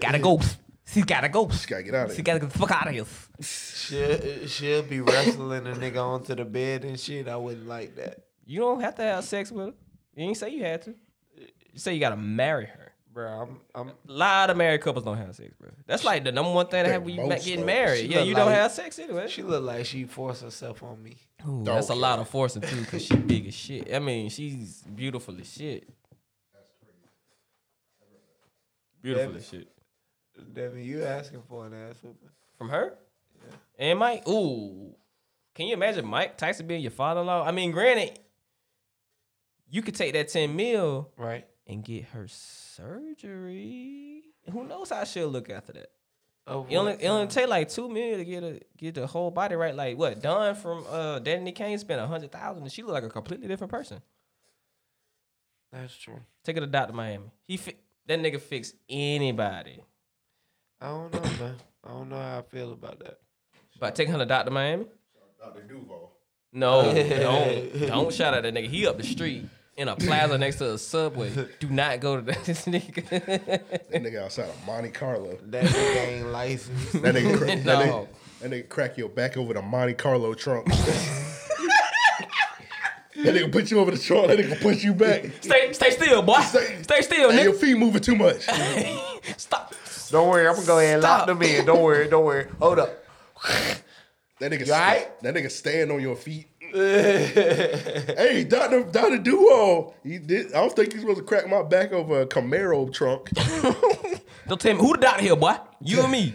gotta go. She gotta go. She gotta get out [LAUGHS] of She here. gotta get the fuck out of here. She'll, eh, she'll [COUGHS] be wrestling a nigga onto the bed and shit. I wouldn't like that. You don't have to have sex with her. You ain't say you had to. You say you gotta marry her. Bro, I'm, I'm A lot of married couples don't have sex, bro. That's like the number one thing that happen when you ma- Most of getting them. She married. Yeah, look you don't like- have sex anyway. She look like she forced herself on me. Ooh, that's a lot of forcing too, cause she big as shit. I mean, she's beautiful as shit. Beautiful as shit. Devin, you asking for an ass whooping? From her? And Mike? Ooh. Can you imagine Mike Tyson being your father-in-law? I mean, granted, you could take that ten mil, right, and get her surgery. Who knows how she'll look after that? Oh, it only it only take like two mil to get a get the whole body right. Like what Don from uh Danny Kane spent a hundred thousand, and she looked like a completely different person. That's true. Take her to Doctor Miami. He fi- that nigga fix anybody. I don't know, man. I don't know how I feel about that. By taking her to Doctor Miami. Dr. Duval. No, don't don't shout at that nigga. He up the street in a plaza next to a subway. Do not go to that [LAUGHS] this nigga. that nigga outside of Monte [LAUGHS] Carlo. That [LAUGHS] nigga ain't licensed. That nigga, cra- that, nigga, No. that nigga crack your back over the Monte Carlo [LAUGHS] trunk. that nigga put you over the trunk. That nigga push you back. Stay, stay still, boy. Stay, still, nigga. Your feet moving too much. [LAUGHS] Don't worry, I'm gonna go ahead and lock them in. Don't worry, don't worry. Hold up. That nigga, You all right? that nigga stand on your [LAUGHS] feet. hey, Doctor Doctor Duo, he did. I don't think he's supposed to crack my back over a Camaro trunk. Don't tell me who the doctor here, boy. You and me.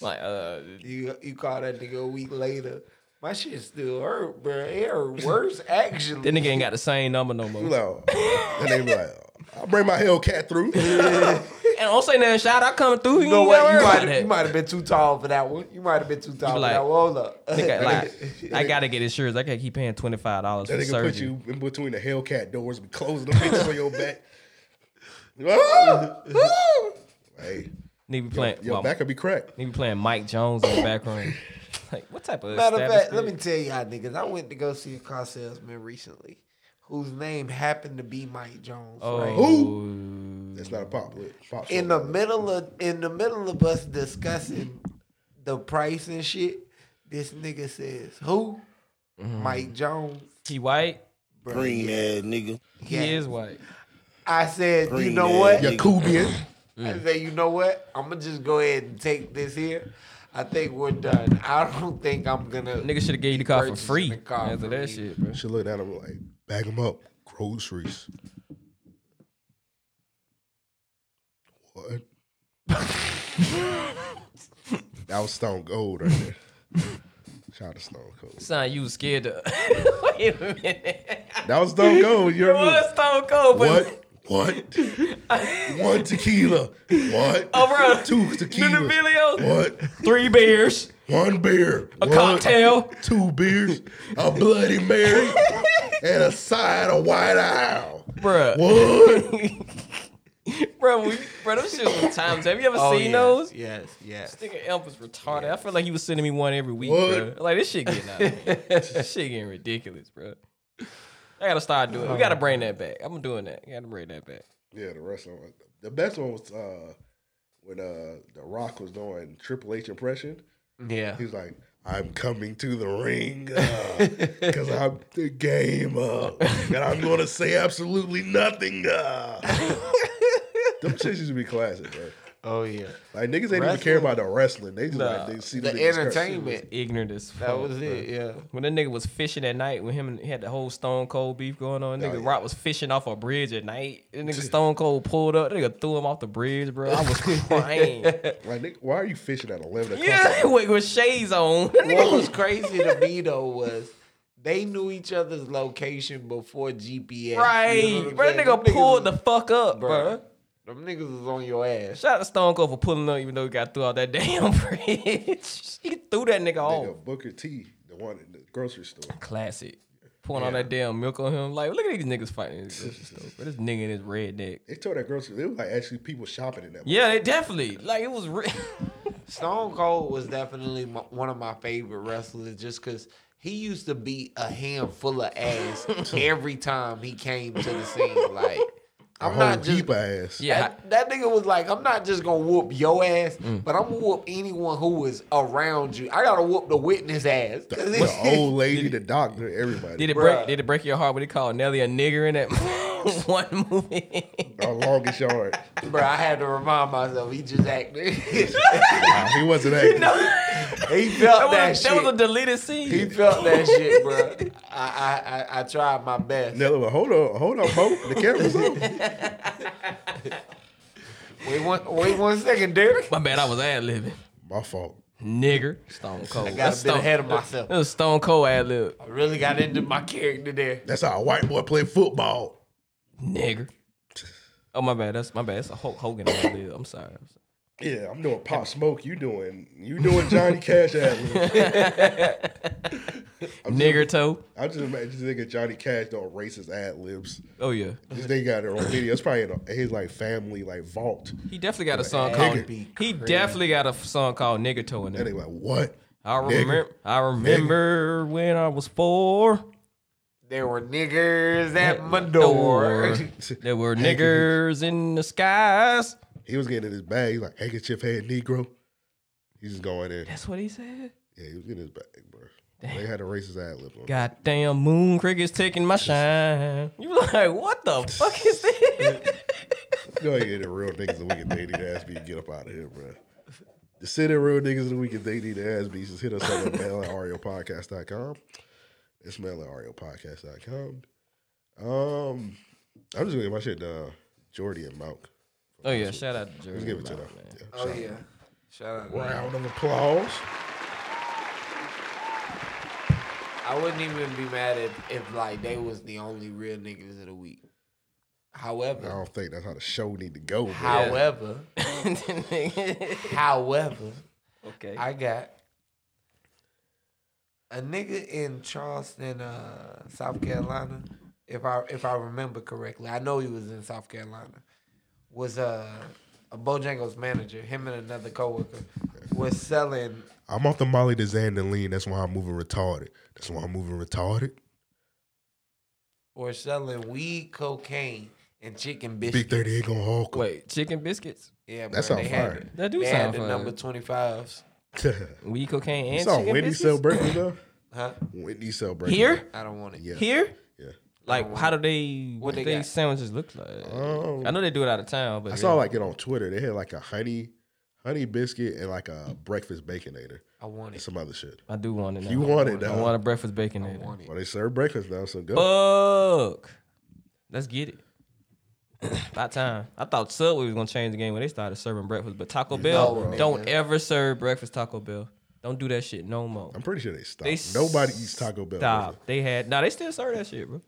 Like, uh, you you call that nigga a week later. My shit still hurt, bro. It hurt worse actually. nigga ain't got the same number no more. No. And they be like, I'll bring my Hellcat [LAUGHS] through. And don't say nothing. Shout out coming through. You, You know ain't what? gotta worry You about might that. have you might have been too tall for that one. You might have been too tall You for like- that one. Hold up. Nigga, [LAUGHS] like, I gotta get insurance. I can't keep paying twenty five dollars That for nigga put surgery. you in between the Hellcat doors and closing them bitches on your back. [LAUGHS] Ah! Ah! hey, Nigga be playing. your well, back will be cracked. Nigga be playing Mike Jones in the background. [LAUGHS] like, what type of Matter of fact, let establishment? me tell y'all niggas, I went to go see a car salesman recently whose name happened to be Mike Jones. right? Oh. Who? That's not a pop. pop in the middle of in the middle of us discussing the price and shit, this nigga says, "Who? Mike Jones? He white? Green ass nigga. He is white. I said, you Green know ass what? nigga. I Mm. said, you know what? I'm gonna just go ahead and take this here. I think we're done. [LAUGHS] I don't think I'm gonna. Nigga should have gave you the car for purchasing free the car after for that me. shit, bro. She looked at him like, bag him up, groceries. What? [LAUGHS] that was Stone Gold right there. Shout out to Stone Cold. Son, you was scared to. [LAUGHS] Wait a minute. That was Stone Cold. You It remember? was Stone Cold, but What? What? One tequila. What? Oh, bro. Two tequila. In the video. What? Three beers. One beer. A What? cocktail. Two beers. A Bloody Mary. and a side of White Owl. Bruh. [LAUGHS] What? bro, we, bro, those shits were times. Have you ever Oh, seen yes, those? Yes, yes. This nigga Elf was retarded. I feel like he was sending me one every week, What? bro. Like this shit getting out. of [LAUGHS] hand. this shit getting ridiculous, bro. I gotta start doing. We gotta bring that back. I'm doing that. I gotta bring that back. Yeah, the wrestling. one. The best one was uh, when uh, The Rock was doing Triple H impression. Yeah. He's like, I'm coming to the ring because I'm the game up and I'm going to say absolutely nothing. Uh. Them shits used to be classic, bro. Oh yeah. Like, niggas ain't even care about the wrestling. They just Nah. like, they see The niggas curse. entertainment. Ignorant as fuck. That was bro. it. Yeah. When that nigga was fishing at night, when him and he had the whole Stone Cold beef going on, nigga yeah. Rock was fishing off a bridge at night. That nigga Stone Cold pulled up, that nigga threw him off the bridge, bro. I was crying. Like, nigga, why are you fishing at 11 o'clock? yeah, [LAUGHS] he went with shades on. [LAUGHS] That [LAUGHS] nigga What was was crazy to me though was they knew each other's location before GPS. right, bro. That nigga pulled the fuck up, bro. the them niggas was on your ass. Shout out to Stone Cold for pulling up, even though he got through all that [LAUGHS] damn bridge. [LAUGHS] he threw that nigga off. Nigga, Booker T, the one in the grocery store. Classic. Pouring all Yeah. that damn milk on him. Like, look at these niggas fighting in this grocery store. But this nigga in his redneck. They told that grocery, they was like actually people shopping in that. Yeah, they definitely. Like, it was [LAUGHS] real. Stone Cold was definitely my, one of my favorite wrestlers just because he used to be a handful of [LAUGHS] ass every time he came to the scene. Like, A I'm whole not just. heap of ass. Yeah. That nigga was like, I'm not just gonna whoop your ass, Mm. but I'm gonna whoop anyone who is around you. I gotta whoop the witness ass. [LAUGHS] The, the old lady, the doctor, everybody. Did it break? Did it break your heart when they called Nelly a nigger in that [LAUGHS] one movie? Our longest yard. Bro, I had to remind myself he [LAUGHS] just acted. [LAUGHS] he Nah, he wasn't acting. felt that, that, was, shit. that was a deleted scene. he felt that shit, bro. I, I, I, I tried my best. Nelly, was, hold on, hold on, Pope. The camera's on. Wait one, wait one second, Derek. My bad, I was ad libbing. My fault. nigger. Stone Cold. I got a bit Stone- ahead of myself. That was Stone Cold ad lib. I really got into my character there. That's how a white boy play football. Nigger. Oh my bad. That's my bad. That's a Hulk Hogan ad lib. I'm sorry. I'm sorry. Yeah, I'm doing Pop Smoke. You doing you doing [LAUGHS] Johnny Cash ad libs. Nigger toe. I just imagine this nigga Johnny Cash doing racist ad libs. Oh yeah, this nigga got their own video. It's probably in a, his like family like vault. He definitely got a song Nigger. called. He definitely got a song called Nigger Toe in there. Anyway, what? I Nigger. remember. I remember when I was four. There were niggers at my door. door. [LAUGHS] There [LAUGHS] were niggers in the skies. He was getting in his bag. He's like handkerchief head Negro. He's just going in. That's what he said. Yeah, he was getting his bag, bro. They had a racist ad lib on. Goddamn moon crickets taking my shine. You like what the fuck is this? Go ahead, the real niggas that we can they need to ask me to get up out of here, bro. The city real niggas that we can they need to ask me. Just hit us up at mail at ariopodcast.com. It's mail at ariopodcast.com. Um, I'm just gonna give my shit to uh, Jordy and Malk. Oh yeah, shout out to Let's Jerry. give it to them. Brown, man. Yeah, Oh shout out. yeah. Shout out. Round of applause. I wouldn't even be mad if, if like they was the only real niggas of the week. I However, don't think that's how the show need to go. bro. [LAUGHS] however, however, [LAUGHS] okay, I got a nigga in Charleston, uh, South Carolina. If I if I remember correctly, I know he was in South Carolina. Was uh, a Bojangles manager. Him and another coworker was selling I'm off the Molly to Xandaline. That's why I'm moving retarded. That's why I'm moving retarded. or selling weed, cocaine, and chicken biscuits. Big 30 ain't gonna Hulk. [LAUGHS] Wait, chicken biscuits? Yeah, That bro, sound they had fire. the- That do they sound had the fire. number twenty fives. Weed cocaine and you saw chicken Whitney biscuits? sell breakfast though? Huh? Whitney sell breakfast. Here? I don't want it. Yeah. Here? Yeah. Like, how do they? What they they got? sandwiches look like? Um, I know they do it out of town, but I saw yeah. like it on Twitter. They had like a honey, honey biscuit and like a breakfast baconator. I want and it. some other shit. I do want it. Now. You want it I now? want a breakfast bacon. in it. Well, they serve breakfast now, so go. Fuck. Let's get it. About time. I thought Subway was gonna change the game when they started serving breakfast, but Taco Bell bro. don't ever serve breakfast. Taco Bell don't do that shit no more. I'm pretty sure they stopped. They Nobody eats Taco Bell. does it? Stop. They had. Now they still serve that shit, bro.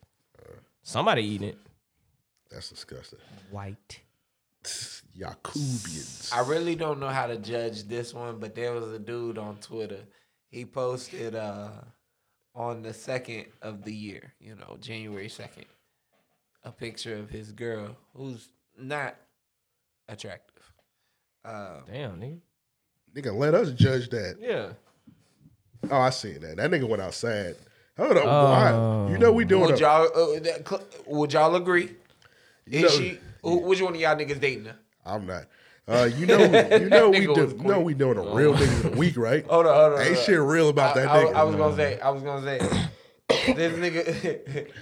Somebody eating it. That's disgusting. White. Yakubians. I really don't know how to judge this one, but there was a dude on Twitter. He posted uh on the second of the year, you know, January second, a picture of his girl who's not attractive. Um, Damn, nigga. Nigga, let us judge that. Yeah. Oh, I seen that. That nigga went outside. Hold up, why? You know we doing Would a- y'all uh, that cl- would y'all agree? Is know- she? Who, which one of y'all niggas dating her? I'm not. Uh, you know, we, you know we Nigga do, was you know we doing a real nigga of the week, [LAUGHS] right? Hold on, hold on. Ain't hold on. shit real about I- that I, nigga. I was gonna say. I was gonna say. [COUGHS] this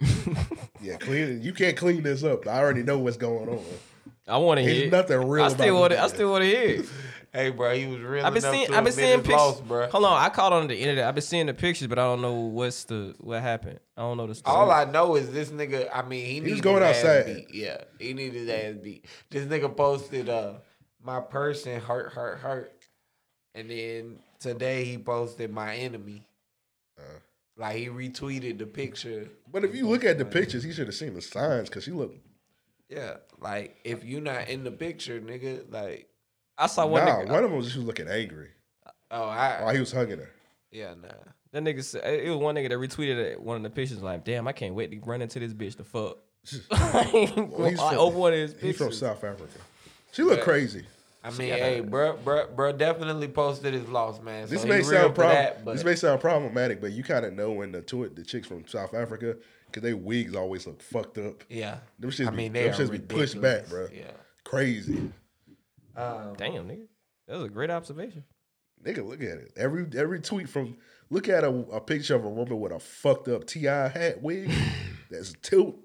nigga. Yeah, clean. You can't clean this up. I already know what's going on. I want to Ain't hear. it. nothing real I still about want. that I still want to hear. [LAUGHS] it. [LAUGHS] hey, bro, he was real. I've been seeing. I've been seeing pictures. Hold on, I caught on the internet. I've been seeing the pictures, but I don't know what's the what happened. I don't know the story. All I know is this nigga. I mean, he, was needs going his outside. Ass beat. Yeah, he needed his ass beat. This nigga posted, uh, "My person hurt, hurt, hurt," and then today he posted, "My enemy." Uh. Like he retweeted the picture. But if you look at the pictures, he should have seen the signs because she looked. Yeah, like if you not in the picture, nigga, like I saw Nah, one. nigga, one of them was just looking angry. oh, I While he was hugging her. yeah, nah. That nigga said it was one nigga that retweeted it, one of the pictures. Like, damn, I can't wait to run into this bitch. The fuck. [LAUGHS] [LAUGHS] Well, he's I from- opened one of his He's from pictures. South Africa. She looked Yeah. crazy. I mean, hey, bro, bro, bro, definitely posted his loss, man. This so may he real sound for prob- that, but this may sound problematic, but you kind of know when the twi- the chicks from South Africa because they wigs always look fucked up. yeah, Them shits I be- mean, them they are shits be pushed back, ridiculous. bruh. Yeah. Crazy. Um, Damn, nigga, that was a great observation. Nigga, look at it. Every every tweet from look at a, a picture of a woman with a fucked up ti [LAUGHS] hat wig that's a tilt.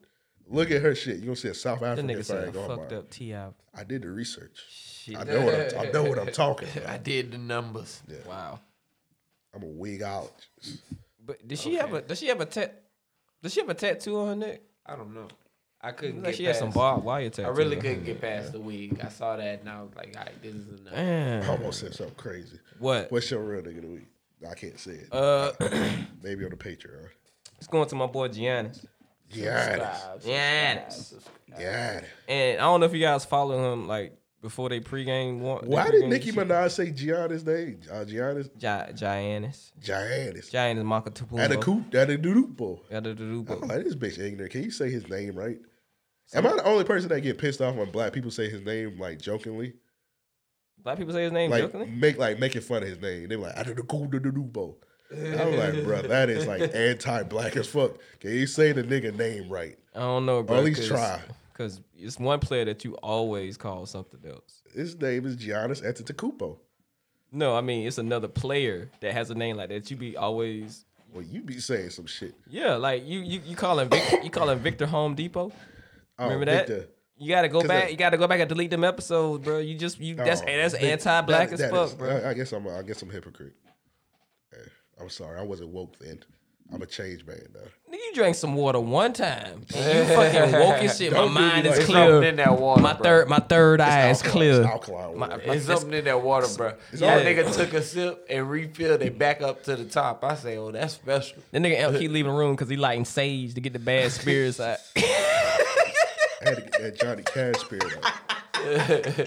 Look at her shit. You gonna see a South That African nigga flag said going fucked by. up Ti. I did the research. I know what I'm, I [LAUGHS] know what I'm talking. about. [LAUGHS] I did the numbers. Wow. I'm a wig out. But did she have a? Does she have a tat? Does she have a tattoo on her neck? I don't know. I couldn't Like get she had past. some barbed wire I tattoos really on couldn't her. get past the wig. I saw that and I was like, all right, this is enough. Damn. I almost said something crazy. Mm. What? What's your real nigga of the week? I can't say it. Uh, [CLEARS THROAT] Maybe on the Patreon. It's going to my boy Giannis. Giannis. Giannis. Giannis. And I don't know if you guys follow him like before they pregame. wa- they Why did pregame Nicki shit. Minaj say Giannis name? Uh, Giannis? Gi- Giannis. Giannis. Giannis Makatupumbo. At a coop, at a doodupo. At a doodupo. I'm like, this bitch ignorant. Can you say his name right? Am I the only person that get pissed off when black people say his name like jokingly? Black people say his name like, jokingly. Make like making fun of his name. They were like, I did a cool do do do bo. I'm like, bro, that is [LAUGHS] like anti-black as fuck. Can you say the nigga name right? I don't know, bro. Or at least 'cause- try. Cause it's one player that you always call something else. His name is Giannis Antetokounmpo. No, I mean it's another player that has a name like that. You be always. Well, you be saying some shit. Yeah, like you you you call him Vic, you call him Victor Home Depot. Oh, Remember that? Victor. You gotta go 'Cause back. that- you gotta go back and delete them episodes, bro. You just you that's Oh, that's that- anti-black that- as that fuck, is- uh, bro. I, I guess I'm a, I guess I'm a hypocrite. Eh, I'm sorry, I wasn't woke then. I'm a change man [LAUGHS] now. Nigga, you drank some water one time. [LAUGHS] And you fucking woke and shit. My Don't do me mind like is that. clear. Something in that water, my bro. third, my third It's eye is alkaline. clear. It's alkaline My- my- It's something in that water, bro. It's That alright. nigga took a sip and refilled it back up to the top. I say, oh, that's special. That nigga L keep leaving the room because he lighting sage to get the bad [LAUGHS] spirits out. I had to get that Johnny Cash spirit out.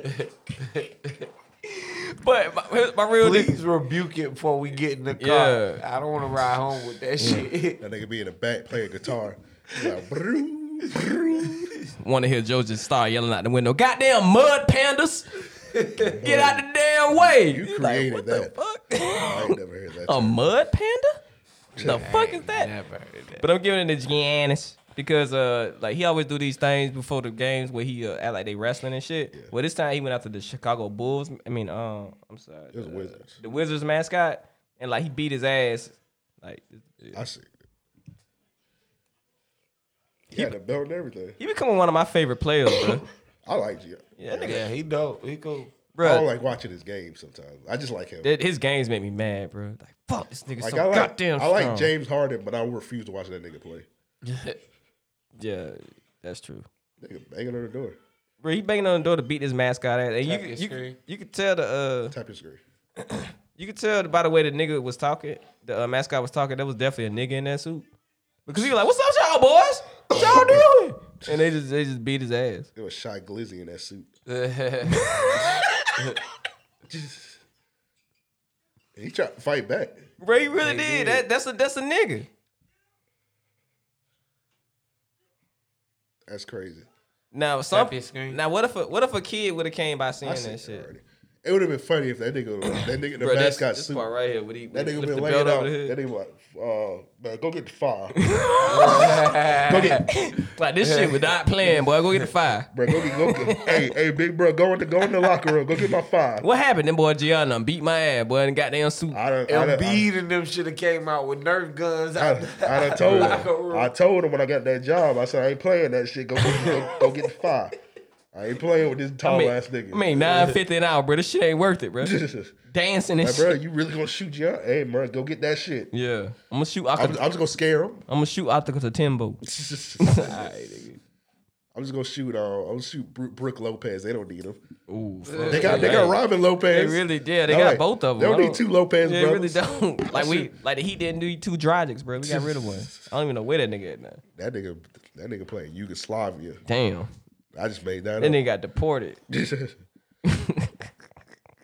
but my, my real Please rebuke it before we get in the car. Yeah. I don't want to ride home with that shit. That nigga be in the back playing guitar. He Like, broo. Want to hear Joe just start yelling out the window? Goddamn mud pandas! Get out the damn way! You created that. I [LAUGHS] ain't never heard that. [LAUGHS] A term. mud panda? The Yeah. fuck is that? But I'm giving it to Giannis because uh like he always do these things before the games where he uh, act like they wrestling and shit. Well, this time he went out to the Chicago Bulls. I mean, um, I'm sorry, It was the, Wizards. the Wizards mascot, and like he beat his ass. Like I see. He had a belt and everything. he becoming one of my favorite players, [LAUGHS] bro. I like Giannis. Yeah, nigga. Yeah, he dope. He cool. Bruh. I don't like watching his game sometimes. I just like him. That- his games make me mad, bro. Like fuck, this nigga Like, so I like, goddamn. I like strong. James Harden, but I refuse to watch that nigga play. Yeah, that's true. Nigga banging on the door. Bro, he banging on the door to beat this mascot ass, and Tap you your you screen. you could tell the uh tap your screen. you could tell by the way the nigga was talking, the uh, mascot was talking. There was definitely a nigga in that suit because he was like, "What's up, y'all boys? What y'all [LAUGHS] doing?" And they just they just beat his ass. It was Shy Glizzy in that suit. he tried to fight back. [LAUGHS] Bro, he really did. That that's a that's a nigga. That's crazy. Now some now what if a, what if a kid would have came by seeing seen that it shit? It would have been funny if that nigga, [COUGHS] that nigga, in the Bro, this- mascot this suit. part right here, when he- that when he nigga lift been the laying belt out. over the That nigga like, uh, man, go get the [LAUGHS] fire. go get. [LAUGHS] Like this shit was not playing, boy. Go get the fire. Bro, go get, go get. hey, hey, big bro, go in the go in the locker room. Go get my fire. What happened? Then boy Gianna done beat my ass, boy, and goddamn suit. I don't, Embiid and them should have came out with Nerf guns. I, I [LAUGHS] done out told the locker him. room. I told him when I got that job. I said I ain't playing that shit. Go get, go, go get the fire. I ain't playing with this tall I mean, ass nigga. I mean, nine fifty an hour, bro. This shit ain't worth it, bro. Dancing and [LAUGHS] Like, bro, shit. you really gonna shoot you? out? Hey, bro, go get that shit. Yeah, I'm gonna shoot. I'm, I'm just gonna scare him. [LAUGHS] I'm gonna shoot out to Timbo. I'm just gonna shoot. Uh, I'm gonna shoot Bru- Brooke Lopez. They don't need him. Ooh, they got they got Right. Robin Lopez. They really yeah, they I'm got like, both of them. They I don't need two Lopez They brothers. really don't. [LAUGHS] Like we like the Heat didn't do two Dragics, bro. We got rid of one. I don't even know where that nigga at now. That nigga, that nigga playing Yugoslavia. Damn. I just made that. That up. nigga got deported [LAUGHS] [LAUGHS]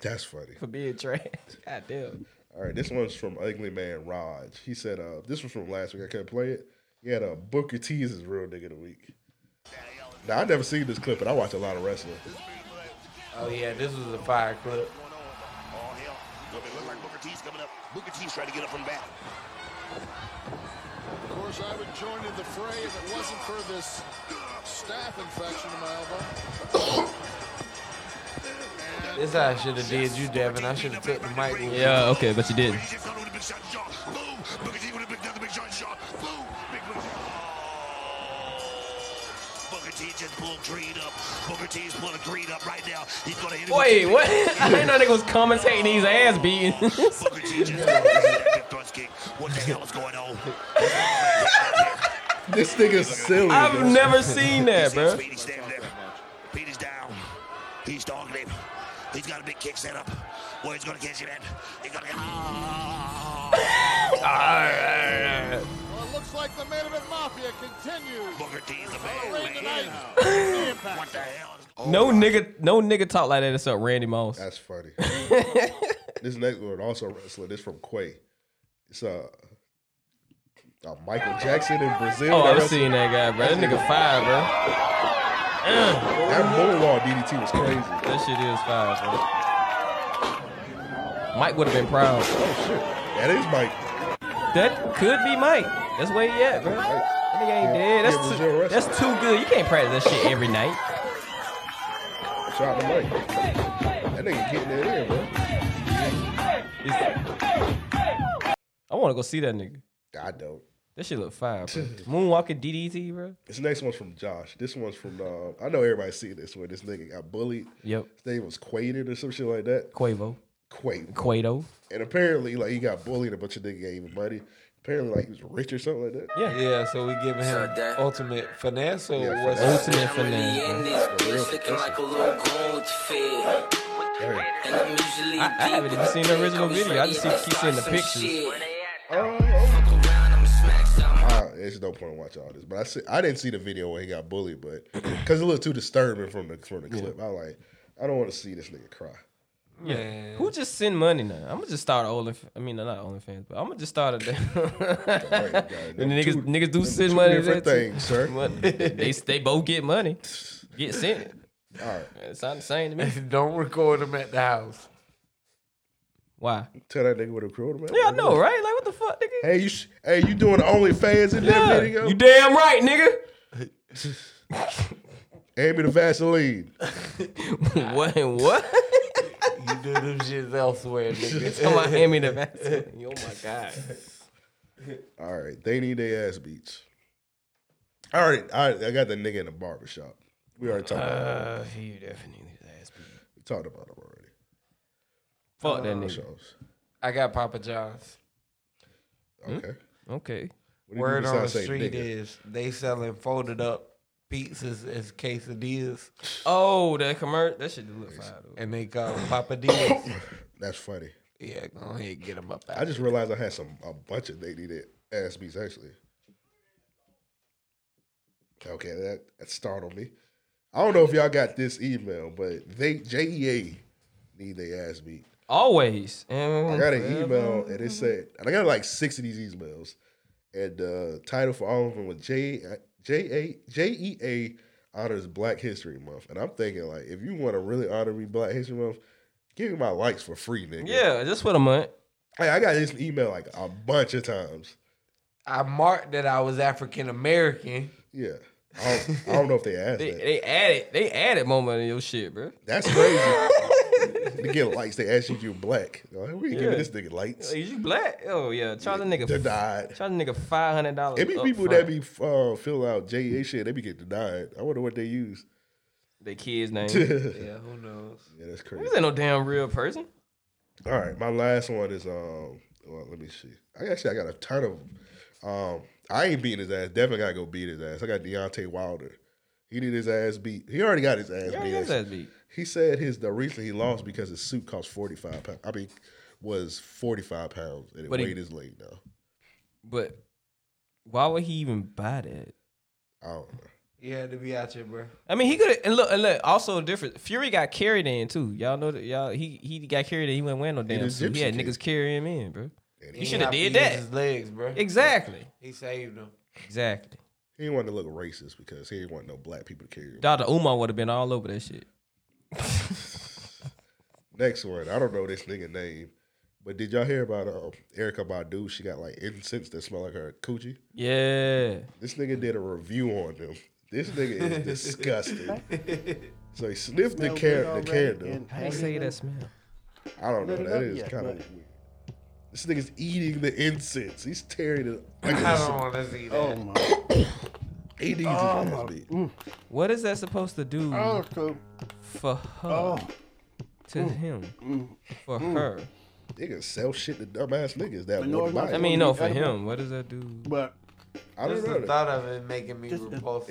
That's funny. for being trash. [LAUGHS] God [LAUGHS] damn. All right, this one's from Ugly Man Raj. He said, uh, this was from last week. I couldn't play it. He had a uh, Booker T is his real nigga of the week. Now I never seen this clip, but I watch a lot of wrestling. Oh yeah, this was a fire clip. Oh, hell. Look, it look like Booker T's coming up. Booker T's trying to get up from back. Of course, I would join in the fray if it wasn't for this staph infection in my elbow. This how I should have did you, Devin. I should have took the mic. with me. Yeah, okay, but you didn't. Oh. Booker T just pulled Creed up. Booker T's [LAUGHS] pulling Creed up right now. He's going to hit him. Wait, what? [LAUGHS] I didn't know nigga was commentating these ass beatings. Booker T just pulled that big punch kick. What the hell is going on? This nigga's silly. [LAUGHS] I've bro. never seen that, [LAUGHS] bro. Speedy's standing there. Speedy's down. He's dogging him. He's got a big kick set up. Where he's gonna catch him at. He's gonna get. ah, Well, it looks like the main event mafia continues. Booker T is a bad man. Impact. What the hell? Oh, No nigga, no nigga talk like that except Randy Moss. That's funny. this next one also wrestler. This from Quay. It's uh, uh, Michael Jackson in Brazil. Oh, That I've wrestle- seen that guy, bro. That nigga fire, bro. That moonwalk DDT was crazy. That shit is fire, bro. Mike would have been proud. Oh shit, that is Mike. That could be Mike. That's where he at, bro. That nigga ain't dead. That's Yeah, too, that's too good. You can't practice that shit every night. Shout out to Mike. That nigga getting it in, bro. I want to go see that nigga. I don't. That shit look fire, bro. Moonwalking DDT, bro. This next one's from Josh. This one's from uh, I know everybody's seen this one. This nigga got bullied. Yep. His name was Quated or some shit like that. Quavo. Quavo. Quado. And apparently, like he got bullied, a bunch of niggas gave him money. Apparently, like he was rich or something like that. Yeah. Yeah, so we giving him ultimate finesse or Yeah, what's finesse. ultimate finesse, finesse? I, I haven't even seen the original video. I just see, keep seeing the pictures. I, there's no point in watching all this, but I see, I didn't see the video where he got bullied, but because it looked too disturbing from the from the clip, I like I don't want to see this [LAUGHS] nigga cry. Yeah. Who just send money now? I'm gonna just start only. I mean, not OnlyFans, but I'm gonna just start a. and the niggas, niggas do send two money. different there, too. things, sir. Mon- [LAUGHS] they they both get money, get sent. All right, it sounds the same [LAUGHS] to me. Don't record him at the house. Why? Tell that nigga what a cruel man. Yeah, I know, right? Like, what the fuck, nigga? Hey, you, sh- hey, you doing the OnlyFans in that Yeah, video? you damn right, nigga. Hand me the Vaseline. [LAUGHS] what? What? you do them shits elsewhere, nigga. Come on, hand me the Vaseline. [LAUGHS] Oh my god. All right, they need their ass beats. All right, I, I got the nigga in the barber shop. We already talked about Uh, it. he definitely need his ass beat. We talked about it already. Fuck that Uh, nigga. shows. [LAUGHS] I got Papa John's. Okay. Okay. What do you Word mean on the besides say street nigga? is they selling folded up pizzas as quesadillas, Oh, that commercial. That shit do look fire. though. and they call 'em Papa D's. That's funny. yeah, go ahead and get them up. Out. I just realized I had some a bunch of they needed ass beats actually. Okay, that that startled me. I don't know if y'all got this email, but they JEA need their ass beat. Always. I got an email and it said, and I got like six of these emails, and the title for all of them was J J A J E A honors Black History Month, and I'm thinking like, if you want to really honor me Black History Month, give me my likes for free, nigga. Yeah, just for the month. Hey, I got this email like a bunch of times. I marked that I was African American. Yeah, I don't, I don't know if they asked They, that. they added they added more money to your shit, bro. That's crazy. to get likes, they ask you if you're black. Like, we ain't Yeah. giving this nigga likes. Is you black? Oh yeah. Charge the nigga. Denied. Charge the nigga five hundred dollars. It be people that be uh, fill out JEA shit. They be getting denied. I wonder what they use. They kids [LAUGHS] name. Yeah, who knows? Yeah, that's crazy. This ain't no damn real person. All right, my last one is um. Well, let me see. I actually I got a ton of them. Um, I ain't beating his ass. Devin gotta go beat his ass. I got Deontay Wilder. He did his ass beat. He already got his ass already beat. got his ass actually. He said his the reason he lost because his suit cost forty five pounds. I mean, was forty five pounds and it But he- weighed his leg now. But why would he even buy that? I don't know. You had to be out here, bro. I mean, he could and look and look. Also, different. Fury got carried in too. Y'all know that. Y'all he he got carried in. He went wearing no damn the suit. He had gypsy kid. niggas carry him in, bro. And He he- should have did He used that. His legs, bro. Exactly. He saved them. Exactly. He didn't want to look racist because he didn't want no black people to carry him. Dr. Umar would have been all over that shit. Next one. I don't know this nigga name, but did y'all hear about uh, Erica Badu? She got like incense that smell like her coochie. Yeah. This nigga did a review on them. This nigga [LAUGHS] is disgusting. so he sniffed Smell the, car- the good already candle. and How you say that smell? I don't know. Lit it That up is yet, kind of but- weird. This nigga's eating the incense. He's tearing it. I don't wanna see that. Oh my. [COUGHS] he needs his ass Oh. beat. What is that supposed to do Oh, Mm. for her? To him? For her? Niggas sell shit to dumbass niggas that I mean, no, for him. What does that do? But I don't Just know. the thought of it making me repulsive.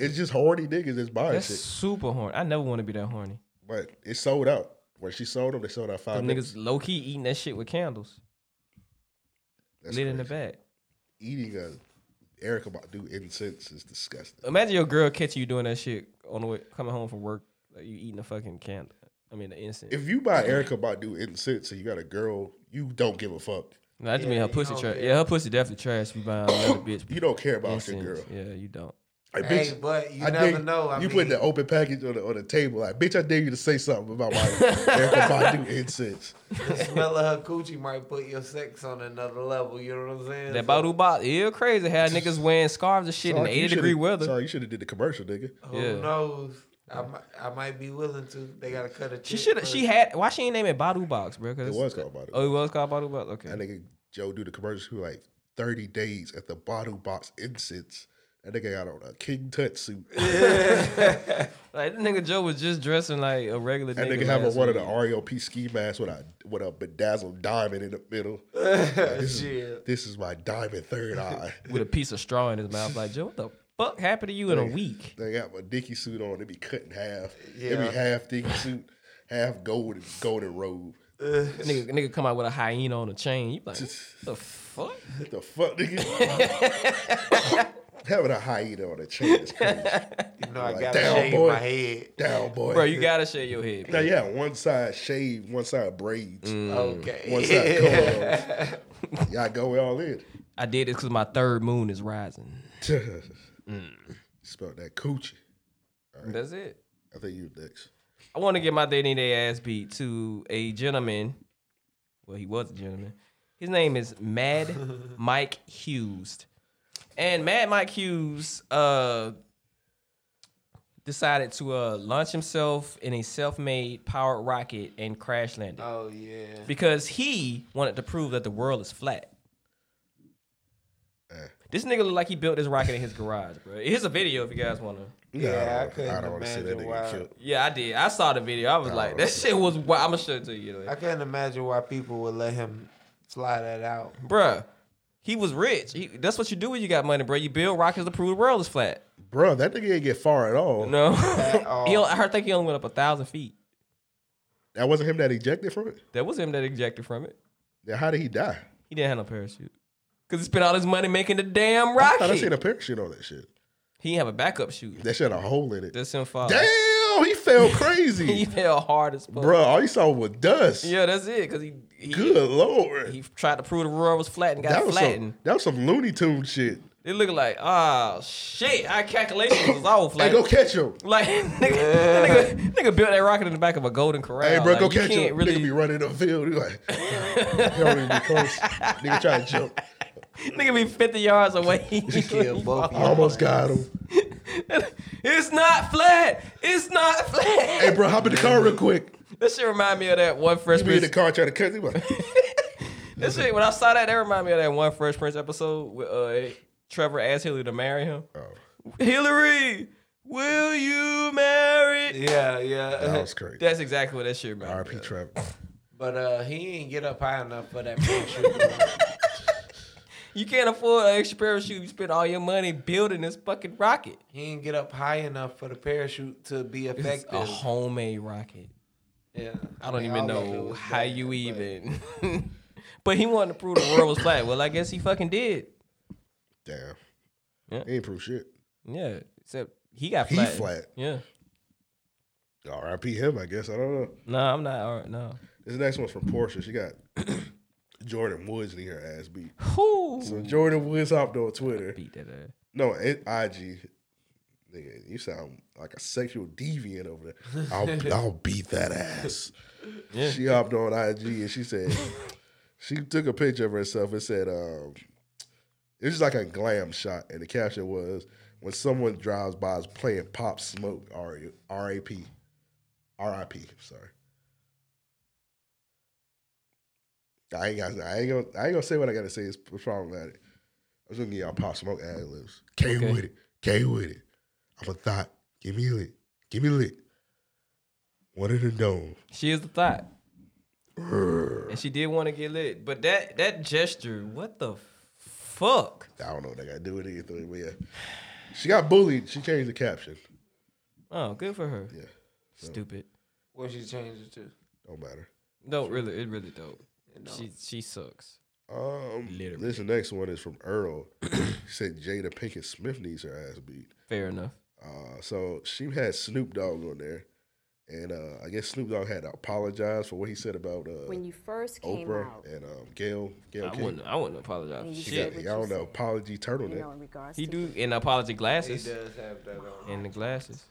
[LAUGHS] It's just horny niggas that's buying That's shit. super horny. I never want to be that horny. But it sold out. When she sold them, they sold out five Them minutes. niggas low key eating that shit with candles. That's lit in the bag. Eating a Erica Badu incense is disgusting. Imagine your girl catching you doing that shit on the way coming home from work. Like you eating a fucking candle. I mean, the instant. If you Mm-hmm. buy Erica Badu incense and you got a girl, you don't give a fuck. No, I just mean her pussy trash. Oh, Yeah, her pussy definitely trash. if You buying [COUGHS] another bitch. You don't care about your incense. Yeah, you don't. Like, Hey, bitch, but you I never dig- know, I you put the mean- open package on the, on the table. Like, bitch, I dare you to say something about [LAUGHS] my Erica Badu incense. The smell of her coochie might put your sex on another level. You know what I'm saying? That Badu box, yeah, crazy. How niggas wearing scarves and shit in Sorry, you 80 shoulda- degree weather. Sorry, you should have did the commercial, nigga. Who knows? I might, I might be willing to. They gotta cut a. She check should. first. She had. Why she ain't name it Badu box, bro? It Cause was called Badu. Oh, it was called Badu box. Okay. That nigga Joe do the commercial who like 30 days at the bottle box incense. That nigga got on a King Tut suit. [LAUGHS] that Like that nigga Joe was just dressing like a regular. nigga nigga have a, last one of the week. REOP E ski masks with a with a bedazzled diamond in the [LAUGHS] middle. Like, this, is, this is my diamond third eye. [LAUGHS] with a piece of straw in his mouth. Like Joe, what the fuck happened to you in a They- week? They got my dicky suit on. They be cut in half. It Yeah. be half dicky suit, half golden golden robe. nigga, nigga come out with a hyena on a chain. You [LAUGHS] like what the fuck? What the [LAUGHS] fuck, nigga? Having a hyena on a chain is crazy. You know, I Like, gotta "Down, shave boy. my head. Down, boy. Bro, you gotta shave your head. Now, yeah, one side shaved, one side braids. Mm. Okay. One [LAUGHS] side combed. Y'all go all in. [LAUGHS] I did this because my third moon is rising. Mm. Spelled that coochie. All right. That's it. I think you next. I want to get my dating day ass beat to a gentleman. Well, he was a gentleman. His name is Mad Mike Hughes. And Mad Mike Hughes uh, decided to uh, launch himself in a self made powered rocket and crash landed. Oh yeah. Because he wanted to prove that the world is flat. This nigga look like he built this rocket in his garage, bro. Here's a video if you guys want to. Nah, Yeah, I don't- couldn't don't wanna see that imagine nigga why. killed. Yeah, I did. I saw the video. I was Oh, like, that shit was wild. I'm gonna show it to you. later. I couldn't imagine why people would let him fly that out. Bruh, he was rich. He, that's what you do when you got money, bruh. You build rockets to prove the world is flat. Bro, that nigga didn't get far at all. No. [LAUGHS] he only, I heard- think he only went up a thousand feet. That wasn't him that ejected from it? That was him that ejected from it. Then how did he die? He didn't have no parachute. Because he spent all his money making the damn rocket. I thought I seen a parachute on that shit. He didn't have a backup chute. That shit had a hole in it. That's him falling. Damn, he fell crazy. [LAUGHS] he fell hard as fuck. Bro, all you saw was dust. Yeah, that's it. Because he, he. Good lord. He tried to prove the world was flat and got that was flattened. some that was some Looney Tune shit. They look like, ah, shit, our calculations was off. Like, hey, go catch him. Like [LAUGHS] nigga, nigga, nigga built that rocket in the back of a golden corral. Hey, bro, like, go you catch can't him. Really, Nigga be running up field. [LAUGHS] He like, he don't even be close. Nigga try to jump. [LAUGHS] nigga be fifty yards [LAUGHS] away. [LAUGHS] I almost got him. it's not flat. It's not [LAUGHS] flat. Hey, bro, hop in the car real quick. That shit remind me of that one Fresh He be in Prince. the car trying to catch him. Like, That shit when I saw that, that remind me of that one Fresh Prince episode with uh, Trevor asked Hillary to marry him. [LAUGHS] Hillary, will you marry? Yeah, yeah. That was crazy. That's exactly what that shit reminded R.P. Trevor. [LAUGHS] But uh, he didn't get up high enough for that parachute. You can't afford an extra parachute. You spend all your money building this fucking rocket. he didn't get up high enough for the parachute to be It's effective. a homemade rocket. yeah, I don't mean, even all of it know was how you even. [LAUGHS] but he wanted to prove the world was flat. Well, I guess he fucking did. [LAUGHS] Damn. He ain't prove shit. Yeah, except he got He flat. flat. Yeah. R.I.P. him, I guess. I don't know. No, I'm not. All right, no. This next one's from Portia. She got [CLEARS THROAT] Jordan Woods in her ass beat. Who? So Jordan Woods hopped on Twitter. Beat that ass. No, it, IG. Nigga, you sound like a sexual deviant over there. I'll, I'll beat that ass. Yeah. She hopped on IG and she said, she took a picture of herself and said, um, it was just like a glam shot. And the caption was, when someone drives by is playing pop smoke, R- R.A.P. R.I.P. Sorry. I ain't, got, I, ain't gonna, I ain't gonna say what I gotta say. It's problematic. I was gonna give y'all pop smoke ad libs. K Okay. with it. K with it. I'm a thought. Give me lit. Give me lit. One in the dome. She is the thought. and she did want to get lit, but that that gesture, what the fuck? I don't know what they got to do with anything, but yeah. She got bullied. She changed the caption. Oh, good for her. Yeah. Stupid. What she changed it to? Don't matter. No, really, it really don't. She she sucks. Um, This next one is from Earl. he said Jada Pinkett Smith needs her ass beat. Fair enough. Uh, so she had Snoop Dogg on there, and uh, I guess Snoop Dogg had to apologize for what he said about uh, When you first came Oprah out. and um, Gail. Gail I wouldn't- I wouldn't apologize And for you shit. said what Y'all you on the said. apology turtleneck. You know, in regards He to do in apology glasses. He does have that on. And the glasses.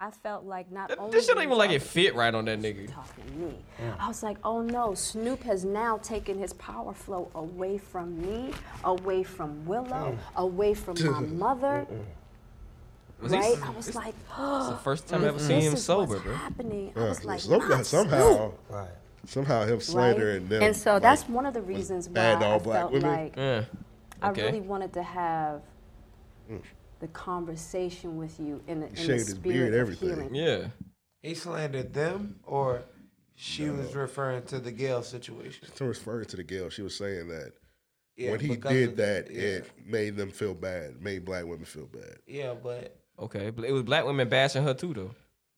I felt like not only This were shit don't you even like it talking fit right on that nigga. to me, I was like, oh no, Snoop has now taken his power flow away from me, away from Willow, Mm. away from [LAUGHS] my mother. Was he- right? I was like, oh, It's the [GASPS] first time I ever seen him sober, bro. happening. I Yeah, was so like, Snoop not Dogg somehow, Snoop. somehow him right? slandering them. And so like, that's one of the was reasons why bad to all I black felt women. like Yeah. I Okay. really wanted to have Mm. the conversation with you in the, in the shaved his spirit beard, of everything. healing. Yeah. He slandered them, or she was referring to the Gail situation. To refer to the girl, she was saying that Yeah, when he because did of- that, yeah. it made them feel bad, made black women feel bad. Yeah, but Okay, but it was black women bashing her too, though.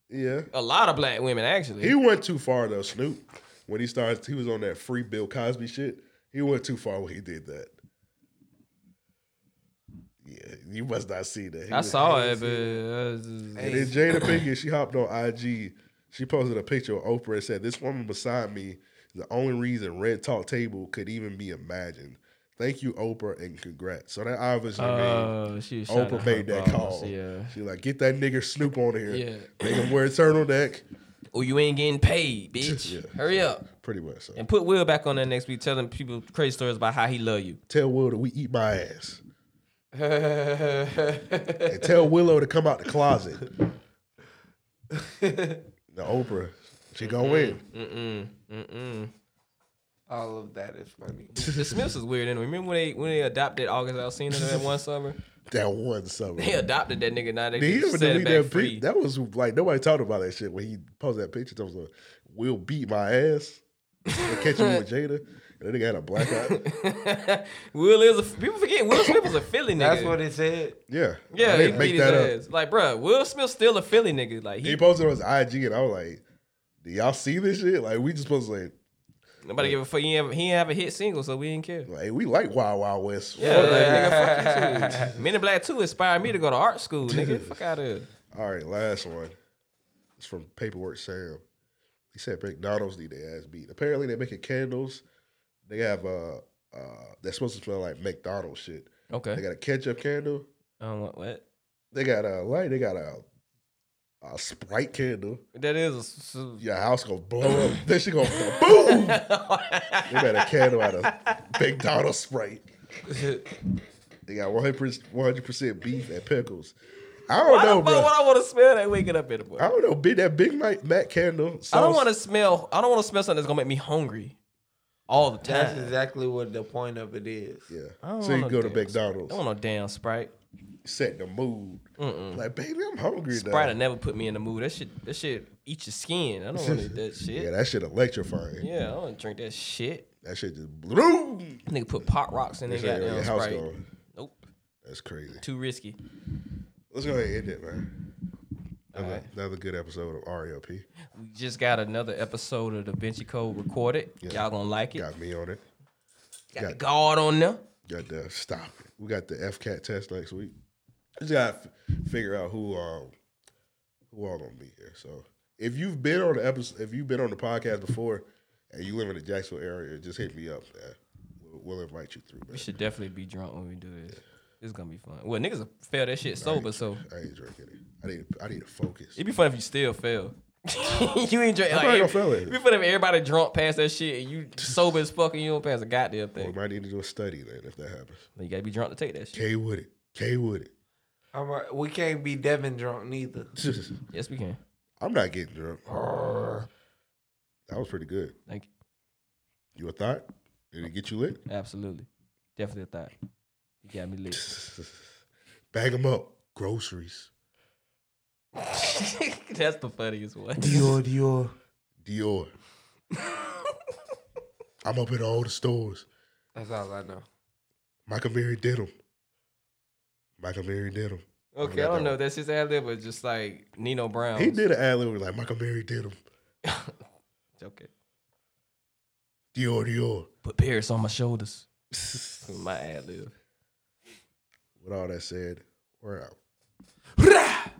Yeah. A lot of black women actually. He went too far though, Snoop. When he started, he was on that free Bill Cosby shit. He went too far when he did that. Yeah, you must not see that. He I was- saw it, but uh, it's just- And then Jada Pinkett, she hopped on IG. She posted a picture of Oprah and said, "This woman beside me is the only reason Red Talk Table could even be imagined." Thank you, Oprah, and congrats. So that obviously Oh, means she was shouting Oprah out made her that boss, call. yeah. She like, get that nigga Snoop on here. Yeah. Make him wear a turtleneck. Or Oh, you ain't getting [LAUGHS] paid, bitch. Hurry up. Pretty much. So. And put Will back on there next week, telling people crazy stories about how he love [LAUGHS] you. Tell Will that we eat my ass. and tell Willow to come out [LAUGHS] the closet. the Oprah, she go in. Mm-mm. Mm-mm. all of that is funny. The Smiths is weird anyway. Remember when they when they adopted August Alsina that one summer? That one summer. They adopted that nigga. Now they Did he just ever set it delete back that free. pic? That was like nobody talked about that shit when he posted that picture. That was like, "Will beat my ass." They're [LAUGHS] catching me with Jada, and then nigga had a black eye. Will is a, people forget Will Smith was a Philly nigga. That's what it said. Yeah, Yeah, I he didn't make beat that up. his ass. Like, bruh, Will Smith's still a Philly nigga. Like, He, he, posted on his IG, and I was like, "Do y'all see this shit? Like, we just supposed to like, nobody give a fuck. He ain't, have- he ain't have a hit single, so we didn't care. like we like Wild Wild West." Yeah, Fuck that like, nigga. nigga, fuck you too. Men in Black 2 inspired me to go to art school, [LAUGHS] nigga. Fuck out of here. All right, last one. It's from Paperwork Sam. He said McDonald's need their ass beat. Apparently, they're making candles. They have uh, uh they're supposed to smell like McDonald's shit. Okay. They got a ketchup candle. I don't want what? They got a light. They got a a Sprite candle. That is a s- s- Your house gonna [LAUGHS] blow up. That shit gonna go boom. they got a candle out of [LAUGHS] McDonald's Sprite. they got one hundred percent beef and pickles. I don't Why know, the fuck bro. would I want to smell that waking up in the morning? I don't know. Big that Big Mac, Mac candle. I don't sauce- want to smell. I don't want to smell something that's gonna make me hungry all the That's time. exactly what the point of it is. I don't Yeah. So want you no go to damn McDonald's. Sprite. I want no damn Sprite. Set the mood. Mm-mm. Like, baby, I'm hungry now. Sprite will never put me in the mood. That shit. That shit eat your skin. I don't want to eat [LAUGHS] that shit. Yeah, that shit electrifying. Yeah, I don't want to drink that shit. That shit just blew. Nigga put pop rocks in their That shit got goddamn your house Sprite. going. Nope. That's crazy. Too risky. Let's go ahead and end it, man. Another, Alright. another good episode of E RELP. We just got another episode of Da Vinci Code recorded. Y'all gonna like it. Got me on it. Got the guard on there. Got the stop. it. We got the FCAT test next week. Just got to figure out who um who all gonna be here. So if you've been on the episode, if you've been on the podcast before, and you live in the Jacksonville area, just hit me up. Man. We'll, we'll invite you through. Man. We should definitely be drunk when we do this. It's gonna be fun. Well, niggas fail that shit sober, so I ain't drinking it. I need I need to focus. it'd be fun if you still fail. [LAUGHS] you ain't drink. I'm Like, probably gonna every- fail it. It'd be fun if everybody drunk past that shit and you sober as fuck and you don't pass a goddamn thing. We might need to do a study then if that happens. You gotta be drunk to take that shit. K with it. K with it. I'm a- we can't be Devin drunk neither. [LAUGHS] Yes, we can. I'm not getting drunk. That was pretty good. Thank you. You a thought? Did it get you lit? [LAUGHS] Absolutely. Definitely a thought. You got me lit. Bag them up. Groceries. [LAUGHS] That's the funniest one. Dior, Dior. Dior. I'm up in all the stores. That's all I know. Michael Mary did him. Michael Mary did him. Okay, I don't know. if That's his ad lib, or just like Nino Brown. He did an ad lib like Michael Mary did him. Okay. Dior, Dior. Put Paris on my [LAUGHS] shoulders. my ad lib. With all that said, we're out.